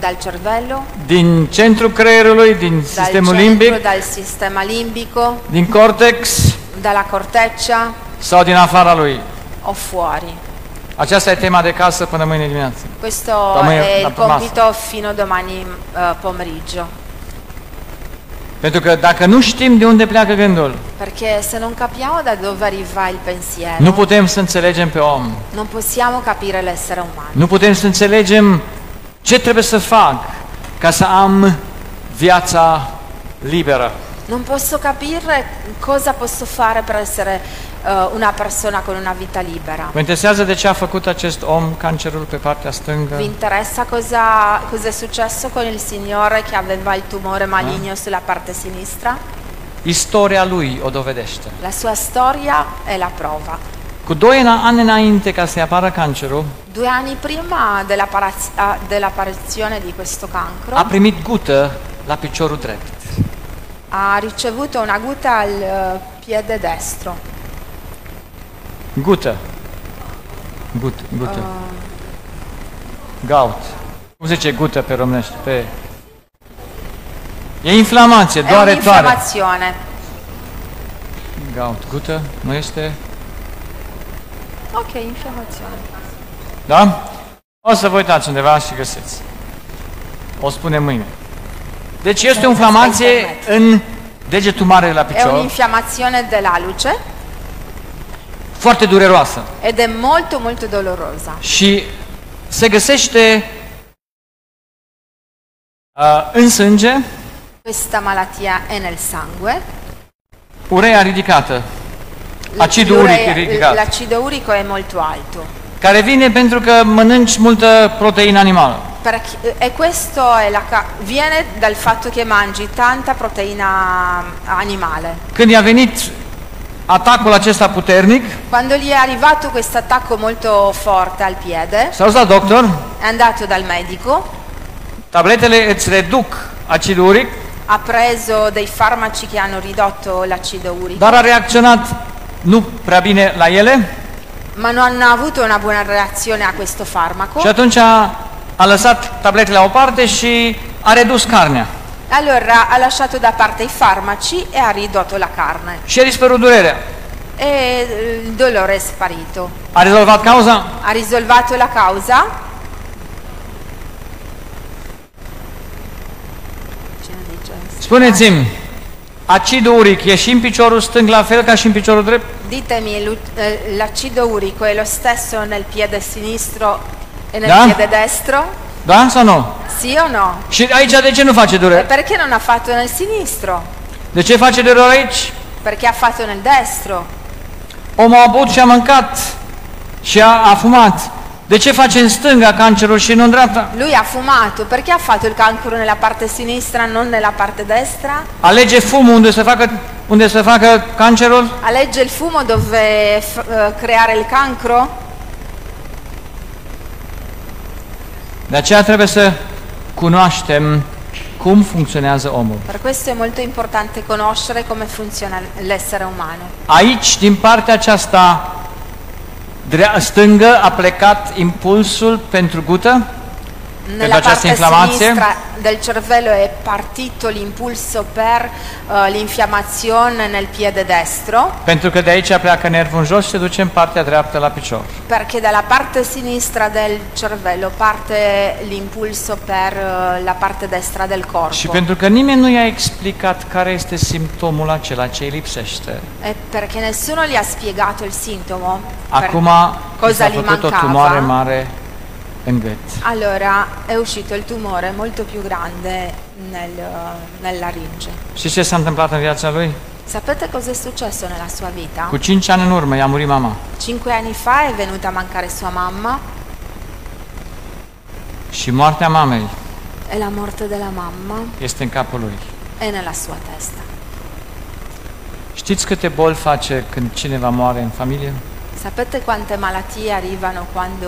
[SPEAKER 5] Dal cervello,
[SPEAKER 2] din centrul creierului, din
[SPEAKER 5] dal
[SPEAKER 2] sistemul
[SPEAKER 5] centro,
[SPEAKER 2] limbic,
[SPEAKER 5] dal sistema limbico,
[SPEAKER 2] din cortex
[SPEAKER 5] dalla corteccia
[SPEAKER 2] sau din afara lui.
[SPEAKER 5] o fuori.
[SPEAKER 2] Aceasta e tema de casă până mâine dimineață.
[SPEAKER 5] Questo
[SPEAKER 2] Domani-
[SPEAKER 5] è
[SPEAKER 2] la
[SPEAKER 5] il
[SPEAKER 2] prima-
[SPEAKER 5] compito fino domani eh, pomeriggio.
[SPEAKER 2] Pentru că dacă nu știm de unde pleacă gândul,
[SPEAKER 5] Perché se non capiamo da dove arriva il pensiero,
[SPEAKER 2] nu putem să înțelegem pe om,
[SPEAKER 5] non possiamo capire l'essere umano.
[SPEAKER 2] nu putem să înțelegem ce trebuie să fac ca să am viața liberă.
[SPEAKER 5] Non posso capire cosa posso fare per essere eh, una persona con una vita libera.
[SPEAKER 2] Mă interesează de ce a făcut acest om cancerul pe partea stângă.
[SPEAKER 5] Vi interessa cosa, cosa è successo con il signore che aveva il tumore maligno sulla parte sinistra?
[SPEAKER 2] Istoria lui o dovedește.
[SPEAKER 5] La sua storia è la prova.
[SPEAKER 2] Cu doi îna- ani înainte ca să-i apară cancerul,
[SPEAKER 5] Due anni prima della paraz- ah, dell'apparizione di questo cancro
[SPEAKER 2] a primit gută la piciorul drept.
[SPEAKER 5] ha ricevuto una gutta al eh, piede destro,
[SPEAKER 2] Gută. Gut, gută.
[SPEAKER 5] Eh,
[SPEAKER 2] Gaut. Cum se zice gută pe românește? Pe... E inflamație,
[SPEAKER 5] è
[SPEAKER 2] doare, doare.
[SPEAKER 5] un'infiammazione.
[SPEAKER 2] Gaut, gută, nu este?
[SPEAKER 5] Ok, infiammazione.
[SPEAKER 2] Da? O să vă uitați undeva și găsiți. O spune mâine. Deci este o inflamație în degetul mare la
[SPEAKER 5] È
[SPEAKER 2] picior,
[SPEAKER 5] un'infiammazione dell'aluce
[SPEAKER 2] foarte dureroasă.
[SPEAKER 5] ed è molto molto dolorosa.
[SPEAKER 2] Și se găsește uh, în sânge,
[SPEAKER 5] Questa malattia è nel sangue.
[SPEAKER 2] urea ridicată,
[SPEAKER 5] L-
[SPEAKER 2] acidul
[SPEAKER 5] l'urea-
[SPEAKER 2] uric ridicato.
[SPEAKER 5] L'acido urico è molto alto.
[SPEAKER 2] care vine pentru că mănânci multă proteină animală.
[SPEAKER 5] Perché- e questo è la ca- viene dal fatto che mangi tanta proteina mm, animale.
[SPEAKER 2] Când i-a venit atacul acesta puternic,
[SPEAKER 5] Quando gli è arrivato questo attacco molto forte al piede,
[SPEAKER 2] s-a dus la "Da, doctor,
[SPEAKER 5] è andato dal medico,
[SPEAKER 2] tabletele îți reduc acidul uric,
[SPEAKER 5] ha preso dei farmaci che hanno ridotto l'acido urico,
[SPEAKER 2] dar a reacționat nu prea bine la ele
[SPEAKER 5] ma non ha avuto una buona reazione a questo farmaco.
[SPEAKER 2] și atunci a, a lăsat tabletele la o parte și a redus carnea.
[SPEAKER 5] Allora ha lasciato da parte i farmaci e ha ridotto la carne
[SPEAKER 2] Și a dispărut durerea.
[SPEAKER 5] e eh, il dolore è sparito.
[SPEAKER 2] A rezolvat cauza?
[SPEAKER 5] Ha risolvato la causa? Ce ne dice?
[SPEAKER 2] Spuneți-mi, acidul uric e și în piciorul stâng la fel ca și în piciorul drept?
[SPEAKER 5] Ditemi, lu- eh, l'acido urico è lo stesso nel piede sinistro e nel
[SPEAKER 2] Da?
[SPEAKER 5] piede destro?
[SPEAKER 2] Da sau nu?
[SPEAKER 5] Sì o no?
[SPEAKER 2] Și aici de ce nu face
[SPEAKER 5] E
[SPEAKER 2] durere?
[SPEAKER 5] perché non ha fatto nel sinistro?
[SPEAKER 2] De ce face durere aici?
[SPEAKER 5] Perché ha fatto nel destro?
[SPEAKER 2] Omul a băut și a mâncat și a, a fumat. De ce face în stânga cancerul și nu în dreapta?
[SPEAKER 5] Lui ha fumato, perché ha fatto il cancro nella parte sinistra, non nella parte destra?
[SPEAKER 2] Alege fumul unde să facă, unde să facă cancerul?
[SPEAKER 5] Allegge il fumo dove f- eh, creare il cancro?
[SPEAKER 2] De aceea trebuie să cunoaștem cum funcționează omul.
[SPEAKER 5] Per questo è molto importante conoscere come funziona l- l'essere umano.
[SPEAKER 2] Aici, din partea aceasta drea, stângă, a plecat impulsul pentru gută,
[SPEAKER 5] Nella
[SPEAKER 2] già si
[SPEAKER 5] parte
[SPEAKER 2] inflammazio?
[SPEAKER 5] sinistra del cervello è partito l'impulso per eh, l'infiammazione nel piede destro,
[SPEAKER 2] pentru că de aici pleacă nervul în jos și se duce în partea dreaptă la picior.
[SPEAKER 5] perché dalla parte sinistra del cervello parte l'impulso per eh, la parte destra del
[SPEAKER 2] Și
[SPEAKER 5] corpo.
[SPEAKER 2] pentru că nimeni nu i-a explicat care este simptomul acela ce îi lipsește,
[SPEAKER 5] E perché nessuno gli ha spiegato il sintomo. per-
[SPEAKER 2] Acum i
[SPEAKER 5] cosa
[SPEAKER 2] s-a
[SPEAKER 5] gli
[SPEAKER 2] făcut o
[SPEAKER 5] mancava.
[SPEAKER 2] tumoare mare în gât.
[SPEAKER 5] Allora è uscito il tumore molto più grande nel, nel laringe.
[SPEAKER 2] Și ce s-a întâmplat în viața lui?
[SPEAKER 5] Sapete cosa è successo nella sua vita?
[SPEAKER 2] Cu 5 ani în urmă i-a murit mama.
[SPEAKER 5] Cinque anni fa è venuta a mancare sua mamma
[SPEAKER 2] Și moartea mamei
[SPEAKER 5] e la morte della mamma
[SPEAKER 2] este în capul lui.
[SPEAKER 5] è nella sua testa.
[SPEAKER 2] Știți câte boli face când cineva moare în familie?
[SPEAKER 5] Sapete quante malattie arrivano quando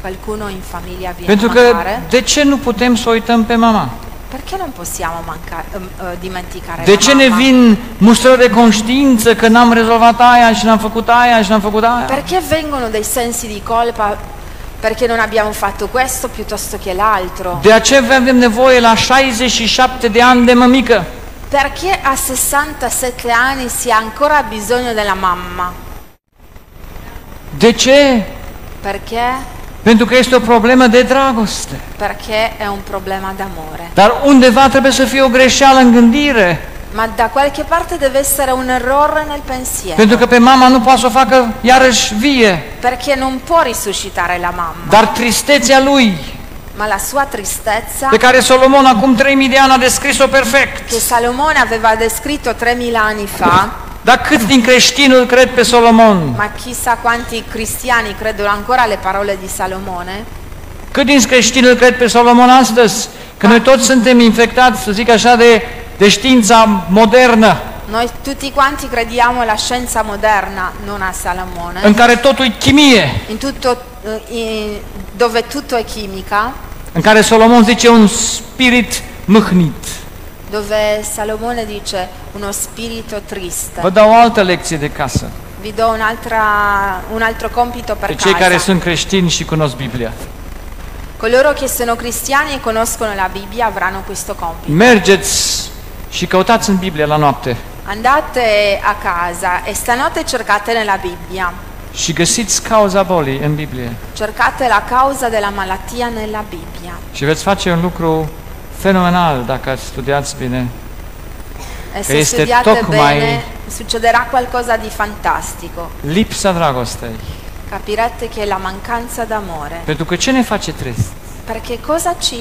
[SPEAKER 5] qualcuno in famiglia viene
[SPEAKER 2] Pentru
[SPEAKER 5] a
[SPEAKER 2] că
[SPEAKER 5] mancare?
[SPEAKER 2] de ce nu putem să o uităm pe mama?
[SPEAKER 5] Perché non possiamo manca- ehm, eh, dimenticare
[SPEAKER 2] De
[SPEAKER 5] la
[SPEAKER 2] ce ne
[SPEAKER 5] mamma?
[SPEAKER 2] vin mustrări de conștiință că n-am rezolvat aia și n-am făcut aia și n-am făcut aia?
[SPEAKER 5] Perché vengono dei sensi di colpa perché non abbiamo fatto questo piuttosto che l'altro?
[SPEAKER 2] De aceea avem nevoie la 67 de ani de mămică.
[SPEAKER 5] Perché a 67 anni si ha ancora bisogno della mamma?
[SPEAKER 2] De ce?
[SPEAKER 5] Perché?
[SPEAKER 2] Pentru că este o problemă de dragoste.
[SPEAKER 5] Perché è un problema d'amore.
[SPEAKER 2] Dar undeva trebuie să fie o greșeală în gândire,
[SPEAKER 5] Ma da qualche parte deve essere un errore nel pensiero,
[SPEAKER 2] pentru că pe mama nu poate să o facă iarăși vie,
[SPEAKER 5] perché non può risuscitare la mamma,
[SPEAKER 2] dar tristețea lui,
[SPEAKER 5] ma la sua tristezza,
[SPEAKER 2] pe care Solomon acum 3000 de ani a descris-o perfect.
[SPEAKER 5] che Salomone aveva descritto 3.000 anni fa,
[SPEAKER 2] Dar câți din creștini îl cred pe Solomon?
[SPEAKER 5] ma chissà quanti cristiani credono ancora alle parole di Salomone,
[SPEAKER 2] Cât din creștini îl cred pe Solomon astăzi? Că noi toți suntem infectați, să zic așa, de, de știința modernă,
[SPEAKER 5] noi tutti quanti crediamo alla scienza moderna, non a Salomone,
[SPEAKER 2] în care totul e chimie,
[SPEAKER 5] in tutto, eh, in- dove tutto è chimica,
[SPEAKER 2] în care Solomon zice un spirit mâhnit.
[SPEAKER 5] dove Salomone dice uno spirito
[SPEAKER 2] Vă
[SPEAKER 5] triste.
[SPEAKER 2] dau o altă lecție de casă,
[SPEAKER 5] Vi do un'altra, un altro compito per
[SPEAKER 2] pe cei care
[SPEAKER 5] casa.
[SPEAKER 2] sunt creștini și cunosc Biblia.
[SPEAKER 5] Coloro che sono cristiani e conoscono la Bibbia avranno questo compito.
[SPEAKER 2] Mergeți și căutați în Biblie la noapte
[SPEAKER 5] Andate a casa e stanotte cercate nella Bibbia.
[SPEAKER 2] și găsiți cauza bolii în Biblie
[SPEAKER 5] Cercate la causa della malattia nella Bibbia
[SPEAKER 2] și veți face un lucru fenomenal dacă studiați bine.
[SPEAKER 5] e
[SPEAKER 2] Che
[SPEAKER 5] se
[SPEAKER 2] este
[SPEAKER 5] studiate
[SPEAKER 2] tocmai-
[SPEAKER 5] bene succederà qualcosa di fantastico.
[SPEAKER 2] Lipsa dragostei.
[SPEAKER 5] Capirete che è la mancanza d'amore,
[SPEAKER 2] Pentru că ce ne face trist?
[SPEAKER 5] perché cosa ci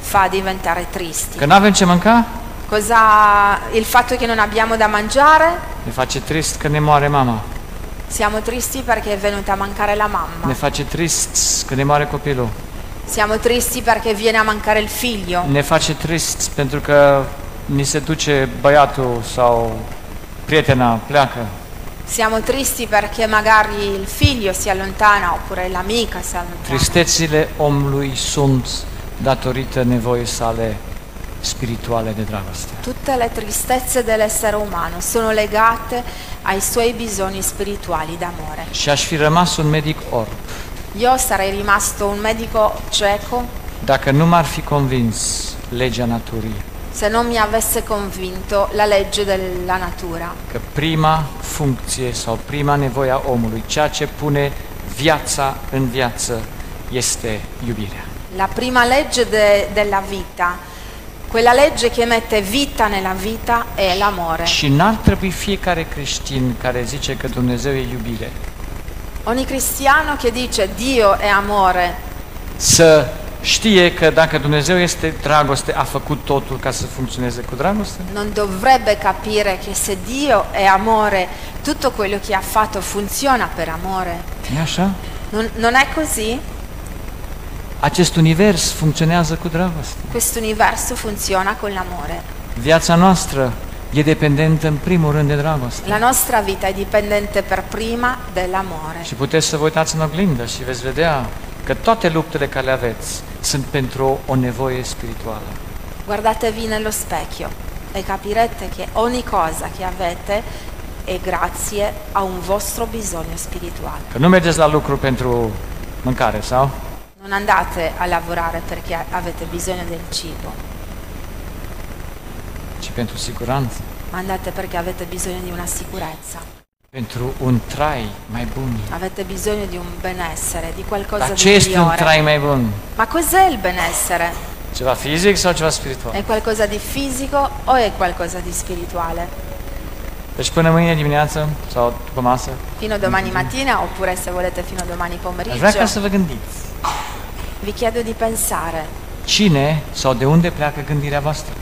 [SPEAKER 5] fa diventare tristi?
[SPEAKER 2] Că nu avem ce mânca?
[SPEAKER 5] Cosa il fatto che non abbiamo da mangiare?
[SPEAKER 2] Ne face trist că ne moare mama.
[SPEAKER 5] Siamo tristi perché è venuta a mancare la
[SPEAKER 2] Ne
[SPEAKER 5] mamma.
[SPEAKER 2] face trist că ne moare copilul.
[SPEAKER 5] Siamo tristi perché viene a mancare il figlio.
[SPEAKER 2] Ne face trist pentru că ni se duce băiatul sau prietena pleacă.
[SPEAKER 5] Siamo tristi perché magari il figlio si allontana oppure l'amica si allontana.
[SPEAKER 2] Tristețile omului sunt datorită nevoii sale spirituale de dragoste.
[SPEAKER 5] Tutte le tristezze dell'essere umano sono legate ai suoi bisogni spirituali d'amore.
[SPEAKER 2] Și aș fi rămas un medic orb
[SPEAKER 5] Io sarei rimasto un medico cieco
[SPEAKER 2] dacă nu m-ar fi convins legea naturii
[SPEAKER 5] se non mi avesse convinto la legge della natura,
[SPEAKER 2] că prima funcție sau prima nevoie a omului, ceea ce pune viața în viață, este iubirea.
[SPEAKER 5] la prima legge de- della vita. Quella legge che mette vita nella vita è l'amore.
[SPEAKER 2] Și n-ar trebui fiecare creștin care zice că Dumnezeu e iubire
[SPEAKER 5] Ogni cristiano che dice Dio è amore
[SPEAKER 2] să știe că dacă Dumnezeu este dragoste, a făcut totul ca să funcționeze cu dragoste?
[SPEAKER 5] non dovrebbe capire che se Dio è amore, tutto quello che ha fatto funziona per amore.
[SPEAKER 2] E așa?
[SPEAKER 5] Non, non è così?
[SPEAKER 2] Acest univers funcționează cu dragoste.
[SPEAKER 5] Questo universo funziona con l'amore.
[SPEAKER 2] Viața noastră e dependentă în primul rând de dragoste.
[SPEAKER 5] La nostra vita è dipendente per prima dall'amore.
[SPEAKER 2] Și puteți să vă uitați în oglindă și veți vedea că toate luptele care le aveți sunt pentru o nevoie spirituală.
[SPEAKER 5] Guardatevi nello specchio e capirete che ogni cosa che avete è grazie a un vostro bisogno spirituale.
[SPEAKER 2] Că nu mergeți la lucru pentru mâncare, sau?
[SPEAKER 5] Non andate a lavorare perché avete bisogno del cibo,
[SPEAKER 2] Ci pentru siguranță,
[SPEAKER 5] ma andate perché avete bisogno di una sicurezza.
[SPEAKER 2] pentru un trai mai bun.
[SPEAKER 5] Avete bisogno di un benessere, di qualcosa
[SPEAKER 2] Dar
[SPEAKER 5] di
[SPEAKER 2] ce este un
[SPEAKER 5] migliore.
[SPEAKER 2] trai mai bun?
[SPEAKER 5] Ma cos'è il benessere?
[SPEAKER 2] Ceva fizic sau ceva spiritual?
[SPEAKER 5] È qualcosa di fisico o è qualcosa di spirituale?
[SPEAKER 2] Deci până mâine dimineață sau după masă,
[SPEAKER 5] Fino a domani mattina oppure se volete fino a domani
[SPEAKER 2] aș vrea ca
[SPEAKER 5] pomeriggio,
[SPEAKER 2] să vă gândiți.
[SPEAKER 5] vi chiedo di pensare
[SPEAKER 2] Cine sau de unde pleacă gândirea voastră?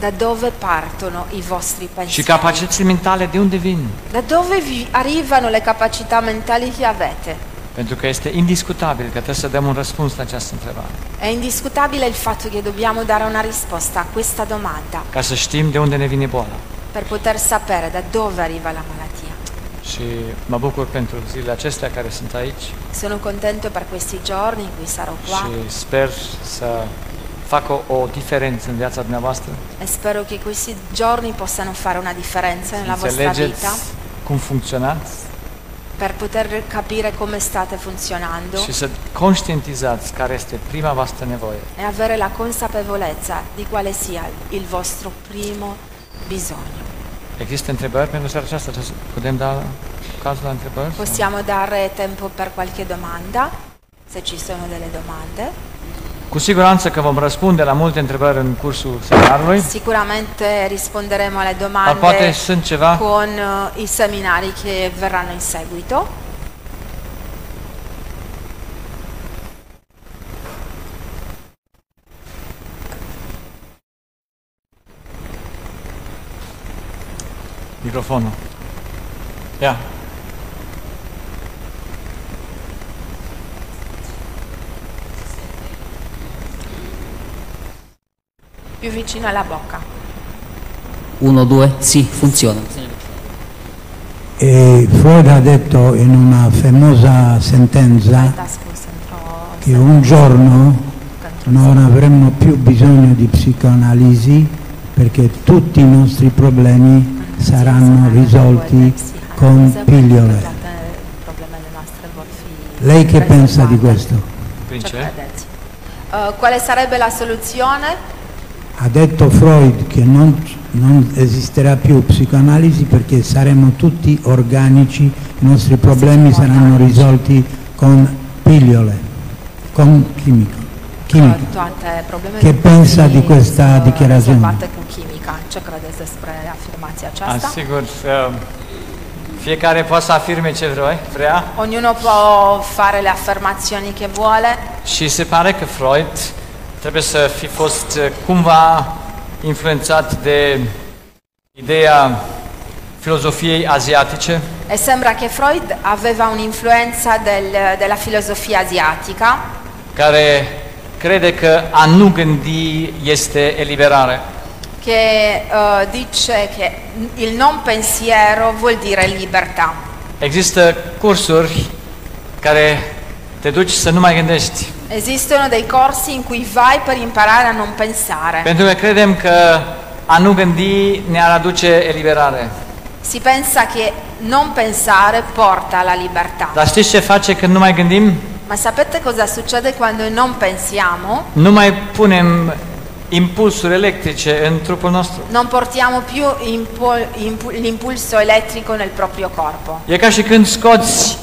[SPEAKER 5] da dove partono i vostri
[SPEAKER 2] Și
[SPEAKER 5] pensieri,
[SPEAKER 2] capacitățile mentale de unde vin?
[SPEAKER 5] da dove vi arrivano le capacità mentali che avete.
[SPEAKER 2] Pentru că este indiscutabil că trebuie să dăm un răspuns la această întrebare.
[SPEAKER 5] È indiscutabile il fatto che dobbiamo dare una risposta a questa domanda
[SPEAKER 2] Ca să știm de unde ne vine boala.
[SPEAKER 5] per poter sapere da dove arriva la malattia.
[SPEAKER 2] Și mă bucur pentru zilele acestea care sunt aici
[SPEAKER 5] Sono contento per questi giorni in cui sarò qua
[SPEAKER 2] și sper să facă o, o diferență în viața dumneavoastră.
[SPEAKER 5] e spero che questi giorni possano fare una differenza nella vostra
[SPEAKER 2] Înțelegeți
[SPEAKER 5] vita
[SPEAKER 2] cum funcționați
[SPEAKER 5] per poter capire come state funzionando
[SPEAKER 2] și să conștientizați care este prima voastră nevoie.
[SPEAKER 5] e avere la consapevolezza di quale sia il vostro primo bisogno.
[SPEAKER 2] Există întrebări pentru seara aceasta? Putem da cazul la întrebări?
[SPEAKER 5] Possiamo dare tempo per qualche domanda, se ci sono delle domande.
[SPEAKER 2] Cu siguranță că vom răspunde la multe întrebări în cursul seminarului,
[SPEAKER 5] Sicuramente risponderemo alle
[SPEAKER 2] dar poate
[SPEAKER 5] domande
[SPEAKER 2] sunt ceva
[SPEAKER 5] con eh, i seminari che verranno in seguito.
[SPEAKER 2] microfonul. Ia.
[SPEAKER 5] Più vicino alla bocca.
[SPEAKER 3] 1, 2, sì, funziona.
[SPEAKER 6] E Freud ha detto in una famosa sentenza
[SPEAKER 5] Tascus entro-
[SPEAKER 6] che un giorno non avremmo più bisogno di psicoanalisi perché tutti i nostri problemi saranno risolti con pillole. Lei che pensa di questo?
[SPEAKER 2] Prin ce?
[SPEAKER 5] Eh, quale sarebbe la soluzione?
[SPEAKER 6] Ha detto Freud che non, non esisterà più psicoanalisi perché saremo tutti organici, i nostri problemi saranno risolti con pillole, con chimico. chimico.
[SPEAKER 5] toate problemele
[SPEAKER 6] Che
[SPEAKER 5] cu
[SPEAKER 6] pensa
[SPEAKER 5] chimii,
[SPEAKER 6] di questa
[SPEAKER 5] uh,
[SPEAKER 6] dichiarazione?
[SPEAKER 5] rezolvate cu chimica. Ce credeți despre afirmația aceasta?
[SPEAKER 2] Asigur, uh, fiecare poate să afirme ce vrea, vrea
[SPEAKER 5] Ognuno può fare le affermazioni che vuole.
[SPEAKER 2] și se pare că Freud trebuie să fi fost uh, cumva influențat de ideea filozofiei asiatice,
[SPEAKER 5] E sembra che Freud aveva un'influenza del- della filosofia asiatica
[SPEAKER 2] care crede că a nu gândi este eliberare.
[SPEAKER 5] che eh, dice che il non pensiero vuol dire libertà.
[SPEAKER 2] Există cursuri care te duci să nu mai gândești.
[SPEAKER 5] Esistono dei corsi in cui vai per imparare a non pensare.
[SPEAKER 2] Pentru că credem că a nu gândi ne-ar aduce eliberare.
[SPEAKER 5] Si pensa che non pensare porta alla libertà.
[SPEAKER 2] Dar știți ce face când nu mai gândim?
[SPEAKER 5] Ma sapete cosa succede quando non pensiamo?
[SPEAKER 2] Nu mai punem impulsuri electrice în trupul nostru.
[SPEAKER 5] Non portiamo più impu- impu- l'impulso elettrico nel proprio corpo.
[SPEAKER 2] E ca și când scoți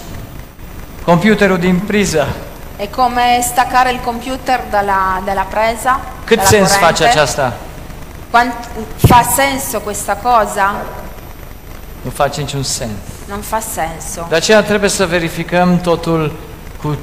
[SPEAKER 2] computerul din priză.
[SPEAKER 5] È come staccare il computer dalla, dalla presa.
[SPEAKER 2] Cât
[SPEAKER 5] dalla
[SPEAKER 2] sens
[SPEAKER 5] corrente.
[SPEAKER 2] face aceasta?
[SPEAKER 5] Quant- fa senso questa cosa?
[SPEAKER 2] Nu face niciun sens.
[SPEAKER 5] Non fa senso.
[SPEAKER 2] De aceea trebuie să verificăm totul cu,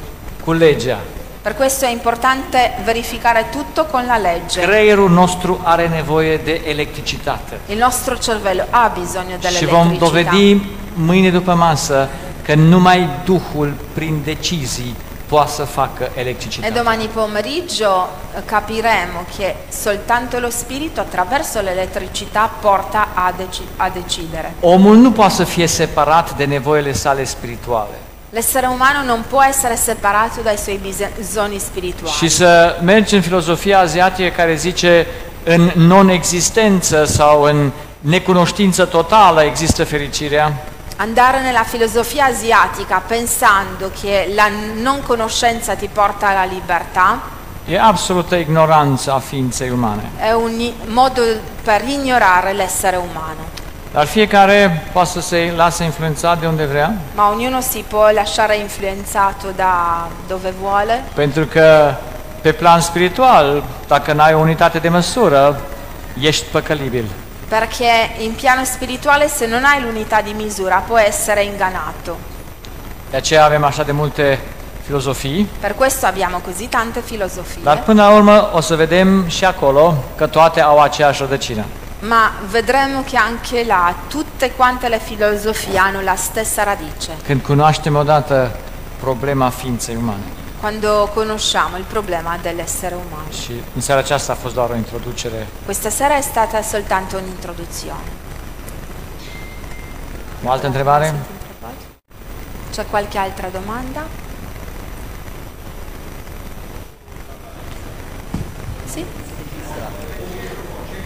[SPEAKER 2] cu legea.
[SPEAKER 5] Per questo è importante verificare tutto con la legge.
[SPEAKER 2] Creierul nostru are nevoie de electricitate.
[SPEAKER 5] Il nostro cervello ha bisogno
[SPEAKER 2] Și vom
[SPEAKER 5] dell'elettricità.
[SPEAKER 2] dovedi mâine după masă că numai Duhul, prin decizii, poate să facă
[SPEAKER 5] E
[SPEAKER 2] electricitate.
[SPEAKER 5] domani pomeriggio eh, capiremo che soltanto lo spirito attraverso l'elettricità porta a, deci- a decidere.
[SPEAKER 2] Omul nu poate să fie separat de nevoile sale spirituale
[SPEAKER 5] L'essere umano non può essere separato dai suoi bisogni
[SPEAKER 2] și
[SPEAKER 5] spirituali
[SPEAKER 2] să mergi în filozofia asiatică care zice în non-existență sau în necunoștință totală există fericirea.
[SPEAKER 5] andare nella filosofia asiatica pensando che la non conoscenza ti porta alla libertà
[SPEAKER 2] E absolută ignoranță a ființei umane.
[SPEAKER 5] è un i- modo per ignorare l'essere umano
[SPEAKER 2] Dar fiecare poate să se lase influențat de unde vrea,
[SPEAKER 5] ma ognuno si può lasciare influenzato da dove vuole
[SPEAKER 2] pentru că pe plan spiritual, dacă n-ai o unitate de măsură, ești păcălibil.
[SPEAKER 5] perché in piano spirituale se non hai l'unità di misura puoi essere ingannato
[SPEAKER 2] De aceea avem așa de multe filozofii,
[SPEAKER 5] per questo abbiamo così tante
[SPEAKER 2] dar
[SPEAKER 5] filosofie
[SPEAKER 2] până la urmă o să vedem și acolo că toate au aceeași rădăcină.
[SPEAKER 5] ma vedremo che anche là tutte quante le filosofie hanno la stessa radice
[SPEAKER 2] Când cunoaștem odată problema ființei umane.
[SPEAKER 5] quando conosciamo il problema dell'essere umano.
[SPEAKER 2] Și în seara aceasta a fost doar o introducere,
[SPEAKER 5] Questa sera è stata soltanto un'introduzione.
[SPEAKER 2] o altă întrebare.
[SPEAKER 5] C'è qualche altra domanda? Sì?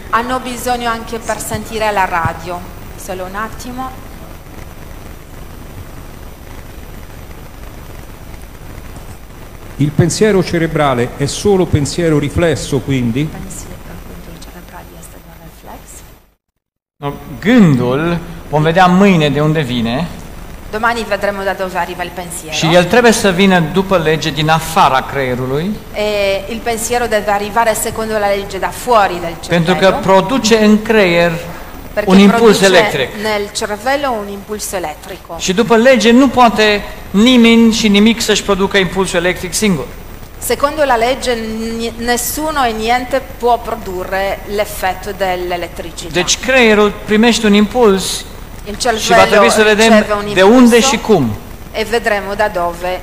[SPEAKER 5] Hanno bisogno anche per sentire la radio. Solo un attimo.
[SPEAKER 7] Il pensiero cerebrale è solo pensiero riflesso, quindi?
[SPEAKER 5] Pensi appunto il cerebrale di essere un reflex.
[SPEAKER 2] No, Gândul, vom vedea mâine de unde vine,
[SPEAKER 5] Domani vedremo da dove arriva il
[SPEAKER 2] și
[SPEAKER 5] pensiero.
[SPEAKER 2] el trebuie să vină după lege din afara creierului,
[SPEAKER 5] E il pensiero deve arrivare secondo la legge da fuori del
[SPEAKER 2] pentru că
[SPEAKER 5] cervello.
[SPEAKER 2] produce în creier un
[SPEAKER 5] Perché
[SPEAKER 2] impuls
[SPEAKER 5] produce
[SPEAKER 2] electric.
[SPEAKER 5] nel cervello un impulso elettrico.
[SPEAKER 2] Și după lege nu poate nimeni și nimic să-și producă impulsul electric singur.
[SPEAKER 5] Secondo la legge n- nessuno e niente può produrre l'effetto dell'elettricità.
[SPEAKER 2] Deci creierul primește un impuls
[SPEAKER 5] Il
[SPEAKER 2] și va
[SPEAKER 5] cervello
[SPEAKER 2] trebui să vedem
[SPEAKER 5] riceve un
[SPEAKER 2] de unde
[SPEAKER 5] impulso
[SPEAKER 2] și cum.
[SPEAKER 5] e vedremo da dove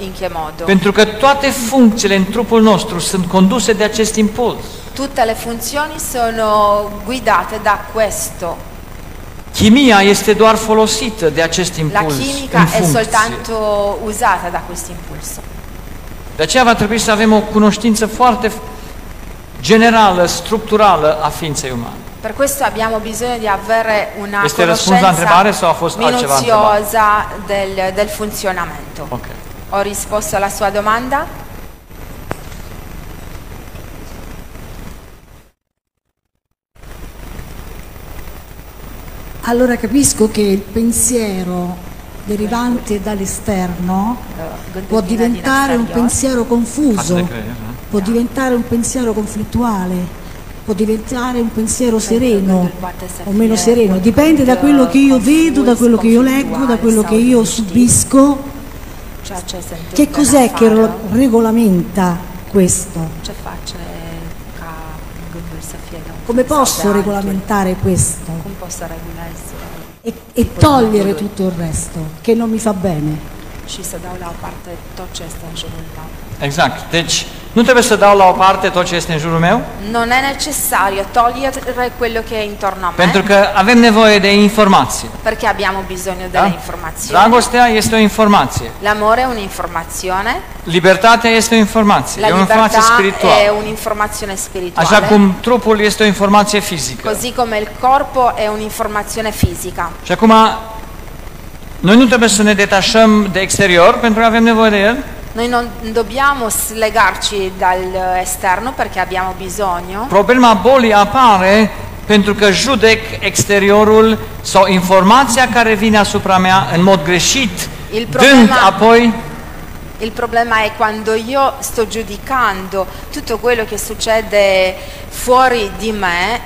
[SPEAKER 5] e in che modo.
[SPEAKER 2] Pentru că toate funcțiile în trupul nostru sunt conduse de acest impuls.
[SPEAKER 5] Tutte le funzioni sono guidate da questo.
[SPEAKER 2] Chimia este doar folosită de acest
[SPEAKER 5] La
[SPEAKER 2] impuls.
[SPEAKER 5] chimica
[SPEAKER 2] în
[SPEAKER 5] è
[SPEAKER 2] funcție.
[SPEAKER 5] soltanto usata da questo impulso.
[SPEAKER 2] De aceea va trebui să avem o cunoștință foarte generală, structurală a ființei umane.
[SPEAKER 5] Per questo abbiamo bisogno di avere una
[SPEAKER 2] Este răspuns la întrebare sau a fost altceva
[SPEAKER 5] conoscenza
[SPEAKER 2] întrebat?
[SPEAKER 5] minuziosa del, del funzionamento.
[SPEAKER 2] Ok.
[SPEAKER 5] Ho risposto alla sua domanda?
[SPEAKER 8] Allora capisco che il pensiero derivante dall'esterno può diventare un
[SPEAKER 2] Față
[SPEAKER 8] pensiero
[SPEAKER 2] de
[SPEAKER 8] confuso,
[SPEAKER 2] creier, da?
[SPEAKER 8] può diventare un pensiero conflittuale, può diventare un pensiero sereno o meno sereno, dipende da quello che io vedo, da quello che io leggo, da quello che io subisco.
[SPEAKER 5] Cioè,
[SPEAKER 8] Che cos'è che ro- regolamenta questo? Come posso regolamentare questo? E, e togliere tutto il resto che non mi fa bene.
[SPEAKER 9] și să dau la o parte tot ce este în jurul meu.
[SPEAKER 2] Exact. Deci nu trebuie să dau la o parte tot ce este în jurul meu,
[SPEAKER 5] Non è necessario togliere quello che è intorno a me
[SPEAKER 2] pentru că avem nevoie de informații.
[SPEAKER 5] perché abbiamo bisogno delle
[SPEAKER 2] Da?
[SPEAKER 5] informazioni.
[SPEAKER 2] Dragostea este o informație.
[SPEAKER 5] L'amore è un'informazione,
[SPEAKER 2] Libertatea este o informație.
[SPEAKER 5] la
[SPEAKER 2] e o informație
[SPEAKER 5] libertà è
[SPEAKER 2] spirituală.
[SPEAKER 5] un'informazione spirituale,
[SPEAKER 2] Așa cum trupul este o informație fizică.
[SPEAKER 5] così come il corpo è un'informazione fisica.
[SPEAKER 2] Și acum, noi nu trebuie să ne detașăm de exterior, pentru că avem nevoie de el.
[SPEAKER 5] Noi non dobbiamo slegarci dall'esterno perché abbiamo bisogno.
[SPEAKER 2] Problema bolii apare pentru că judec exteriorul sau informația care vine asupra mea în mod greșit,
[SPEAKER 5] Il
[SPEAKER 2] dând
[SPEAKER 5] problema-
[SPEAKER 2] apoi
[SPEAKER 5] Il problema è quando io sto giudicando tutto quello che succede fuori di me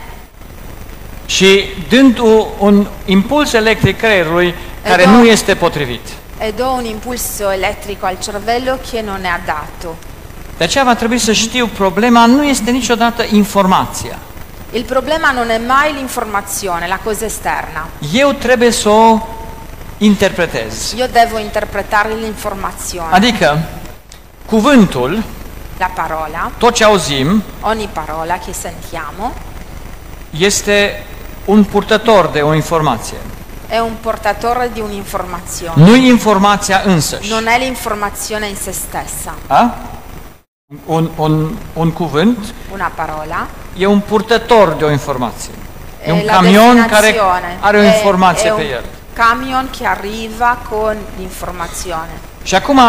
[SPEAKER 2] și dând u- un impuls electric creierului care
[SPEAKER 5] Ego.
[SPEAKER 2] nu este potrivit.
[SPEAKER 5] e do un impulso elettrico al cervello che non è adatto.
[SPEAKER 2] De aceea va trebui să știu, problema nu este niciodată informația.
[SPEAKER 5] Il problema non è mai l'informazione, la cosa esterna.
[SPEAKER 2] Eu trebuie să o interpretez.
[SPEAKER 5] Io devo interpretare l'informazione,
[SPEAKER 2] Adică, cuvântul,
[SPEAKER 5] la parola,
[SPEAKER 2] tot ce auzim,
[SPEAKER 5] ogni parola che sentiamo
[SPEAKER 2] este un purtător de o informație.
[SPEAKER 5] è un portatore di un'informazione,
[SPEAKER 2] Nu informația însăși.
[SPEAKER 5] non è l'informazione in se stessa.
[SPEAKER 2] Da? Un, un, un cuvânt
[SPEAKER 5] Una parola
[SPEAKER 2] e un purtător de o informație. E un
[SPEAKER 5] la
[SPEAKER 2] camion care
[SPEAKER 5] destinazione,
[SPEAKER 2] are o
[SPEAKER 5] è-
[SPEAKER 2] informație
[SPEAKER 5] è
[SPEAKER 2] pe
[SPEAKER 5] un
[SPEAKER 2] el.
[SPEAKER 5] Camion che arriva con l'informazione.
[SPEAKER 2] Și acum,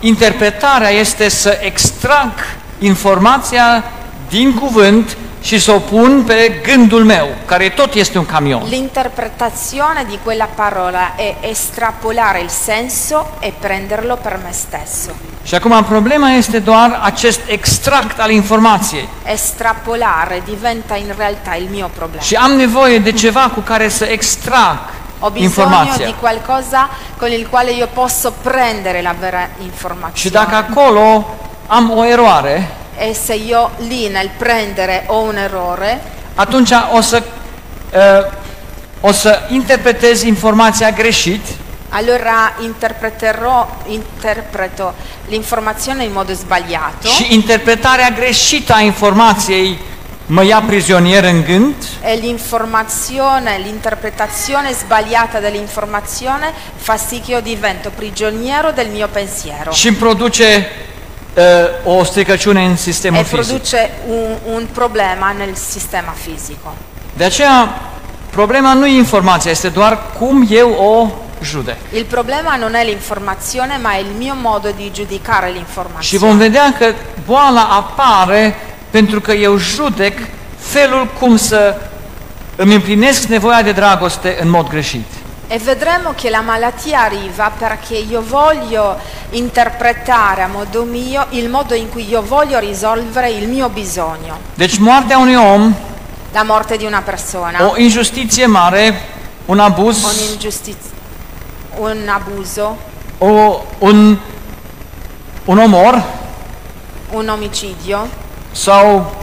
[SPEAKER 2] interpretarea este să extrag informația din cuvânt și să o pun pe gândul meu, care tot este un camion.
[SPEAKER 5] L'interpretazione di quella parola è estrapolare il senso e prenderlo per me stesso.
[SPEAKER 2] Și acum, problema este doar acest extract al informației.
[SPEAKER 5] Estrapolare diventa in realtà il mio problema.
[SPEAKER 2] Și am nevoie de ceva cu care să extrag
[SPEAKER 5] Ho bisogno
[SPEAKER 2] informația.
[SPEAKER 5] di qualcosa con il quale io posso prendere la vera
[SPEAKER 2] Și dacă
[SPEAKER 5] informazione.
[SPEAKER 2] acolo am o eroare,
[SPEAKER 5] E se io lì nel prendere ho un errore,
[SPEAKER 2] atunci o să, uh, o să interpretez informația greșit
[SPEAKER 5] allora interpreterò, interpreto l'informazione in modo sbagliato
[SPEAKER 2] și interpretarea greșită a informației mă ia prizonier în gând
[SPEAKER 5] e l'informazione, l'interpretazione sbagliata dell'informazione fa sì che io divento prigioniero del mio pensiero
[SPEAKER 2] și îmi produce uh, o stricăciune în sistemul
[SPEAKER 5] e
[SPEAKER 2] fizic.
[SPEAKER 5] produce un, un problema nel sistema fisico.
[SPEAKER 2] De aceea, problema nu e informația, este doar cum eu o judec.
[SPEAKER 5] Il problema non è l'informazione, ma è il mio modo di giudicare
[SPEAKER 2] Și vom
[SPEAKER 5] l'informazione.
[SPEAKER 2] vedea că boala apare pentru că eu judec felul cum să îmi împlinesc nevoia de dragoste în mod greșit.
[SPEAKER 5] E vedremo che la malattia arriva perché io voglio interpretare a modo mio il modo in cui io voglio risolvere il mio bisogno.
[SPEAKER 2] Deci moartea unui om,
[SPEAKER 5] La morte di una persona,
[SPEAKER 2] o injustiție mare, un abuz,
[SPEAKER 5] un'ingiustizia, un abuso,
[SPEAKER 2] o, un, un omor
[SPEAKER 5] un omicidio,
[SPEAKER 2] sau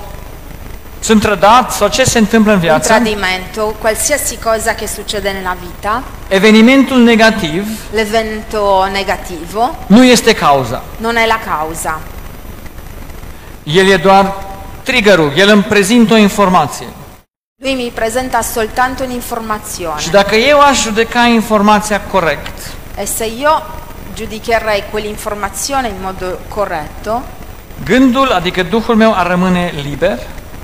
[SPEAKER 2] sunt trădat sau ce se întâmplă în
[SPEAKER 5] un
[SPEAKER 2] viață,
[SPEAKER 5] tradimento, qualsiasi cosa che succede nella vita,
[SPEAKER 2] evenimentul negativ
[SPEAKER 5] l'evento negativo
[SPEAKER 2] nu este cauza.
[SPEAKER 5] non è la causa,
[SPEAKER 2] El e doar triggerul, el îmi prezintă o informație.
[SPEAKER 5] lui mi presenta soltanto un'informazione.
[SPEAKER 2] Și dacă eu aș judeca informația corect,
[SPEAKER 5] E se io giudicherei quell'informazione in modo corretto,
[SPEAKER 2] gândul, adică Duhul meu, ar rămâne liber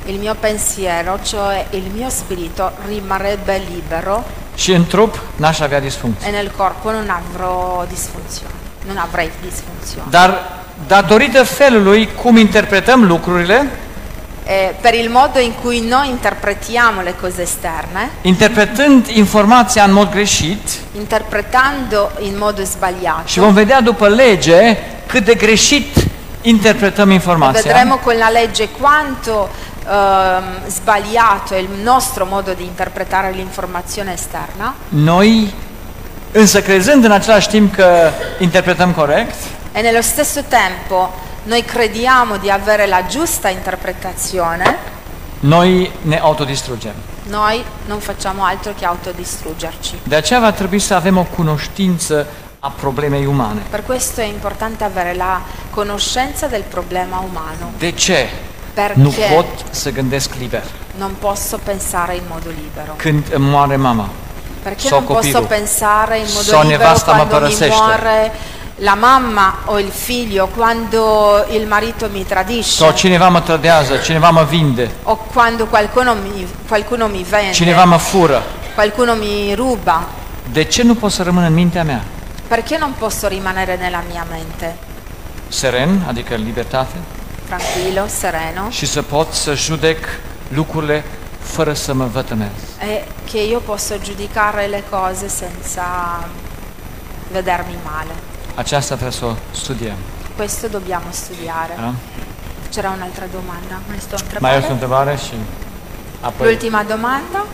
[SPEAKER 5] il mio pensiero, cioè il mio spirito, rimarrebbe libero
[SPEAKER 2] și în trup n-aș avea disfuncție.
[SPEAKER 5] e nel corpo non avrò disfunzione. Non avrei disfunzione.
[SPEAKER 2] Dar datorită felului cum interpretăm lucrurile,
[SPEAKER 5] E per il modo in cui noi interpretiamo le cose esterne,
[SPEAKER 2] interpretând informația în mod greșit,
[SPEAKER 5] interpretando in modo
[SPEAKER 2] și
[SPEAKER 5] sbagliato,
[SPEAKER 2] vom vedea după lege cât de greșit interpretăm informația,
[SPEAKER 5] vedremo con la legge quanto ehm, sbagliato è il nostro modo di interpretare l'informazione esterna.
[SPEAKER 2] noi însă crezând în același timp că interpretăm corect,
[SPEAKER 5] E nello stesso tempo noi crediamo di avere la giusta interpretazione,
[SPEAKER 2] noi ne autodistrugem.
[SPEAKER 5] noi non facciamo altro che autodistruggerci.
[SPEAKER 2] De aceea va trebui să avem o cunoștință a problemei umane.
[SPEAKER 5] Per questo è importante avere la conoscenza del problema umano,
[SPEAKER 2] De ce nu pot
[SPEAKER 5] perché
[SPEAKER 2] să gândesc liber
[SPEAKER 5] non posso pensare in modo libero.
[SPEAKER 2] când îmi moare mama?
[SPEAKER 5] Perché
[SPEAKER 2] So
[SPEAKER 5] non posso
[SPEAKER 2] copiro.
[SPEAKER 5] pensare in modo
[SPEAKER 2] So
[SPEAKER 5] libero
[SPEAKER 2] nevasta ma
[SPEAKER 5] quando mi
[SPEAKER 2] parasește.
[SPEAKER 5] muore la mamma o il figlio, quando il marito mi
[SPEAKER 2] Sau
[SPEAKER 5] tradisce
[SPEAKER 2] cineva mă trădează, cineva mă vinde,
[SPEAKER 5] o quando qualcuno mi, qualcuno mi
[SPEAKER 2] cineva
[SPEAKER 5] vende,
[SPEAKER 2] mă fură.
[SPEAKER 5] qualcuno mi ruba.
[SPEAKER 2] De ce nu pot să rămân în mintea mea?
[SPEAKER 5] Perché non posso rimanere nella mia mente
[SPEAKER 2] Seren, adică în libertate,
[SPEAKER 5] tranquillo, sereno
[SPEAKER 2] și să pot să judec lucrurile fără să mă vătămez.
[SPEAKER 5] e che io posso giudicare le cose senza vedermi male?
[SPEAKER 2] Aceasta trebuie să o studiem.
[SPEAKER 5] Questo dobbiamo studiare.
[SPEAKER 2] Da?
[SPEAKER 5] C'era un'altra domanda, ma sto
[SPEAKER 2] Mai este o
[SPEAKER 5] intrappando.
[SPEAKER 2] întrebare și apoi...
[SPEAKER 5] L'ultima domanda?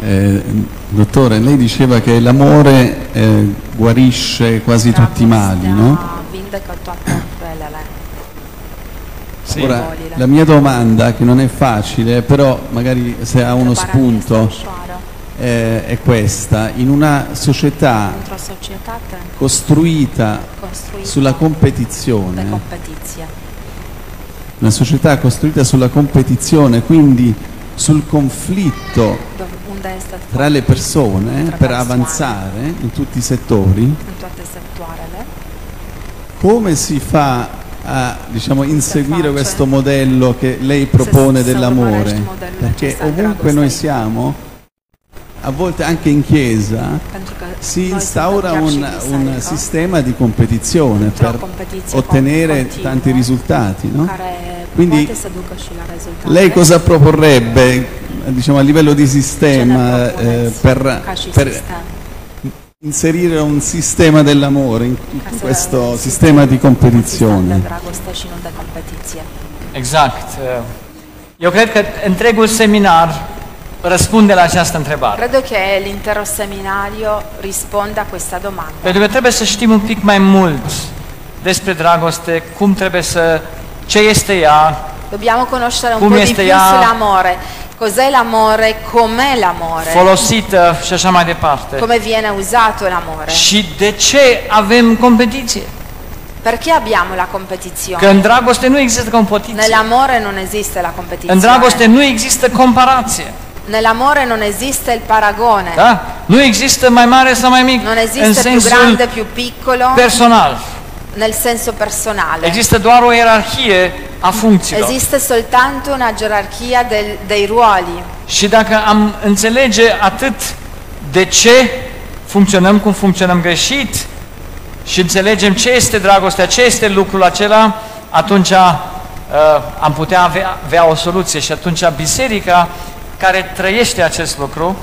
[SPEAKER 10] Eh, dottore, lei diceva che l'amore eh, guarisce quasi tutti i mali, no?
[SPEAKER 5] Vindeca il tuo appello.
[SPEAKER 2] Sì.
[SPEAKER 10] Ora, la mia domanda, che non è facile, però magari se ha uno spunto, eh, è questa. In una società
[SPEAKER 9] Într-o societate
[SPEAKER 10] costruita
[SPEAKER 9] construită
[SPEAKER 10] sulla
[SPEAKER 9] de
[SPEAKER 10] competizione,
[SPEAKER 9] competiție.
[SPEAKER 10] una società costruita sulla competizione, quindi sul conflitto
[SPEAKER 9] dov- Unde este
[SPEAKER 10] tra le persone
[SPEAKER 9] Tra
[SPEAKER 10] per
[SPEAKER 9] persone.
[SPEAKER 10] avanzare in tutti i settori,
[SPEAKER 9] în toate sectoarele.
[SPEAKER 10] Come si fa a diciamo, inseguire
[SPEAKER 9] facile.
[SPEAKER 10] questo modello che lei propone
[SPEAKER 9] se
[SPEAKER 10] dell'amore?
[SPEAKER 9] urmărești modelul
[SPEAKER 10] Perché
[SPEAKER 9] acesta al
[SPEAKER 10] ovunque noi
[SPEAKER 9] dragostei.
[SPEAKER 10] siamo, a volte anche in chiesa,
[SPEAKER 9] Pentru că
[SPEAKER 10] si
[SPEAKER 9] noi
[SPEAKER 10] instaura
[SPEAKER 9] suntem chiar
[SPEAKER 10] un,
[SPEAKER 9] și
[SPEAKER 10] un
[SPEAKER 9] biserică
[SPEAKER 10] sistema di competizione
[SPEAKER 9] într-o
[SPEAKER 10] per
[SPEAKER 9] competiție
[SPEAKER 10] ottenere
[SPEAKER 9] continuă
[SPEAKER 10] tanti risultati. no?
[SPEAKER 9] care
[SPEAKER 10] Quindi,
[SPEAKER 9] poate să ducă și la rezultate.
[SPEAKER 10] Lei cosa proporrebbe diciamo, a livello di sistema eh,
[SPEAKER 9] propuneți ca
[SPEAKER 10] per,
[SPEAKER 9] și
[SPEAKER 10] per
[SPEAKER 9] sistem,
[SPEAKER 10] inserire un sistema dell'amore in tutto
[SPEAKER 9] să-
[SPEAKER 10] questo sistema di
[SPEAKER 9] sistem de
[SPEAKER 10] competizione?
[SPEAKER 9] dragoste și nu de competiție.
[SPEAKER 2] Exact. Eu cred că întregul seminar răspunde la această întrebare.
[SPEAKER 5] Credo che l'intero seminario risponda a questa domanda.
[SPEAKER 2] Pentru că trebuie să știm un pic mai mult despre dragoste, cum trebuie să... ce este ea,
[SPEAKER 5] Dobbiamo conoscere un
[SPEAKER 2] Come
[SPEAKER 5] po' di più
[SPEAKER 2] stai a-
[SPEAKER 5] sull'amore. Cos'è l'amore? Com'è l'amore?
[SPEAKER 2] folosită și așa mai departe.
[SPEAKER 5] Come viene usato l'amore?
[SPEAKER 2] Și de ce avem competiție?
[SPEAKER 5] Perché abbiamo la
[SPEAKER 2] Că
[SPEAKER 5] competizione?
[SPEAKER 2] în dragoste nu există competiție.
[SPEAKER 5] Nell'amore non esiste la
[SPEAKER 2] În dragoste
[SPEAKER 5] competizione.
[SPEAKER 2] nu există comparație.
[SPEAKER 5] Nell'amore non esiste il paragone.
[SPEAKER 2] Da? Nu există mai mare sau mai mic
[SPEAKER 5] Non
[SPEAKER 2] în
[SPEAKER 5] esiste più
[SPEAKER 2] sensul
[SPEAKER 5] grande, più piccolo,
[SPEAKER 2] personal.
[SPEAKER 5] nel senso personale.
[SPEAKER 2] Există doar o ierarhie a funcțiilor.
[SPEAKER 5] Esiste soltanto una gerarchia del- dei ruoli.
[SPEAKER 2] Și dacă am înțelege atât de ce funcționăm cum funcționăm greșit și înțelegem ce este dragostea, ce este lucrul acela, atunci uh, am putea avea, avea o soluție și atunci biserica care trăiește acest lucru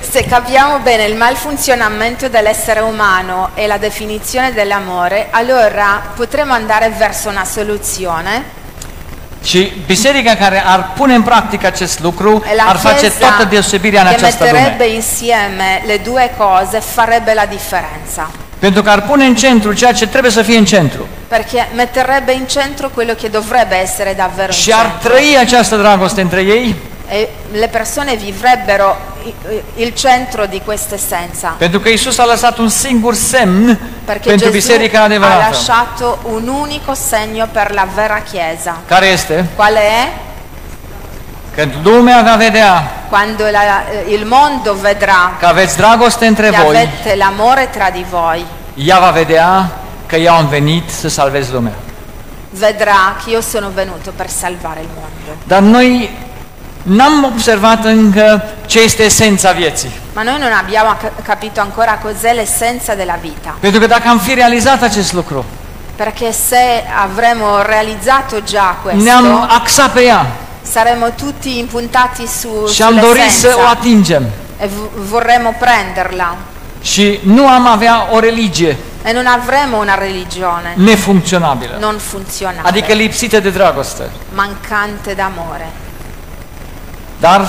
[SPEAKER 5] Se capiamo bene il malfunzionamento dell'essere umano e la definizione dell'amore, allora potremo andare verso una soluzione
[SPEAKER 2] și biserica care ar pune în practică acest lucru
[SPEAKER 5] e la
[SPEAKER 2] ar face
[SPEAKER 5] Chiesa
[SPEAKER 2] toată deosebirea în
[SPEAKER 5] che
[SPEAKER 2] această lume.
[SPEAKER 5] metterebbe insieme le due cose farebbe la differenza,
[SPEAKER 2] Pentru că ar pune în centru ceea ce trebuie să fie în centru
[SPEAKER 5] perché metterebbe in centro quello che dovrebbe essere davvero in
[SPEAKER 2] și ar
[SPEAKER 5] centro.
[SPEAKER 2] trăi această dragoste între ei,
[SPEAKER 5] E le persone vivrebbero i- il centro di questa essenza,
[SPEAKER 2] pentru că Isus a lăsat un singur semn
[SPEAKER 5] perché
[SPEAKER 2] pentru
[SPEAKER 5] Gesù
[SPEAKER 2] biserica
[SPEAKER 5] ha
[SPEAKER 2] adevărată.
[SPEAKER 5] lasciato un unico segno per la vera Chiesa.
[SPEAKER 2] Care este?
[SPEAKER 5] Quale è?
[SPEAKER 2] Că lumea va vedea
[SPEAKER 5] Quando la- eh, il mondo vedrà
[SPEAKER 2] că aveți dragoste
[SPEAKER 5] che
[SPEAKER 2] între voi,
[SPEAKER 5] avete l'amore tra di voi,
[SPEAKER 2] ea va vedea că eu am venit să salvez lumea.
[SPEAKER 5] vedrà che io sono venuto per salvare il mondo.
[SPEAKER 2] Dar noi n-am observat încă ce este esența vieții.
[SPEAKER 5] Ma noi non abbiamo ac- capito ancora cos'è l'essenza della vita,
[SPEAKER 2] Pentru că dacă am fi realizat acest lucru,
[SPEAKER 5] perché se avremo realizzato già
[SPEAKER 2] ne-am
[SPEAKER 5] questo,
[SPEAKER 2] axat pe ea
[SPEAKER 5] saremo tutti impuntati su,
[SPEAKER 2] și am dorit să o
[SPEAKER 5] sull'essenza
[SPEAKER 2] atingem.
[SPEAKER 5] e v- vorremmo prenderla
[SPEAKER 2] Și nu am avea o religie
[SPEAKER 5] e non avremo una religione
[SPEAKER 2] nefuncționabilă,
[SPEAKER 5] non funzionale,
[SPEAKER 2] Mm. adică lipsită de dragoste.
[SPEAKER 5] mancante d'amore.
[SPEAKER 2] Dar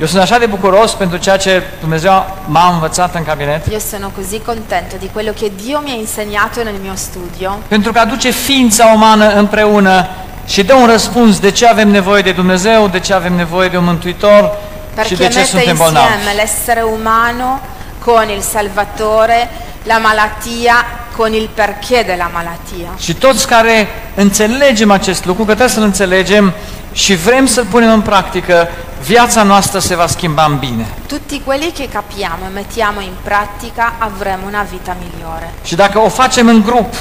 [SPEAKER 2] eu sunt așa de bucuros pentru ceea ce Dumnezeu m-a învățat în cabinet,
[SPEAKER 5] Io sono così contento di quello che Dio mi ha insegnato nel mio studio,
[SPEAKER 2] pentru că aduce ființa umană împreună și dă un răspuns de ce avem nevoie de Dumnezeu, de ce avem nevoie de un Mântuitor și de
[SPEAKER 5] perché
[SPEAKER 2] ce
[SPEAKER 5] mette
[SPEAKER 2] suntem bolnavi.
[SPEAKER 5] insieme l'essere umano con il Salvatore, la malattia con il perché della malattia.
[SPEAKER 2] Și toți care înțelegem acest lucru, că trebuie să-l înțelegem și vrem să-l punem în practică, viața noastră se va schimba în bine.
[SPEAKER 5] Tutti quelli che capiamo e mettiamo in pratica avremo una vita migliore.
[SPEAKER 2] Și dacă o facem în grup,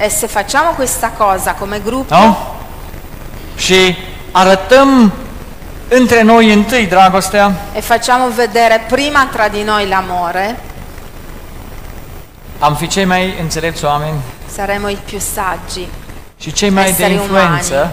[SPEAKER 5] E se facciamo questa cosa come gruppo,
[SPEAKER 2] nu? Și arătăm între noi întâi dragostea,
[SPEAKER 5] e facciamo vedere prima tra di noi l'amore,
[SPEAKER 2] am fi cei mai înțelepți oameni
[SPEAKER 5] saremo i più saggi,
[SPEAKER 2] și cei mai de
[SPEAKER 5] esseri
[SPEAKER 2] influență
[SPEAKER 5] umani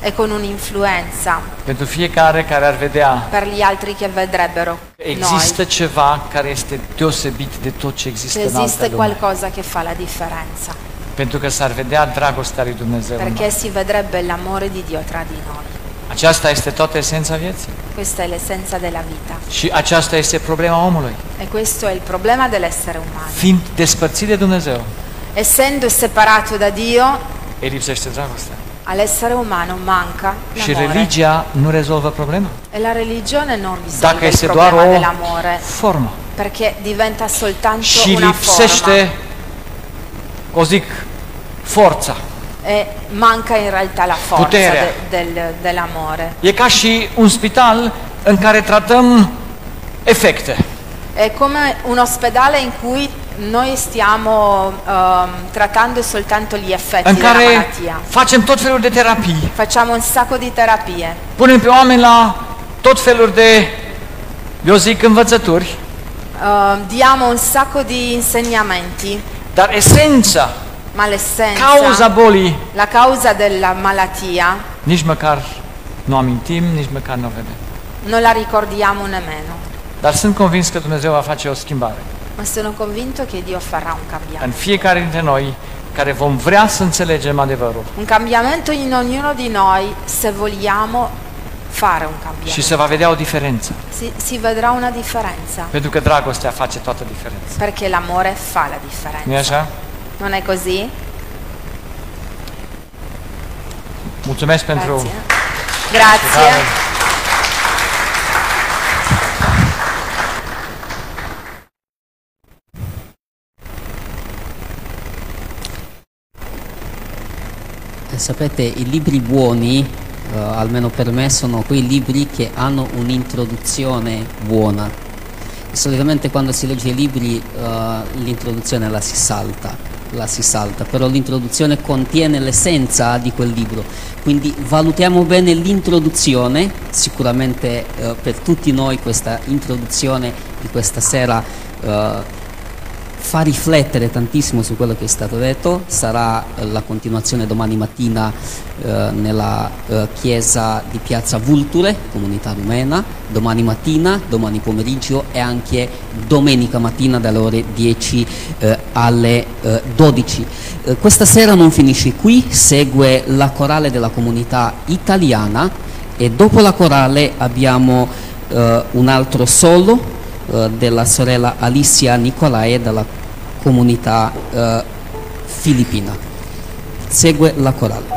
[SPEAKER 5] e con un'influenza
[SPEAKER 2] pentru fiecare care ar vedea
[SPEAKER 5] per gli altri che vedrebbero
[SPEAKER 2] că
[SPEAKER 5] noi.
[SPEAKER 2] există ceva care este deosebit de tot ce există
[SPEAKER 5] Se
[SPEAKER 2] în altă
[SPEAKER 5] esiste
[SPEAKER 2] lume.
[SPEAKER 5] qualcosa che fa la differenza,
[SPEAKER 2] Pentru că s-ar vedea dragostea lui Dumnezeu. în
[SPEAKER 5] perché
[SPEAKER 2] noi.
[SPEAKER 5] si vedrebbe l'amore di Dio tra di noi.
[SPEAKER 2] Aceasta este toată esența vieții.
[SPEAKER 5] Questa è l'essenza della vita
[SPEAKER 2] Și aceasta este problema omului.
[SPEAKER 5] e questo è il problema dell'essere umano.
[SPEAKER 2] Fiind despărțit de Dumnezeu,
[SPEAKER 5] Essendo separato da Dio,
[SPEAKER 2] îi lipsește dragostea.
[SPEAKER 5] all'essere umano manca
[SPEAKER 2] Și
[SPEAKER 5] l'amore
[SPEAKER 2] religia nu rezolvă problema.
[SPEAKER 5] e la religione non risolve
[SPEAKER 2] Dacă
[SPEAKER 5] il
[SPEAKER 2] este doar
[SPEAKER 5] problema
[SPEAKER 2] o
[SPEAKER 5] dell'amore
[SPEAKER 2] formă
[SPEAKER 5] perché diventa soltanto
[SPEAKER 2] și
[SPEAKER 5] una forma da.
[SPEAKER 2] lipsește, o zic, forța.
[SPEAKER 5] e manca in realtà la forza
[SPEAKER 2] Puterea.
[SPEAKER 5] de- del- dell'amore.
[SPEAKER 2] E ca și un spital în care tratăm efecte.
[SPEAKER 5] È come un ospedale in cui noi stiamo ehm, trattando soltanto gli effetti
[SPEAKER 2] în
[SPEAKER 5] della
[SPEAKER 2] care
[SPEAKER 5] malattia.
[SPEAKER 2] facem tot felul de terapii,
[SPEAKER 5] Facciamo un sacco di terapie,
[SPEAKER 2] punem pe oameni la tot felul de, eu zic, învățături,
[SPEAKER 5] ehm, diamo un sacco di insegnamenti,
[SPEAKER 2] dar esența,
[SPEAKER 5] ma l'essenza,
[SPEAKER 2] cauza bolii,
[SPEAKER 5] la causa della malattia
[SPEAKER 2] nici măcar nu amintim, nici măcar nu o vedem.
[SPEAKER 5] non la ricordiamo nemmeno.
[SPEAKER 2] Dar sunt convins că Dumnezeu va face o schimbare
[SPEAKER 5] Ma sono convinto che Dio farà un cambiamento.
[SPEAKER 2] în fiecare dintre noi care vom vrea să înțelegem adevărul
[SPEAKER 5] Un cambiamento in ognuno di noi se vogliamo fare un
[SPEAKER 2] și
[SPEAKER 5] cambiamento.
[SPEAKER 2] se va vedea o diferență,
[SPEAKER 5] Si, si vedrà una differenza,
[SPEAKER 2] pentru că dragostea face toată diferența.
[SPEAKER 5] perché l'amore fa la
[SPEAKER 2] nu e
[SPEAKER 5] differenza.
[SPEAKER 2] așa?
[SPEAKER 5] Non è così?
[SPEAKER 2] Mulțumesc pentru...
[SPEAKER 5] Grazie. Grazie.
[SPEAKER 2] Bravo.
[SPEAKER 3] Eh, Sapete, i libri buoni, eh, almeno per me, sono quei libri che hanno un'introduzione buona. Solitamente quando si legge i libri eh, l'introduzione la si salta, la si salta, però l'introduzione contiene l'essenza di quel libro. Quindi valutiamo bene l'introduzione, sicuramente eh, per tutti noi questa introduzione di questa sera eh, fa riflettere tantissimo su quello che è stato detto, sarà eh, la continuazione domani mattina eh, nella eh, chiesa di Piazza Vulture, comunità rumena, domani mattina, domani pomeriggio e anche domenica mattina dalle ore 10 eh, alle eh, 12. Eh, questa sera non finisce qui, segue la corale della comunità italiana e dopo la corale abbiamo eh, un altro solo eh, della sorella Alicia Nicolae dalla comunità eh, filippina. Segue la corale.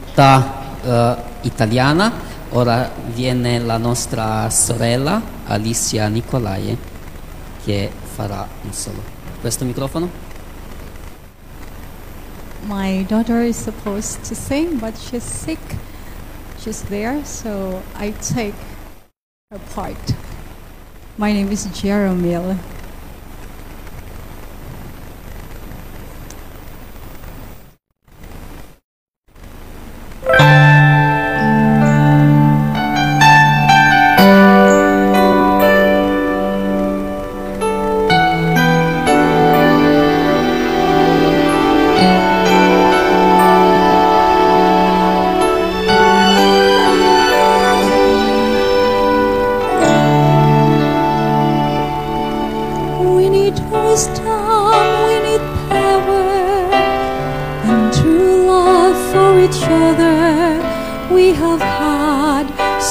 [SPEAKER 3] comunità eh, italiana. Ora viene la nostra sorella Alicia Nicolae che farà un solo. Questo microfono?
[SPEAKER 11] My daughter is supposed to sing, but she's sick. She's there, so I take her part. My name is Jeremiah.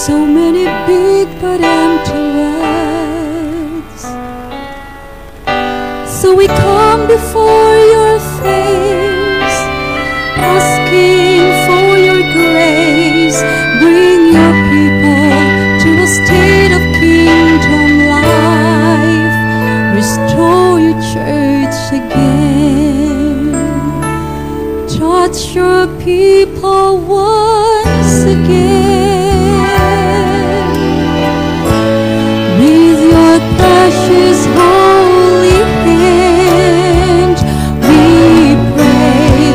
[SPEAKER 12] So many big but empty words. So we come before your face, asking for your grace. Bring your people to a state of kingdom life. Restore your church again. Touch your people once again. With your precious holy hand, we pray.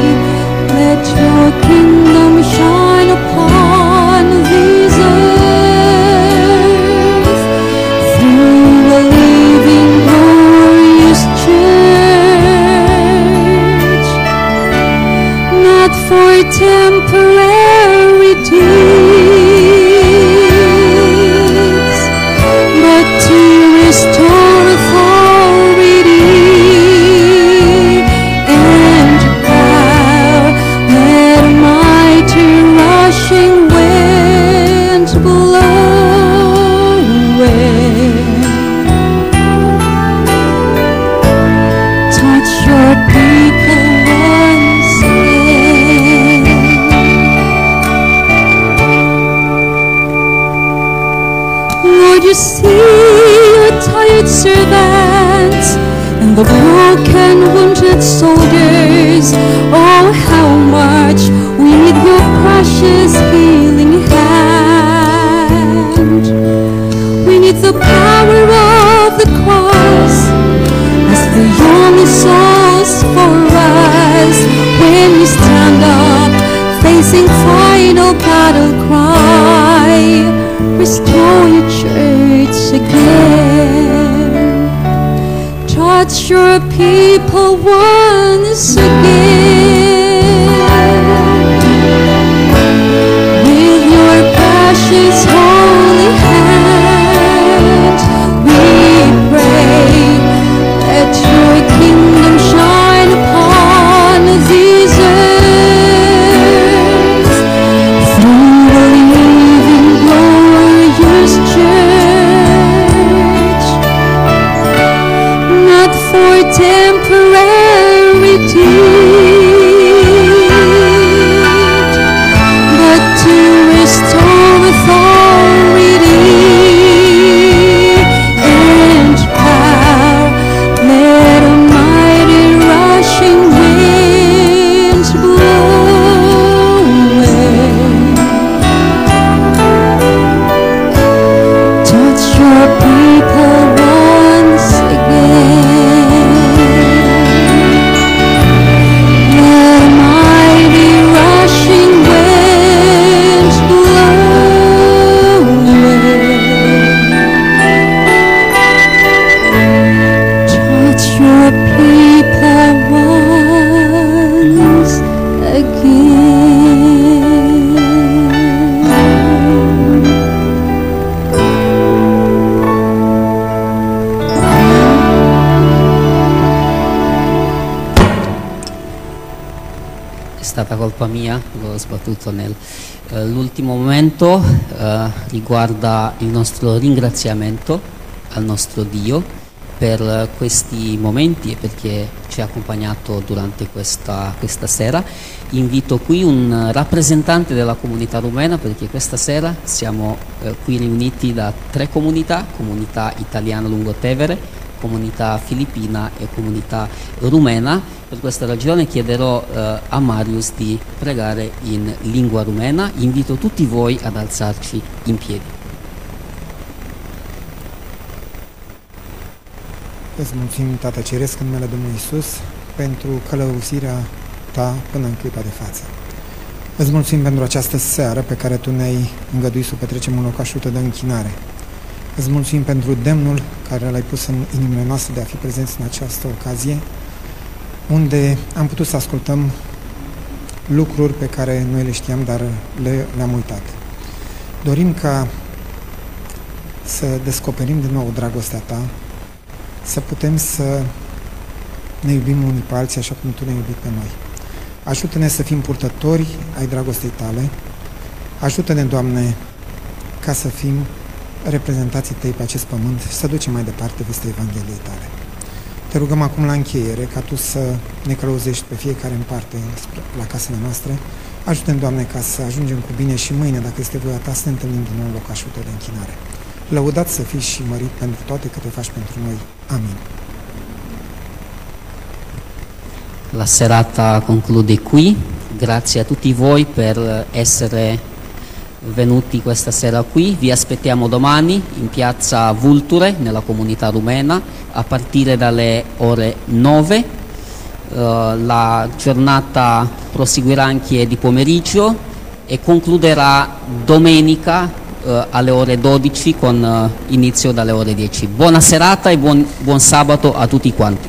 [SPEAKER 12] Let your kingdom shine upon this earth through a living, glorious church not for temporary deeds, but to restore authority and power. Let a mighty rushing wind blow away. Touch your people once again. Lord, you see your tired servants and the broken, wounded soldiers. Oh, how much we need your precious healing hand. We need the power of the cross as the only source for us when we stand up facing final battle cry restore your church again touch your people once again with your precious holy hand we pray let your kingdom shine upon these earth through the living, glorious church, not for temporary deed, but to restore authority and power. Let a mighty rushing wind blow away. Touch your people once again. Let a mighty rushing wind blow away. Touch your people once again.
[SPEAKER 3] È stata colpa mia, l'ho sbattuto nel... eh, l'ultimo momento eh, riguarda il nostro ringraziamento al nostro Dio per eh, questi momenti e perché ci ha accompagnato durante questa, questa sera. Invito qui un eh, rappresentante della comunità rumena perché questa sera siamo eh, qui riuniti da tre comunità, comunità italiana lungotevere, comunità filippina e comunità rumena. Per questa ragione chiederò eh, a Marius di pregare in lingua rumena. Invito tutti voi ad alzarci in piedi.
[SPEAKER 13] Îți mulțumim, Tată Ceresc, în numele Domnului Isus, pentru călăuzirea Ta până în clipa de față. Îți mulțumim pentru această seară pe care Tu ne-ai îngăduit să o petrecem în locașul Tău de închinare. Îți mulțumim pentru demnul care l-ai pus în inimile noastre de a fi prezenți în această ocazie, unde am putut să ascultăm lucruri pe care noi le știam, dar le, le-am uitat. Dorim ca să descoperim din nou dragostea Ta, să putem să ne iubim unii pe alții așa cum Tu ne-ai iubit pe noi. Ajută-ne să fim purtători ai dragostei Tale. Ajută-ne, Doamne, ca să fim reprezentații tăi pe acest pământ și să ducem mai departe vestea Evangheliei tale. Te rugăm acum la încheiere ca tu să ne călăuzești pe fiecare în parte spre- la casele noastre. Ajutem, Doamne, ca să ajungem cu bine și mâine, dacă este voia ta, să ne întâlnim din nou în locașul tău de închinare. Lăudat să fii și mărit pentru toate câte faci pentru noi. Amin.
[SPEAKER 3] La serata conclude qui, grazie a tutti voi per essere venuti questa sera qui, vi aspettiamo domani in piazza Vulture nella comunità rumena a partire dalle ore 9, Eh, la giornata proseguirà anche di pomeriggio e concluderà domenica eh, alle ore 12 con eh, inizio dalle ore 10. Buona serata e buon- buon sabato a tutti quanti.